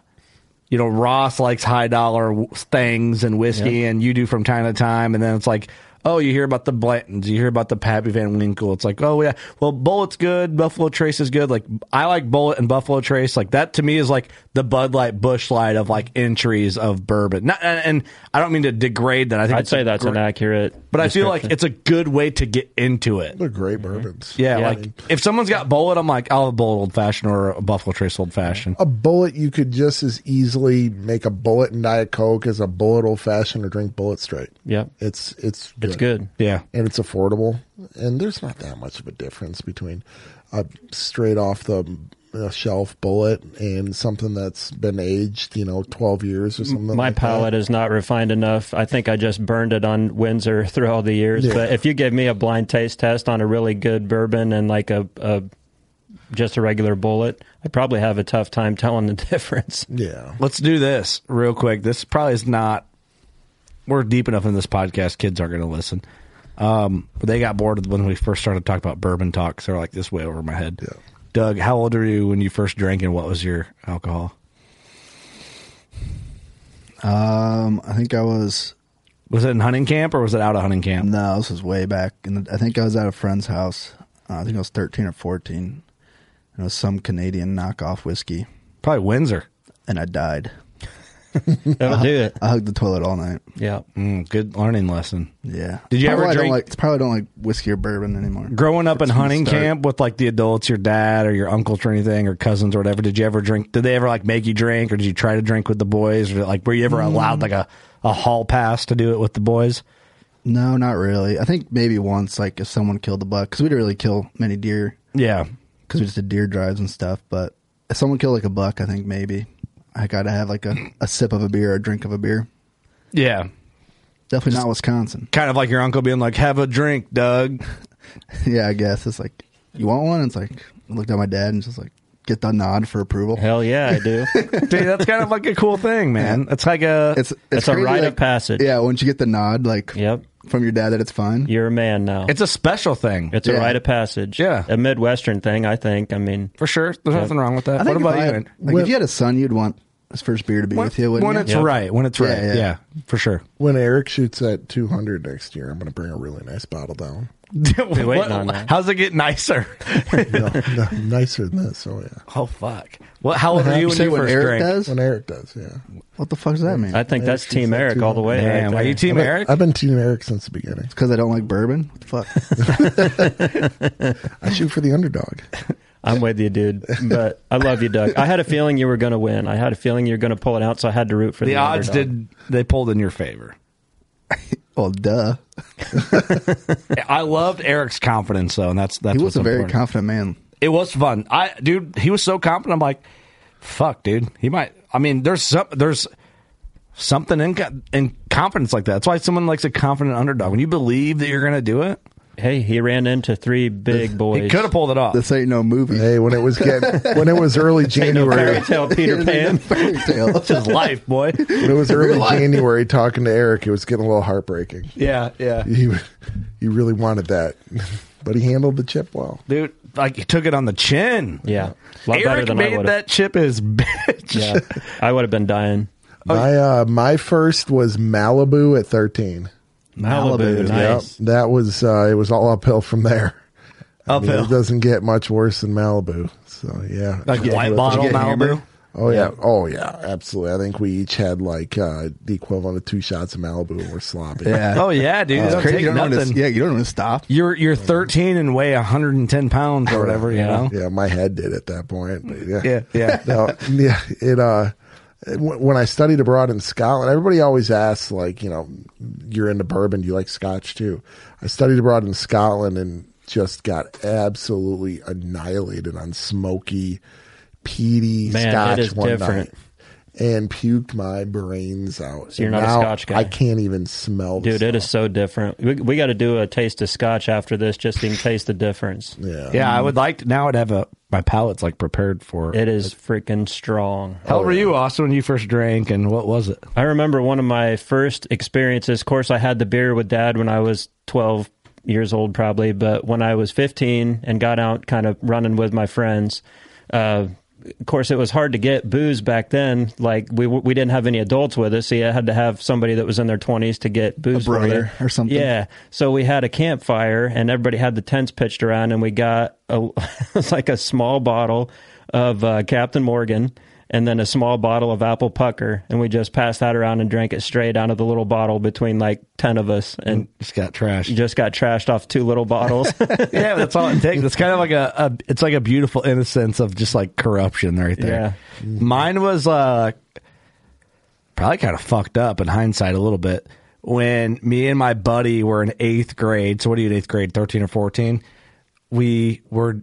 S2: you know Ross likes high dollar w- things and whiskey, and you do from time to time, and then it's like. Oh, you hear about the Blantons, you hear about the Pappy Van Winkle. It's like, oh yeah, well Bullet's good, Buffalo Trace is good. Like I like Bullet and Buffalo Trace. Like that to me is like the Bud Light, Bush Light of like entries of bourbon. Not, and, and I don't mean to degrade that. I think
S7: I'd
S2: it's a
S7: say that's
S2: gr-
S7: an inaccurate.
S2: but I feel like
S7: description.
S2: it's a good way to get into it.
S6: They're great bourbons.
S2: Mm-hmm. Yeah,
S7: Yeah.
S2: like if someone's got bullet, I'm like, I'll have a bullet old fashioned or a Buffalo Trace old fashioned.
S6: A bullet, you could just as easily make a bullet and diet coke as a bullet old fashioned or drink bullet straight.
S7: Yep.
S6: it's it's
S7: it's good.
S2: Yeah,
S6: and it's affordable. And there's not that much of a difference between a straight off the uh, shelf bullet and something that's been aged, you know, 12 years or something.
S7: My
S6: like
S7: palate
S6: that.
S7: is not refined enough. I think I just burned it on Windsor through all the years.
S6: Yeah.
S7: But if you gave me a blind taste test on a really good bourbon and like a, a just a regular bullet, I'd probably have a tough time telling the difference.
S6: Yeah.
S2: let's do this real quick. This probably is not. We're deep enough in this podcast; kids aren't going to listen. Um, but they got bored when we first started talking about bourbon talks. They're like, "This way over my head."
S6: Yeah.
S2: Doug, how old are you when you first drank, and what was your alcohol?
S9: Um, I think I was
S2: Was it in hunting camp or was it out of hunting camp?
S9: No, this was way back, and I think I was at a friend's house. Uh, I think I was thirteen or fourteen. It was some Canadian knockoff whiskey,
S2: Probably Windsor.
S9: and I died.
S7: That'll do it.
S9: I hugged the toilet all night.
S7: Yeah.
S2: Mm, good learning lesson.
S9: Yeah.
S2: Did you
S9: probably
S2: ever
S9: why I don't
S2: drink-
S9: Like, probably don't like whiskey or bourbon anymore.
S2: growing up in
S9: It's from the
S2: hunting
S9: start.
S2: camp with like the adults, your dad or your uncles or anything or cousins or whatever, did you ever drink? Did they ever like make you drink or did you try to drink with the boys or like were you ever
S9: Mm.
S2: allowed like a, a hall pass to do it with the boys?
S9: No, not really. I think maybe once, like if someone killed a buck, because we didn't really kill many deer,
S2: Yeah.
S9: because we just did deer drives and stuff. But if someone killed like a buck, I think maybe I got to have like a, a sip of a beer or a drink of a beer.
S2: Yeah.
S9: Definitely not Wisconsin.
S2: Kind of like your uncle being like, have a drink, Doug.
S9: yeah, I guess it's like you want one. It's like I looked at my dad and just like get the nod for approval.
S7: Hell yeah, I do.
S2: Dude, that's kind of like a cool thing, man. It's like a, it's,
S9: It's it's,
S7: It's a
S9: crazy,
S7: rite of
S9: like-
S7: passage.
S9: Yeah, once you get the nod, like
S7: Yep.
S9: from your dad that it's fine.
S7: You're a man now.
S2: it's a special thing.
S7: It's a
S9: Yeah.
S7: rite of passage.
S2: Yeah.
S7: A Midwestern thing, I think. I mean,
S2: for sure. There's nothing wrong with that.
S9: I
S2: What
S9: think
S2: about
S9: if I
S2: you?
S9: had-
S2: Aaron?
S9: like
S6: Well-
S9: if you had a son, you'd want His first beer to be
S6: When-
S9: with you. wouldn't
S6: when
S9: you?
S6: it's right, when it's right, yeah,
S14: for sure.
S6: When Eric shoots at 200 next year, I'm going to bring a really nice bottle down.
S2: What- How's it get nicer?
S6: no, no, nicer than this. Oh yeah.
S2: Oh fuck. Well, how old were you when
S6: Say
S2: you
S6: when
S2: first
S6: Eric
S2: drank?
S6: Does? When Eric does, yeah. What the fuck does that
S9: mean?
S7: I think that's Team Eric all the way right Damn, are you there. Team
S6: I've been-
S7: Eric?
S6: I've been Team Eric since the beginning. It's
S9: because I don't like bourbon. What the
S6: fuck. I shoot for the underdog.
S7: I'm with you, dude. But I love you, Doug. I had a feeling you were going to win. I had a feeling you were going to pull it out, so I had to root for the,
S2: the odds
S7: underdog.
S2: did they pulled in your favor.
S9: well, duh.
S2: I loved Eric's confidence though, and that's that's
S9: he
S2: what's
S9: was a very
S2: important.
S9: confident man.
S2: It was fun. I dude, he was so confident. I'm like, fuck, dude. He might. I mean, there's some there's something in co- in confidence like that. That's why someone likes a confident underdog. When you believe that you're gonna do it.
S7: Hey, he ran into three big boys.
S2: He could have pulled it off.
S9: This ain't no movie.
S6: Hey, when it was getting when it was early January,
S7: Peter Pan.
S2: That's his life, boy.
S6: when it was early January, talking to Eric, it was getting a little heartbreaking.
S2: Yeah, yeah.
S6: He he really wanted that, but he handled the chip well.
S2: Dude, like he took it on the chin.
S7: Yeah, a lot
S2: Eric
S7: better than I
S2: made
S7: would've.
S2: that chip his bitch.
S7: Yeah, I would have been dying.
S2: Oh,
S6: My uh, my first was Malibu at thirteen.
S7: Malibu,
S6: Yep.
S7: nice.
S6: that was uh, it was all uphill from there. I mean,
S2: Uphill.
S6: it doesn't get much worse than Malibu. So yeah,
S2: Like
S6: Yeah,
S2: white
S6: you-
S2: bottle
S6: you get
S2: Malibu?
S6: hammered? Oh yeah.
S2: Yeah.
S6: oh yeah, absolutely. I think we each had like uh, the equivalent of two shots of Malibu, and we're sloppy.
S9: Yeah.
S2: Oh yeah, dude.
S9: It's
S2: Don't
S9: crazy.
S2: take
S9: You don't want to-
S2: nothing.
S9: yeah, you don't want to stop.
S2: You're you're 13 and weigh 110 pounds or whatever. You know.
S6: Yeah, my head did at that point. But yeah,
S2: Yeah, yeah.
S6: No, yeah. It uh, it- when I studied abroad in Scotland, everybody always asks like, you know, you're into bourbon, do you like Scotch too? I studied abroad in Scotland and just got absolutely annihilated on smoky, peaty
S7: Man, it
S6: Scotch
S7: is
S6: one
S7: different.
S6: night. And puked my brains out.
S7: So you're not a
S6: Now
S7: Scotch guy.
S6: I can't even smell. the
S7: Dude, it is so different. We, we got to do a taste of scotch after this just to even taste the difference.
S6: Yeah.
S2: Yeah, I would like to, now. I'd have a my palate's like prepared for.
S7: It is freaking strong.
S2: How old were you, Austin, when you first drank, and what was it?
S7: I remember one of my first experiences. Of course, I had the beer with dad when I was 12 years old, probably, but when I was 15 and got out kind of running with my friends, uh, of course, it was hard to get booze back then. Like we we didn't have any adults with us, so you had to have somebody that was in their twenties to get booze. for you.
S9: brother or something.
S7: Yeah. So we had a campfire, and everybody had the tents pitched around, and we got a it was like a small bottle of uh, Captain Morgan, and then a small bottle of apple pucker, and we just passed that around and drank it straight out of the little bottle between like ten of us, and
S2: Just got trashed.
S7: just got trashed off two little bottles.
S2: yeah, that's all it takes. It's kind of like a, a it's like a beautiful innocence of just like corruption right there. Mine was uh probably kind of fucked up in hindsight a little bit when me and my buddy were in eighth grade. So what are you in eighth grade, thirteen or fourteen? We were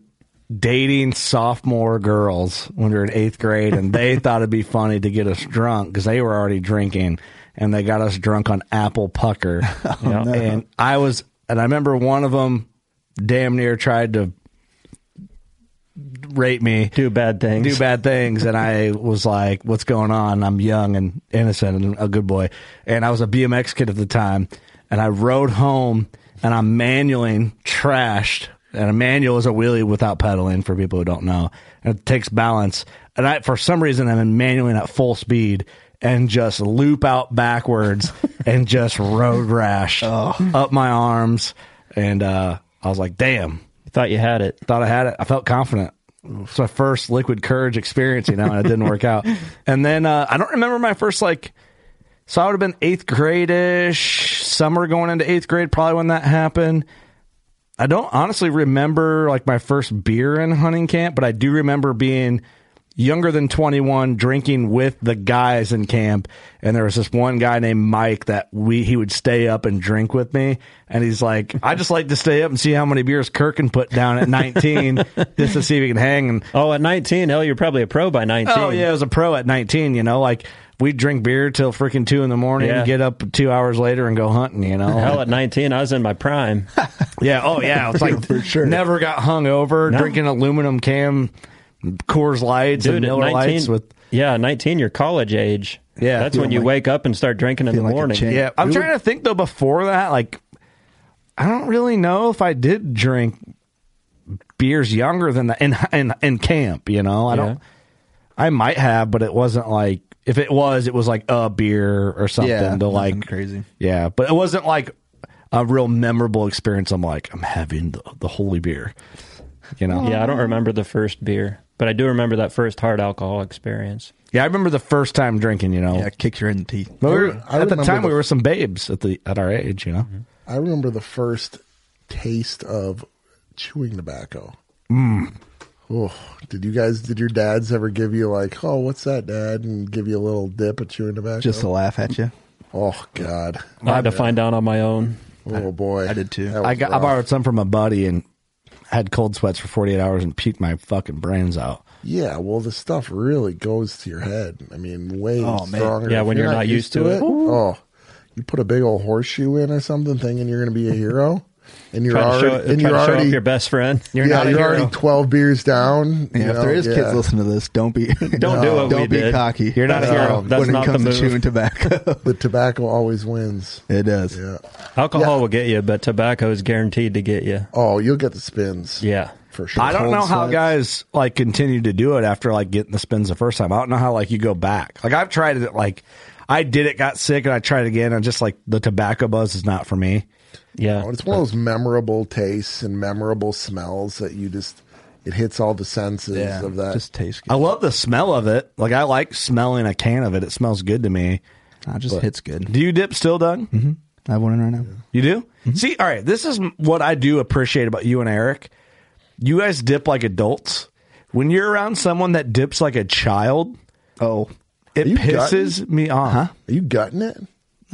S2: dating sophomore girls when we were in eighth grade, and they thought it'd be funny to get us drunk because they were already drinking, and they got us drunk on apple pucker. And I was, and I remember one of them damn near tried to rape me,
S7: do bad things,
S2: do bad things, and I was like, "What's going on?" I'm young and innocent and a good boy, and I was a BMX kid at the time, and I rode home, and I'm manualing, trashed, and a manual is a wheelie without pedaling for people who don't know, and it takes balance, and I for some reason I'm manualing at full speed. And just loop out backwards and just road rash up my arms. And uh, I was like, damn,
S7: Thought you had it.
S2: thought I had it. I felt confident. It's my first liquid courage experience, you know, and it didn't work out. And then uh, I don't remember my first like. So I would have been eighth grade ish, summer going into eighth grade, probably when that happened. I don't honestly remember like my first beer in hunting camp, but I do remember being younger than 21 drinking with the guys in camp and there was this one guy named Mike that we he would stay up and drink with me and he's like I just like to stay up and see how many beers Kirk can put down at 19 just to see if he can hang and
S7: Oh, at 19, hell, you're probably a pro by 19.
S2: Oh yeah, I was a pro at 19. You know, like we'd drink beer till freaking two in the morning,
S7: Yeah.
S2: get up two hours later, and go hunting. You know,
S7: Hell, at 19, I was in my prime.
S2: yeah, oh yeah, it's like
S9: For sure.
S2: never got hung over
S7: No.
S2: drinking aluminum can Coors Lights and
S7: at
S2: Miller Lights with.
S7: yeah, nineteen, you're college age.
S2: Yeah.
S7: that's when
S2: Feeling
S7: you
S2: like-
S7: wake up and start drinking in the
S9: Feeling like a
S7: morning.
S9: champ.
S2: Yeah, I'm trying to think though. Before that, like, I don't really know if I did drink beers younger than that in in in camp. You know, I
S7: Yeah.
S2: don't. I might have, but it wasn't like If it was, it was like a beer or something
S9: Yeah,
S2: to like
S9: nothing crazy.
S2: Yeah, but it wasn't like a real memorable experience. I'm like, I'm having the, the holy beer. You know?
S7: Yeah, I don't remember the first beer, but I do remember that first hard alcohol experience.
S2: Yeah, I remember the first time drinking. You know,
S7: Yeah,
S9: kick your in the teeth.
S2: But we were-
S6: I
S2: at the
S6: remember
S2: time,
S6: the- Mm-hmm.
S2: we were some babes at the at our age. You know,
S6: I remember the first taste of chewing tobacco.
S2: Mm.
S6: Oh, did you guys? Did your dads ever give you like, oh, what's that, dad, and give you a little dip at chewing tobacco
S9: Just to laugh at you.
S6: Oh God,
S7: I had to find out on my own.
S6: Oh boy, I did
S9: too.
S2: I got I borrowed some from a buddy and had cold sweats for 48 hours and puked my fucking brains out.
S6: Yeah, well, the stuff really goes to your head. I mean, way
S2: Oh, man.
S6: stronger.
S2: Yeah,
S6: If
S2: when you're not used to it. Ooh.
S6: Oh, you put a big old horseshoe in or something, thinking you're going to be a hero, and you're
S7: Trying to
S6: already
S7: show-
S6: and
S7: trying
S6: you're
S7: to show off
S6: already
S7: your best friend.
S6: You're
S7: You're
S6: yeah,
S7: not a
S6: you're
S7: hero.
S6: already twelve beers down.
S9: Yeah,
S6: you
S9: if
S6: know,
S9: there is
S6: yeah.
S9: kids listening to this, don't be
S6: Don't do what
S9: don't
S6: we
S9: be
S6: did.
S9: cocky.
S6: You're not a
S9: Um,
S6: hero. That's
S9: when
S6: not
S9: it comes
S6: the
S9: to
S6: move.
S9: chewing tobacco.
S6: the tobacco always wins.
S9: It does.
S6: Yeah.
S7: Alcohol will get you, but tobacco is guaranteed to get you.
S6: Oh, you'll get the spins.
S7: Yeah,
S6: for
S2: I don't know how guys like continue to do it after like getting the spins the first time. I don't know how like you go back. Like I've tried it. Like I did it, got sick, and I tried again. And just like the tobacco buzz is not for me.
S7: Yeah,
S2: Oh,
S6: It's one of those memorable tastes and memorable smells that you just it hits all the senses
S2: Yeah,
S6: of that.
S2: just
S9: taste.
S2: I love the smell of it. Like I like smelling a can of it. It smells good to me.
S9: It just hits good.
S2: Do you dip still, Doug? Mm-hmm.
S9: I have one in right now.
S2: You do? See, all right. This is m- what I do appreciate about you and Eric. You guys dip like adults. When you're around someone that dips like a child,
S9: oh,
S2: it
S6: Are you
S2: pisses
S6: gutting?
S2: me off.
S6: Are you gutting it?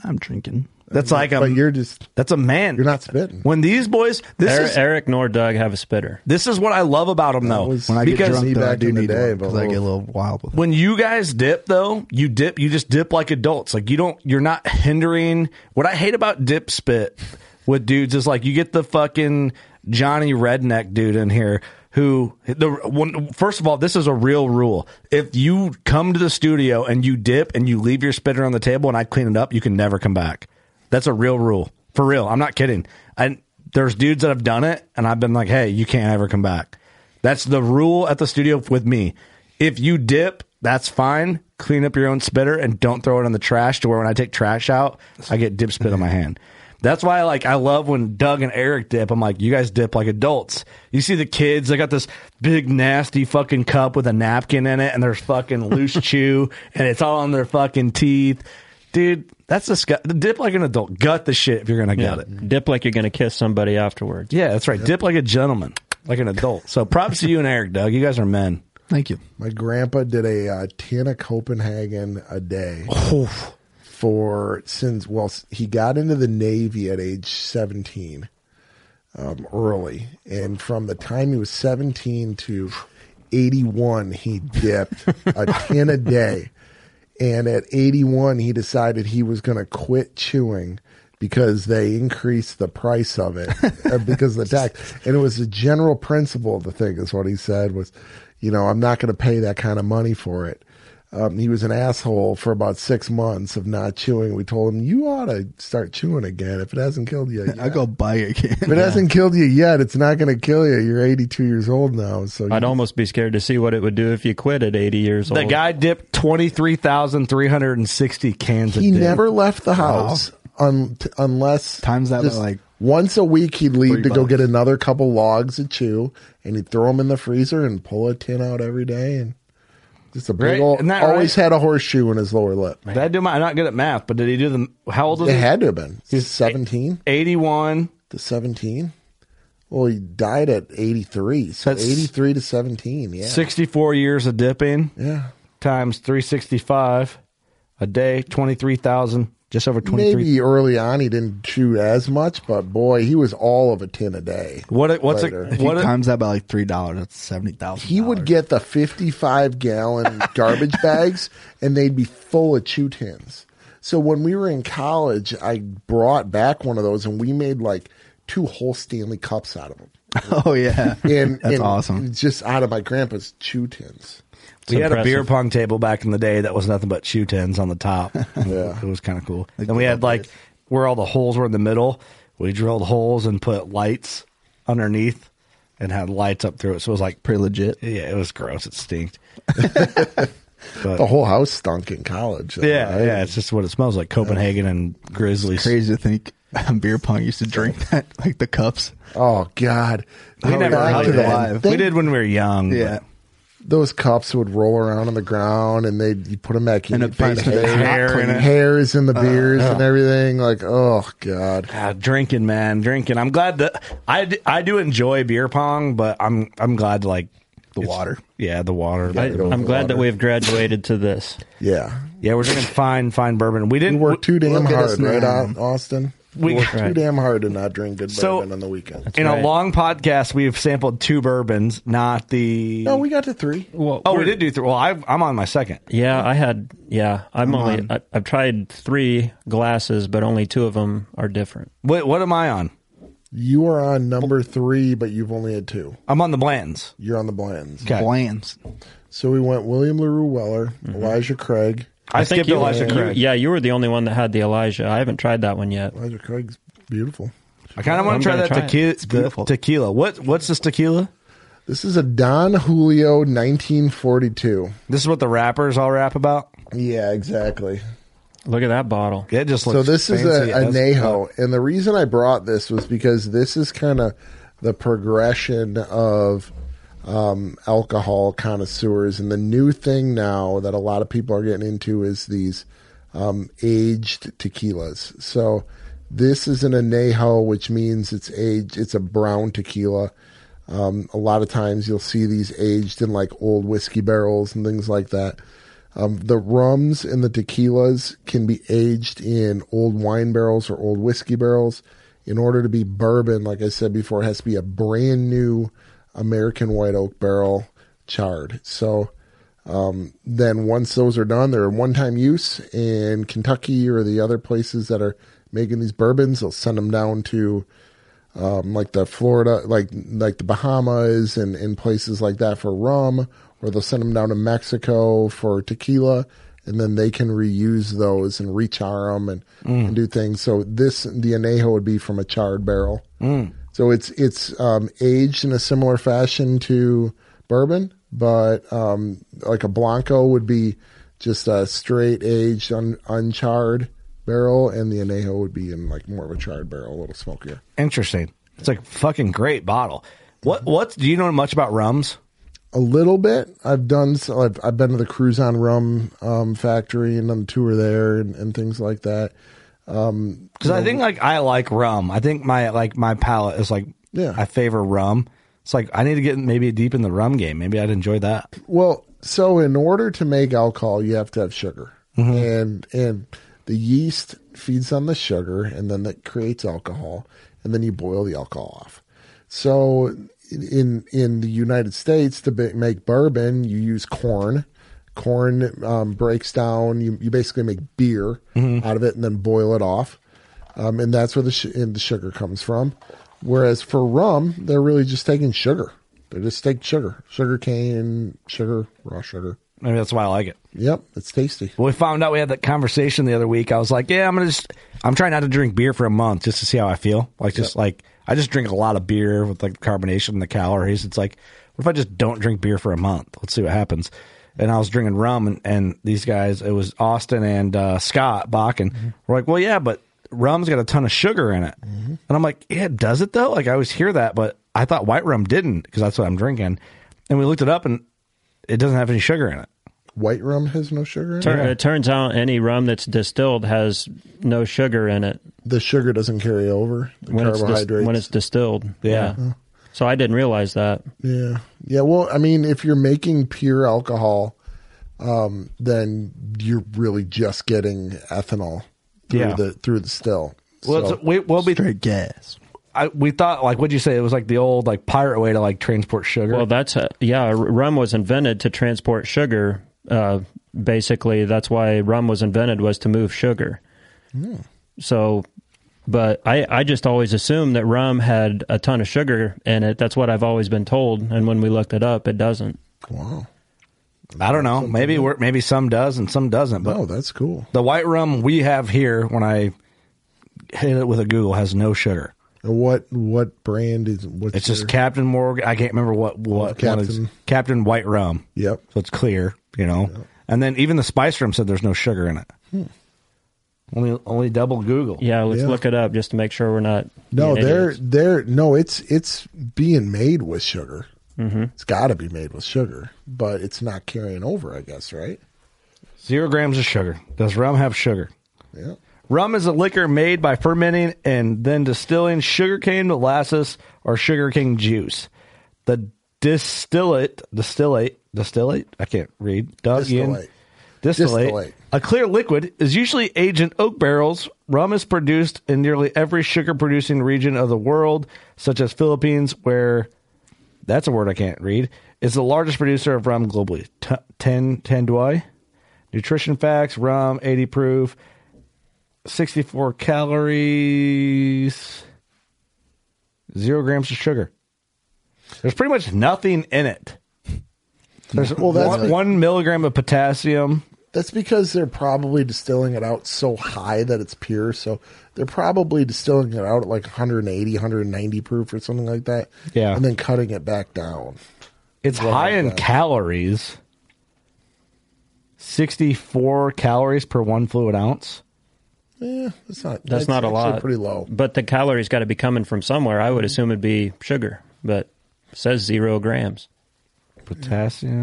S9: I'm drinking.
S2: That's like um, a.
S6: But you're just.
S2: That's a man. You're
S6: not spitting.
S2: When these boys, this
S7: Eric,
S2: is
S7: Er, Eric nor Doug have a spitter.
S2: this is what I love about them though.
S9: When I get drunk, though, I do need to because I
S2: little-
S9: get a little wild with it.
S2: When you guys dip though, you dip you just dip like adults. Like you don't you're not hindering what I hate about dip spit with dudes is like you get the fucking Johnny Redneck dude in here who the one first of all, this is a real rule. If you come to the studio and you dip and you leave your spitter on the table and I clean it up, you can never come back. That's a real rule. For real. I'm not kidding. And there's dudes that have done it and I've been like, hey, you can't ever come back. That's the rule at the studio with me. If you dip, that's fine. Clean up your own spitter and don't throw it in the trash to where when I take trash out, I get dip spit on my hand. That's why like I love when Doug and Eric dip. I'm like, you guys dip like adults. You see the kids, they got this big nasty fucking cup with a napkin in it and there's fucking loose chew and it's all on their fucking teeth. Dude, that's disgusting. Dip like an adult. Gut the shit if you're gonna gut it.
S7: Dip like you're going to kiss somebody afterwards.
S2: Yeah, that's right. Dip like a gentleman, like an adult. So props to you and Eric, Doug. You guys are men.
S9: Thank you.
S6: My grandpa did a uh, tin of Copenhagen a day for since well s- he got into the Navy at age seventeen, um, early, and from the time he was seventeen to eighty one, he dipped a tin a day, and at eighty one, he decided he was going to quit chewing. Because they increased the price of it uh, because of the tax, and it was the general principle of the thing. Is what he said was, you know, I'm not going to pay that kind of money for it. Um, he was an asshole for about six months of not chewing. We told him, you ought to start chewing again. If it hasn't killed you, yet.
S9: I go buy it again.
S6: if it hasn't killed you yet, it's not going to kill you. You're 82 years old now. So
S7: I'd
S6: you-
S7: almost be scared to see what it would do if you quit at 80 years
S2: The
S7: old.
S2: guy dipped 23,360 cans
S6: he
S2: of dip.
S6: never left the house un- t- unless times
S9: that by, like,
S6: once a week he'd leave
S9: three
S6: to go
S9: bucks.
S6: get another couple logs to chew and he'd throw them in the freezer and pull a tin out every day and just a big
S2: Right?
S6: old
S2: Isn't that
S6: always
S2: right?
S6: had a horseshoe in his lower lip.
S2: Did I do my, I'm not good at math, but did he do the, how old was
S6: It
S2: he?
S6: had to have been. He's 17
S2: 81.
S6: to 17. Well, he died at 83. So
S2: That's-
S6: 83 to 17. Yeah.
S2: 64 years of dipping.
S6: Yeah.
S2: Times 365 a day, 23,000, just over 23.
S6: Maybe early on he didn't chew as much, but boy, he was all of a tin a day.
S2: What? it- What's
S6: Later.
S2: it?
S9: If you
S2: What? it-
S9: times that by like three dollars, that's seventy thousand.
S6: He would get the 55 gallon garbage bags and they'd be full of chew tins. So when we were in college, I brought back one of those and we made like two whole Stanley cups out of them.
S9: Oh yeah,
S6: And,
S9: that's
S6: and
S9: awesome.
S6: Just out of my grandpa's chew tins.
S2: we had a
S9: impressive.
S2: beer pong table back in the day that was nothing but shoe tins on the top.
S6: Yeah.
S2: It was kind of cool. And we had like where all the holes were in the middle. We drilled holes and put lights underneath and had lights up through it. So it was like
S9: Pretty legit.
S2: Yeah, it was gross. It stinked.
S15: But-
S6: the whole house stunk in college. though,
S2: Yeah,
S6: right?
S2: yeah, it's just what it smells like. Copenhagen and Grizzlies.
S9: crazy to think beer pong used to drink that, like the cups.
S6: Oh God,
S2: We
S9: Oh,
S2: never
S9: back
S2: really
S9: to the
S2: did.
S9: live.
S2: We did when we were young. but-
S9: Yeah.
S6: Those cups would roll around on the ground, and they you put them back in.
S9: And
S6: you'd
S9: a basement
S6: find
S2: hair in it.
S6: hairs in the
S2: Uh,
S6: beers and
S2: yeah.
S6: everything. Like, oh God,
S2: God, ah, drinking, man, drinking. I'm glad that I, d- I do enjoy beer pong, but I'm I'm glad like the water. Yeah, the water.
S7: I, I'm glad that we've graduated to this.
S6: Yeah,
S2: yeah, we're drinking fine fine bourbon. We didn't work
S6: too damn hard, right, Au- Austin?
S2: We-
S6: We worked too
S2: Right.
S6: damn hard to not drink good
S2: So,
S6: bourbon on the weekend.
S2: In a long podcast, we've sampled two bourbons, not the.
S6: no, we got to three.
S2: oh, we did do three. Well, I, I'm on my second.
S7: Yeah, I had. Yeah,
S2: I'm
S7: I'm, only.
S2: on.
S7: I, I've tried three glasses, but only two of them are different.
S2: What What am I on?
S6: You are on number three, but you've only had two.
S2: I'm on the Blantons.
S6: You're on the Blands.
S2: Okay.
S9: Blands.
S6: So we went William LaRue Weller,
S2: Mm-hmm.
S6: Elijah Craig.
S7: you, you- yeah, you were the only one that had the Elijah. I haven't tried that one yet.
S6: Elijah Craig's beautiful.
S2: I kind of want
S7: I'm
S2: to try
S7: gonna
S2: that
S7: try it.
S2: tequila.
S7: It's
S2: The tequila. What What's this tequila?
S6: This is a Don Julio 1942.
S2: This is what the rappers all rap about.
S6: Yeah, exactly.
S7: Look at that bottle.
S2: It just looks
S6: so this is
S2: fancy
S6: a, a
S2: as
S6: Neho, and the reason I brought this was because this is kind of the progression of um, alcohol connoisseurs, and the new thing now that a lot of people are getting into is these um, aged tequilas. So this is an anejo, which means it's aged. It's a brown tequila. Um, a lot of times you'll see these aged in like old whiskey barrels and things like that. Um, the rums and the tequilas can be aged in old wine barrels or old whiskey barrels. In order to be bourbon, like I said before, it has to be a brand new American white oak barrel charred. So um, then once those are done, they're in one time use in Kentucky or the other places that are making these bourbons. They'll send them down to um, like the Florida, like like the Bahamas and, and places like that for rum, or they'll send them down to Mexico for tequila, and then they can reuse those and rechar them and,
S16: Mm.
S6: and do things. So this the anejo would be from a charred barrel,
S16: Mm.
S6: so it's it's um, aged in a similar fashion to bourbon, but um, like a blanco would be just a straight aged un, uncharred barrel, and the anejo would be in like more of a charred barrel, a little smokier.
S2: Interesting. It's like a fucking great bottle. What What do you know much about rums?
S6: A little bit. I've done. So I've I've been to the Cruise on Rum um, factory and done a tour there and, and things like that. Um,
S2: Because I think like I like rum. I think my like my palate is like
S6: Yeah.
S2: I favor rum. It's like I need to get maybe deep in the rum game. Maybe I'd enjoy that.
S6: Well, so in order to make alcohol, you have to have sugar, and and the yeast feeds on the sugar, and then that creates alcohol, and then you boil the alcohol off. So in in the United States, to ba- make bourbon, you use corn. Corn um, breaks down. You you basically make beer out of it, and then boil it off, um, and that's where the sh- and the sugar comes from. Whereas for rum, they're really just taking sugar. They're just taking sugar, sugar cane, sugar, raw sugar.
S2: Maybe that's why I like it.
S6: Yep, it's tasty.
S2: Well, we found out we had that conversation the other week. I was like, yeah, I'm gonna just I'm trying not to drink beer for a month just to see how I feel. Like just
S6: Yep.
S2: like I just drink a lot of beer with like the carbonation and the calories. It's like what if I just don't drink beer for a month? Let's see what happens. And I was drinking rum, and, and these guys, it was Austin and uh, Scott Bach, and we're like, well, yeah, but rum's got a ton of sugar in it. And I'm like, yeah, does it though? Like I always hear that, but I thought white rum didn't because that's what I'm drinking. And we looked it up, and it doesn't have any sugar in it.
S6: White rum has no sugar in
S7: Tur-
S6: it.
S7: It turns out any rum that's distilled has no sugar in it
S6: The sugar doesn't carry over. The
S7: when it's, dis-
S6: carbohydrates.
S7: when it's distilled.
S6: Yeah. Oh.
S7: So I didn't realize that.
S6: Yeah. Yeah. Well, I mean, if you're making pure alcohol, um, then you're really just getting ethanol through
S2: Yeah.
S6: the through the still.
S2: Well,
S6: So-
S2: it's, we, well, we
S9: straight gas.
S2: I, we thought like what'd you say? It was like the old like pirate way to like transport sugar.
S7: Well, that's a, yeah. r- Rum was invented to transport sugar. Uh, basically, that's why rum was invented was to move sugar.
S6: Hmm.
S7: So, but I I just always assumed that rum had a ton of sugar in it. That's what I've always been told. And when we looked it up, it doesn't.
S6: Wow.
S2: I don't know. Maybe we're, maybe some does and some doesn't. But
S6: oh, that's cool.
S2: The white rum we have here, when I hit it with a Google, has no sugar.
S6: What what brand is what's
S2: It's just
S6: your-
S2: Captain Morgan. I can't remember what what one is-
S6: Captain.
S2: Captain White Rum.
S6: Yep.
S2: So it's clear, you know. And then even the spice room said there's no sugar in it. Only only double Google.
S7: Hmm. Yeah, let's
S6: Yeah.
S7: look it up just to make sure we're not.
S6: No,
S7: being
S6: they're
S7: idiots.
S6: they're no. It's it's being made with sugar.
S7: Mhm.
S6: It's got to be made with sugar, but it's not carrying over. I guess right.
S2: Zero grams of sugar. Does rum have sugar?
S6: Yeah.
S2: Rum is a liquor made by fermenting and then distilling sugarcane molasses or sugarcane juice. The distillate, distillate, distillate. I can't read. Doug Ian.
S6: Distillate.
S2: Distillate.
S6: Distillate.
S2: A clear liquid is usually aged in oak barrels. Rum is produced in nearly every sugar producing region of the world, such as Philippines, where that's a word I can't read, is the largest producer of rum globally. T- 10 Tendoi. Nutrition facts rum, 80 proof, 64 calories, zero grams of sugar. There's pretty much nothing in it. There's
S6: Well, that's
S2: one,
S6: be-
S2: one milligram of potassium.
S6: That's because they're probably distilling it out so high that it's pure. So they're probably distilling it out at like 180, 190 proof or something like that.
S2: Yeah.
S6: And then cutting it back down.
S2: It's high in calories. 64 calories per one fluid ounce.
S6: Yeah, that's not.
S7: That's
S6: it's
S7: not a
S6: actually
S7: lot.
S6: Pretty low.
S7: But the calories got to be coming from somewhere. I would assume it'd be sugar, but it says zero grams.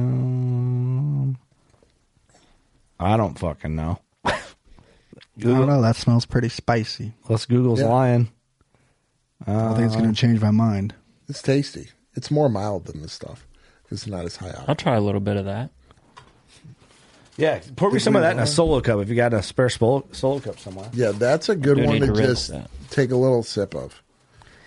S2: Potassium. I don't fucking know.
S9: I don't know. That smells pretty spicy.
S2: Plus, Google's
S6: Yeah.
S2: lying.
S9: I don't think it's going to change my mind.
S6: It's tasty. It's more mild than this stuff. It's not as high octane.
S7: I'll try a little bit of that.
S2: Yeah, pour me
S6: Is
S2: some of
S6: there
S2: that in a
S6: more?
S2: solo cup if you got a spare solo, solo cup somewhere.
S6: Yeah, that's a good
S7: do
S6: one
S7: need
S6: to,
S7: to rinse
S6: just
S7: that.
S6: take a little sip of.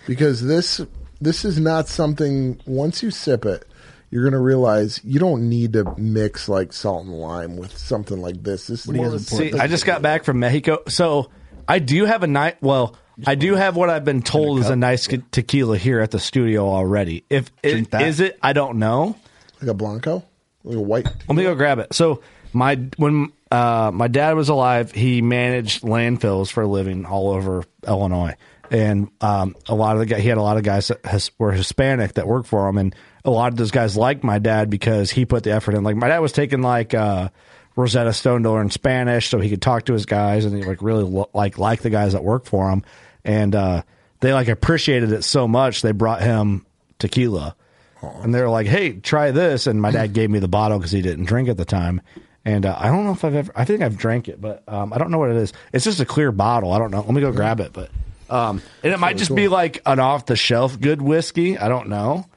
S6: Because this this is not something once you sip it, you're going to realize you don't need to mix like salt and lime with something like this. This is more of a
S2: See,
S6: something-
S2: I just got back from Mexico, so I do have a night. Well, I do have what I've been told is a nice te- tequila here at the studio already. If it,
S6: Drink that.
S2: is it, I don't know.
S6: like a blanco, like a white.
S2: Let me go grab it. So my when uh, my dad was alive, he managed landfills for a living all over Illinois, and um, a lot of the guy he had a lot of guys that has, were Hispanic that worked for him, and a lot of those guys liked my dad because he put the effort in. Like my dad was taking like uh, Rosetta Stone to learn Spanish so he could talk to his guys, and he like really lo- like like the guys that worked for him, and uh, they like appreciated it so much they brought him tequila. And they're like, "Hey, try this." And my dad gave me the bottle because he didn't drink at the time. And uh, I don't know if I've ever. I think I've drank it, but um, I don't know what it is. It's just a clear bottle. I don't know. Let me go grab it. But um, and it might just be like an off the shelf good whiskey. I don't know.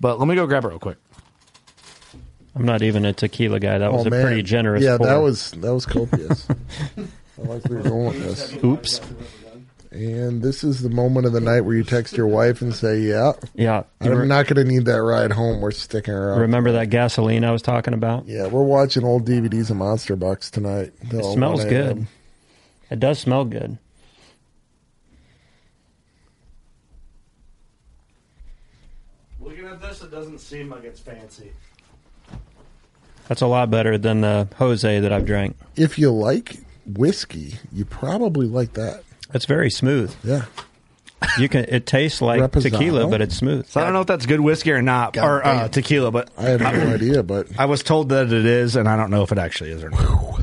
S2: But let me go grab it real quick.
S7: I'm not even a tequila guy. That was
S6: Oh,
S7: a
S6: man.
S7: pretty generous.
S6: Yeah,
S7: pour.
S6: that was that was copious. I like where you're going with this.
S7: Oops.
S6: And this is the moment of the night where you text your wife and say, "Yeah,
S7: Yeah. You
S6: I'm
S7: re-
S6: not going to need that ride home. We're sticking around."
S7: remember that gasoline I was talking about?
S6: Yeah, we're watching old DVDs of Monster Bucks tonight.
S7: It smells good. It does smell good.
S2: Looking at this, it doesn't seem like it's fancy.
S7: That's a lot better than the Jose that I've drank.
S6: If you like whiskey, you probably like that.
S7: It's very smooth.
S6: Yeah.
S7: You can. It tastes like
S6: Reposado?
S7: tequila, but it's smooth.
S2: So I don't know if that's good whiskey or not, or uh,
S6: damn.
S2: tequila. But
S6: I have no idea, but
S2: I was told that it is, and I don't know if it actually is or not.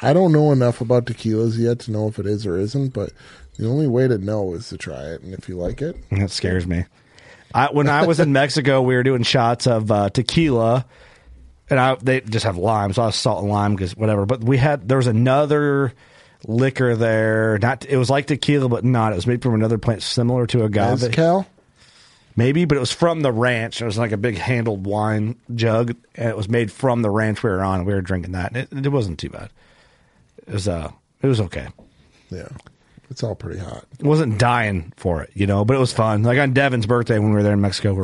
S6: I don't know enough about tequilas yet to know if it is or isn't, but the only way to know is to try it. And if you like it,
S2: That scares me. I, when I was in Mexico, we were doing shots of uh, tequila, and I, they just have lime, so I was salt and lime because whatever. But we had there was another liquor there. Not it was like tequila, but not. It was made from another plant similar to agave,
S6: Mezcal?
S2: maybe, but it was from the ranch. It was like a big handled wine jug, and it was made from the ranch we were on. and We were drinking that, and it, it wasn't too bad. It was uh, it was okay.
S6: yeah, it's all pretty hot.
S2: wasn't dying for it, you know, but it was fun. Like on Devin's birthday when we were there in Mexico, we're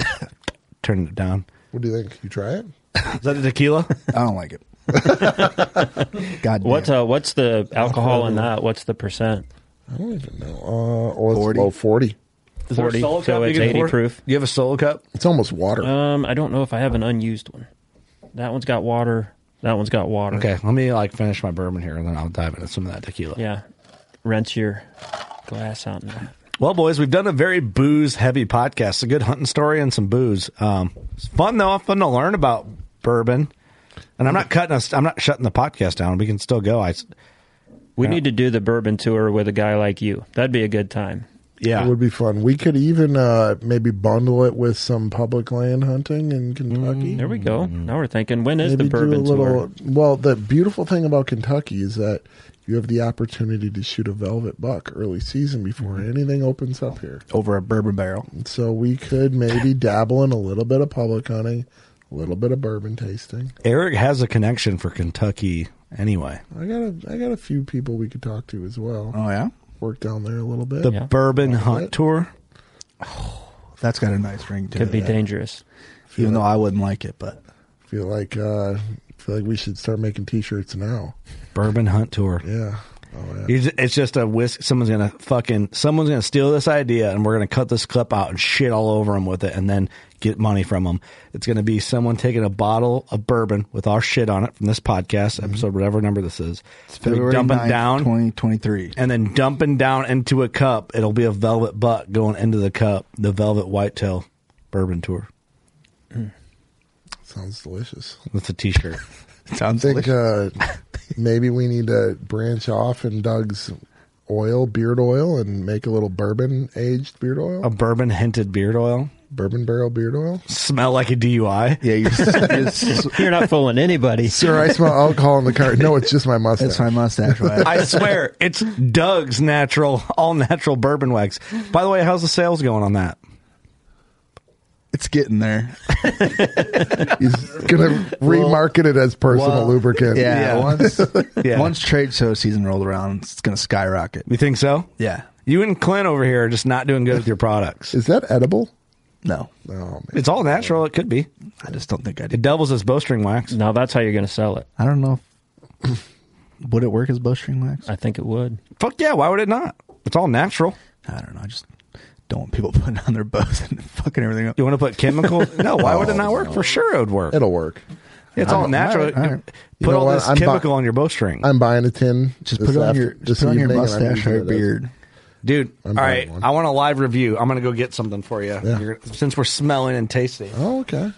S2: turning it down.
S6: What do you think? You try it?
S2: Is that a tequila?
S9: I don't like it. God damn.
S7: What's uh, what's the alcohol in that? What's the percent?
S6: I don't even know. Uh, oh, it's
S9: 40.
S6: low 40.
S7: Forty. So it's eighty proof.
S2: You have a solo cup?
S6: It's almost water.
S7: Um, I don't know if I have an unused one. That one's got water. That one's got water.
S2: Okay, let me like finish my bourbon here, and then I'll dive into some of that tequila.
S7: Yeah. Rinse your glass out. And that.
S2: Well, boys, we've done a very booze-heavy podcast. A good hunting story and some booze. Um, it's fun though. Fun to learn about bourbon. And I'm not cutting us. I'm not shutting the podcast down. We can still go. I. s-
S7: We
S2: Yeah.
S7: need to do the bourbon tour with a guy like you. That'd be a good time.
S2: Yeah.
S6: It would be fun. We could even uh, maybe bundle it with some public land hunting in Kentucky.
S7: There we go. Now we're thinking, when is the
S6: Maybe do
S7: bourbon
S6: a little,
S7: tour?
S6: Well, the beautiful thing about Kentucky is that you have the opportunity to shoot a velvet buck early season before anything opens up here.
S9: over a bourbon barrel.
S6: And so we could maybe dabble in a little bit of public hunting, a little bit of bourbon tasting.
S2: Eric has a connection for Kentucky anyway.
S6: I got a, I got a few people we could talk to as well.
S9: Oh yeah,
S6: work down there a little bit.
S2: The bourbon hunt tour.
S9: That's got a nice ring to it.
S7: Could be dangerous.
S9: Even though I wouldn't like it, but
S6: Feel like uh, feel like we should start making T-shirts now.
S2: Bourbon hunt tour.
S6: Yeah. Oh yeah.
S2: You ju- It's just a whisk. Someone's gonna fucking. Someone's gonna steal this idea, and we're gonna cut this clip out and shit all over them with it, and then get money from them. It's gonna be someone taking a bottle of bourbon with our shit on it from this podcast episode, whatever number this is. It's
S9: February
S2: dumping
S9: 9th,
S2: down,
S9: 2023.
S2: and then dumping down into a cup. It'll be a velvet butt going into the cup. The velvet whitetail bourbon tour.
S6: Sounds delicious.
S2: That's a t-shirt.
S9: Sounds
S6: I think uh, maybe we need to branch off in Doug's oil, beard oil, and make a little bourbon aged beard oil.
S9: Um,
S2: a bourbon hinted beard oil.
S6: Bourbon barrel beard oil.
S2: Smell like a DUI.
S9: Yeah, you're,
S7: You're not fooling anybody.
S6: Sir, I smell alcohol in the car. No, it's just my mustache.
S9: It's my mustache. Right?
S2: I swear, it's Doug's natural, all natural bourbon wax. By the way, how's the sales going on that?
S9: it's getting there.
S6: He's gonna remarket it as personal
S9: well,
S6: lubricant.
S9: Yeah,
S2: Yeah.
S9: once
S2: Yeah.
S9: once trade show season rolled around, it's gonna skyrocket.
S2: You think so?
S9: Yeah,
S2: You and Clint over here are just not doing good with your products.
S6: Is that edible?
S9: no,
S6: Oh man.
S2: It's all natural. It could be.
S9: I just don't think I
S2: It
S9: did.
S2: doubles as bowstring wax.
S7: Now that's how you're going to sell it.
S9: I don't know. If, would it work as bowstring wax?
S7: I think it would.
S2: Fuck yeah. Why would it not? It's all natural.
S9: I don't know. I just don't want people putting on their bows and fucking everything up.
S2: You want to put chemicals? No. Why would it not work? For sure it would work.
S6: It'll work.
S2: It's all natural.
S9: all right, all right.
S2: Put
S6: You know
S2: all
S6: what?
S2: this
S6: I'm bu-
S2: chemical on your bowstring.
S6: I'm buying a tin.
S9: Just
S6: this
S9: put it on
S6: after-
S9: your
S6: this
S9: just put it on your
S6: evening, and I'm
S9: mustache
S6: using
S9: or
S6: it as-
S9: beard.
S2: Dude, all
S6: I'm
S2: right.
S6: buying one.
S2: I want a live review. I'm going to go get something for you.
S6: Yeah.
S2: You're- since we're smelling and tasting.
S6: Oh, okay.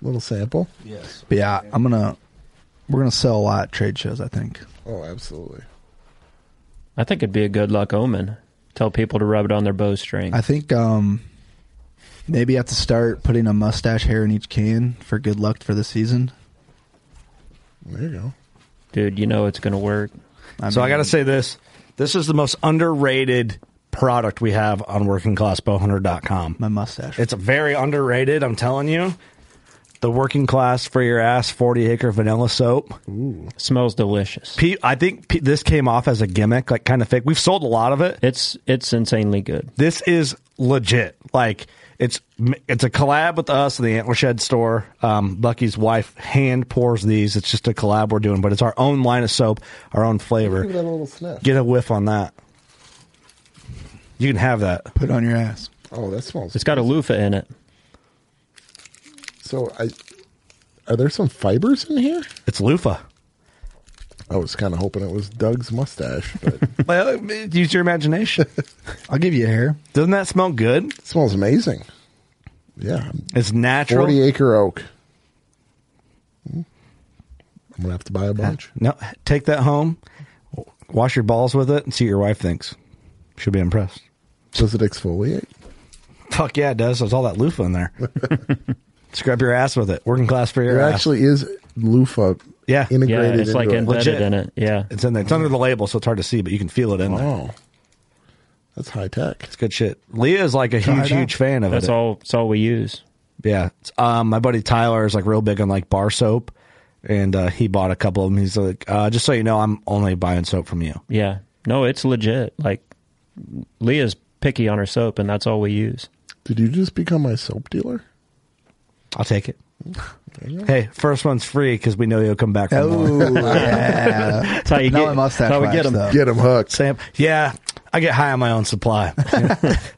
S6: Little sample.
S9: But yeah, I'm gonna we're gonna sell a lot at trade shows. I think.
S6: Oh, absolutely.
S7: I think it'd be a good luck omen. Tell people to rub it on their bowstring.
S9: I think um, maybe you have to start putting a mustache hair in each can for good luck for the season.
S6: There you go.
S7: Dude, you know it's going to work.
S2: so I
S9: mean,
S2: got to say this. This is the most underrated product we have on workingclassbowhunter.com.
S9: my mustache.
S2: It's very underrated, I'm telling you. The working class for your ass 40 acre vanilla soap.
S7: smells delicious.
S2: Pe- I think pe- this came off as a gimmick, like kind of fake. We've sold a lot of it.
S7: It's it's insanely good.
S2: This is legit. Like it's it's a collab with us and the Antler Shed store. Um, Bucky's wife hand pours these. It's just a collab we're doing, but it's our own line of soap, our own
S6: Give that
S2: flavor.
S6: a little sniff.
S2: Get a whiff on that. You can have that.
S9: put it on your ass.
S6: oh, that smells.
S7: It's got a loofah in it.
S6: So I are there some fibers in here?
S2: It's loofah.
S6: I was kind of hoping it was Doug's mustache, but it
S2: Well, use your imagination.
S9: I'll give you a hair.
S2: Doesn't that smell good?
S6: smells amazing. Yeah,
S2: It's natural.
S6: forty acre oak. Hmm. I'm gonna have to buy a bunch.
S2: No, take that home, wash your balls with it, and see what your wife thinks. She'll be impressed.
S6: Does it exfoliate?
S2: Fuck yeah, it does. There's all that loofah in there. Scrub your ass with it. Working class for your
S6: There
S2: ass.
S6: actually is loofah.
S2: Yeah.
S6: integrated.
S7: Yeah, it's
S6: into
S7: like
S6: it.
S7: embedded
S2: Legit.
S7: in it. Yeah.
S2: it's in there. It's under the label, so it's hard to see, but you can feel it in
S9: Oh.
S2: there.
S6: Wow, Oh. that's high tech.
S2: It's good shit. Leah is like a huge,
S9: it out.
S2: huge fan of
S7: That's
S2: it.
S7: all that's all we use.
S2: Yeah. It's- Um, my buddy Tyler is like real big on like bar soap, and uh, he bought a couple of them. He's like, uh, just so you know, I'm only buying soap from you.
S7: Yeah. No, it's legit. Like Leah's picky on her soap and that's all we use.
S6: Did you just become my soap dealer?
S2: I'll take it. Hey, first one's free because we know you'll come back. For more.
S9: Oh yeah.
S7: That's how you
S9: Now
S7: get
S9: my mustache
S7: that's how we
S9: wax,
S7: get 'em.
S9: though.
S6: Get him hooked.
S2: Sam, yeah, I get high on my own supply.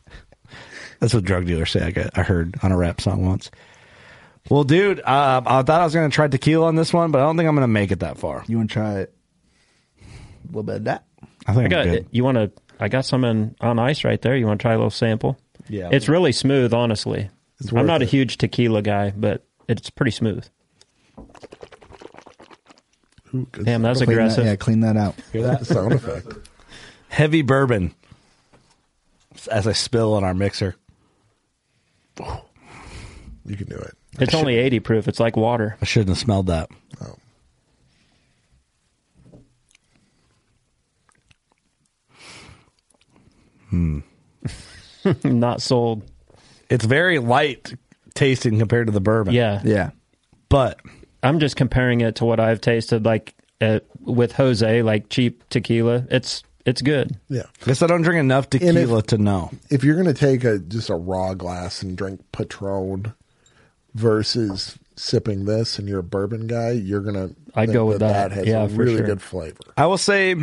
S2: That's what drug dealers say. I, got, I heard on a rap song once. Well, dude, uh, I thought I was going to try tequila on this one, but I don't think I'm going to make it that far.
S9: You want to try it? A little bit of that.
S2: I think
S7: I
S2: I
S7: got
S2: am good.
S7: you want to I got some in, on ice right there. You want to try a little sample?
S2: Yeah.
S7: It's really smooth, honestly.
S6: It's
S7: I'm
S6: worth
S7: not a
S6: it.
S7: huge tequila guy, but it's pretty smooth.
S6: Ooh, good
S7: Damn, that was
S6: sound effect.
S7: aggressive.
S9: yeah, clean that out.
S17: Hear that?
S6: sound effect.
S2: Heavy bourbon as I spill on our mixer.
S6: You can do it.
S7: It's
S2: I should-
S7: only 80 proof. It's like water.
S2: I shouldn't have smelled that.
S7: Not sold.
S2: It's very light tasting compared to the bourbon.
S7: Yeah.
S9: Yeah.
S2: But
S7: I'm just comparing it to what I've tasted like uh, with Jose, like cheap tequila. It's it's good.
S6: Yeah.
S2: guess I don't drink enough
S6: And
S2: tequila to know.
S6: If you're going to take a just a raw glass and drink Patron versus sipping this and you're a bourbon guy, you're going to
S7: I'd go with that.
S6: has
S7: Yeah,
S6: a
S7: for
S6: really
S7: sure.
S6: good flavor.
S2: I will say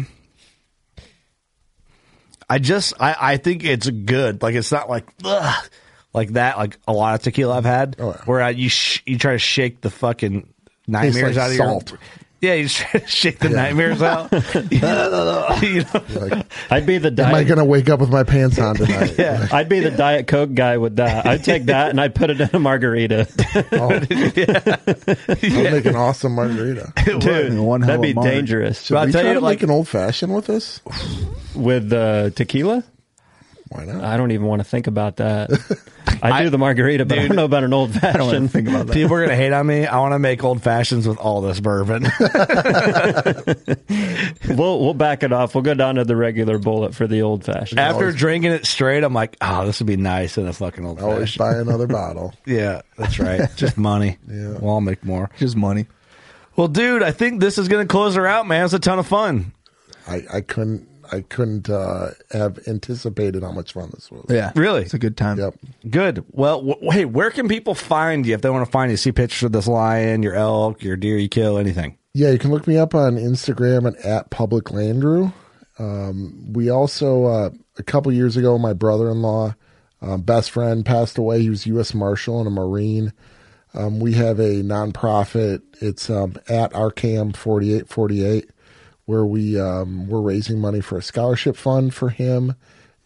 S2: I just I, I think it's good. Like it's not like ugh, like that like a lot of tequila I've had
S6: Oh,
S2: where I, you sh- you try to shake the fucking nightmares
S6: like
S2: out of
S6: salt.
S2: your Yeah, you just try to shake the nightmares out. You know?
S7: I'd be the
S6: Am I
S7: diet.
S6: going to wake up with my pants on tonight?
S2: Yeah.
S7: I'd be the diet coke guy with that. I'd take that and I'd put it in a margarita.
S6: I'll make an awesome margarita.
S7: Dude,
S9: One hell
S7: that'd be
S9: of marg.
S7: dangerous
S6: Should
S2: I'll
S6: we
S2: tell
S6: try
S2: you,
S6: to
S2: like-
S6: make an old fashioned with this?
S7: with uh, tequila.
S6: Why not?
S7: I don't even want to think about that. I do the margarita, but I don't know about an old
S9: I don't want to
S7: fashioned.
S9: think about that.
S2: People are gonna hate on me. I want to make old fashions with all this bourbon.
S7: We'll we'll back it off. We'll go down to the regular bullet for the old fashioned.
S2: After drinking it straight, I'm like, oh, this would be nice in a fucking old
S6: Always
S2: fashioned.
S6: buy another bottle.
S2: Yeah, that's right. Just money.
S6: Yeah.
S2: Well, I'll make more.
S9: Just money.
S2: Well, dude, I think this is going to close her out, man. It was a ton of fun.
S6: I, I couldn't I couldn't uh, have anticipated how much fun this was.
S9: Yeah.
S2: Really?
S9: It's a good time.
S6: Yep.
S2: Good. Well, w- hey, where can people find you if they want to find you? See pictures of this lion, your elk, your deer you kill, anything.
S6: Yeah, you can look me up on Instagram and at Public Landrew. Um, we also, uh, a couple years ago, my brother in law, um, best friend, passed away. He was U.S. Marshal and a Marine. Um, we have a nonprofit. It's um, at RKM 4848, where we, um, we're raising money for a scholarship fund for him.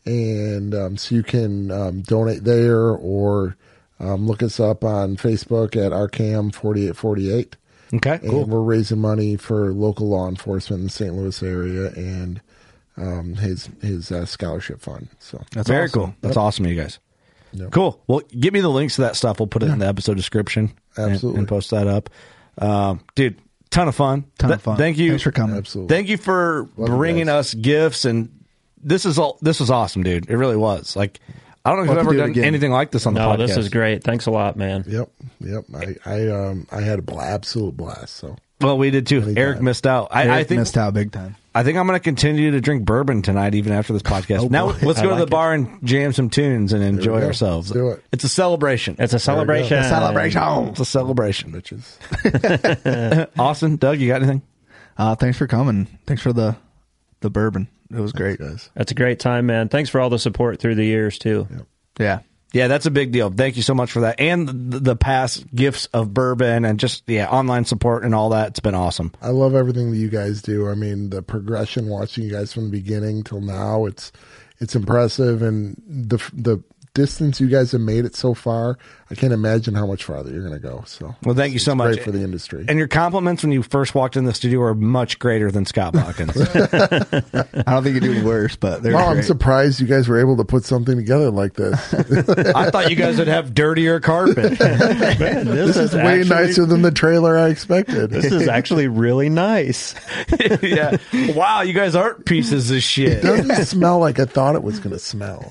S6: And um, so you can um, donate there or um, look us up on Facebook at RKM 4848
S2: Okay,
S6: and
S2: cool.
S6: we're raising money for local law enforcement in the St. Louis area and um, his his uh, scholarship fund. So
S2: That's Very cool. That's awesome, you guys. Cool. Well, give me the links to that stuff. We'll put it in the episode description. and- And,
S6: Absolutely.
S2: post that up. Um, dude, ton of fun.
S9: Ton
S2: Th-
S9: of fun.
S2: Thank you.
S9: Thanks for coming.
S6: absolutely.
S2: Thank you for
S6: you
S2: bringing us gifts and this is all this was awesome, dude. It really was. Like I don't know if
S9: We'll
S2: I've
S9: have
S2: ever
S9: to do it
S2: done
S9: again.
S2: anything like this on the
S7: Oh, no,
S2: podcast.
S7: this is great. Thanks a lot, man.
S6: Yep, yep. I I um I had a bl- absolute blast. So
S2: Well, we did too. Eric missed out. I, I
S9: Eric
S2: think
S9: missed out big time.
S2: I think I'm going to continue to drink bourbon tonight, even after this podcast.
S9: Oh,
S2: now
S9: boy.
S2: let's
S9: I
S2: go to
S9: like
S2: the
S9: it.
S2: bar and jam some tunes and enjoy
S6: go.
S2: ourselves.
S6: Let's do it.
S2: It's a celebration.
S7: It's a celebration.
S2: It's a celebration.
S6: bitches,
S2: Austin, Doug, you got anything?
S9: Uh, thanks for coming. Thanks for the the bourbon. It was great.
S6: guys.
S7: That's a great time, man. Thanks for all the support through the years too.
S9: Yeah.
S2: Yeah, that's a big deal. Thank you so much for that, and the, the past gifts of bourbon and just yeah, online support and all that. It's been awesome.
S6: I love everything that you guys do. I mean, the progression, watching you guys from the beginning till now, it's it's impressive, and the the distance you guys have made it so far. I can't imagine how much farther you're going to go. So
S2: Well, thank
S6: it's-
S2: you so
S6: it's
S2: much.
S6: great for the industry.
S2: And your compliments when you first walked in the studio were much greater than Scott Bockins.
S9: I don't think you do any worse, but they're
S6: Wow, I'm
S9: great.
S6: surprised you guys were able to put something together like this.
S2: I thought you guys would have dirtier carpet.
S7: Man,
S6: this is way nicer than the trailer I expected.
S7: This is actually really nice.
S2: yeah. Wow, you guys aren't pieces of shit.
S6: doesn't smell like I thought it was going to smell.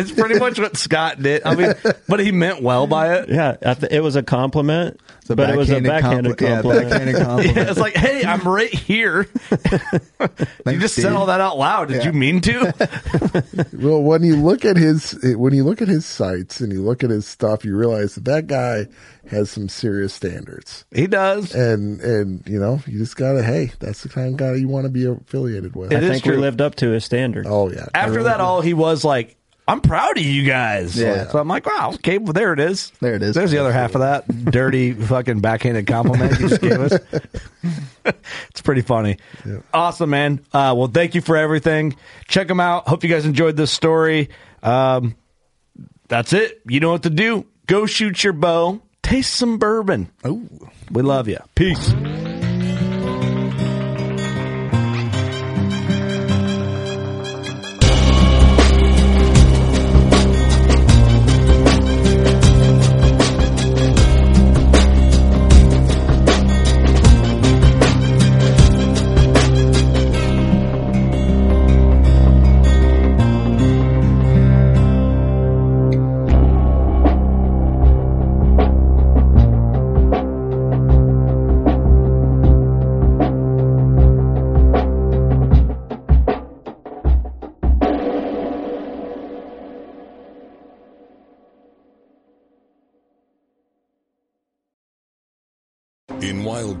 S2: That's pretty much what Scott did. I mean, but he meant well by it.
S7: Yeah, I th- it was a compliment, but it was a backhanded
S9: compli- yeah,
S7: compliment.
S9: backhanded compliment.
S2: Yeah, it's like, hey, I'm right here. you
S9: Thanks,
S2: just said
S9: dude.
S2: all that out loud. Did you mean to?
S6: well, when you look at his when you look at his sites and you look at his stuff, you realize that that guy has some serious standards.
S2: he does.
S6: And and you know you just gotta hey that's the kind of guy you want to be affiliated with.
S2: It
S7: I
S2: is
S7: think
S2: true.
S7: we lived up to his standard.
S6: Oh yeah.
S2: After that, all he was like, I'm proud of you guys.
S9: Yeah.
S2: So I'm like, wow, okay, well, there it is.
S9: There it is.
S2: There's the other half of that dirty fucking backhanded compliment you just gave us. it's pretty funny. Awesome, man. Uh, well, thank you for everything. Check them out. Hope you guys enjoyed this story. Um, that's it. You know what to do. Go shoot your bow. Taste some bourbon. Oh, we love you. Peace.
S6: In Wild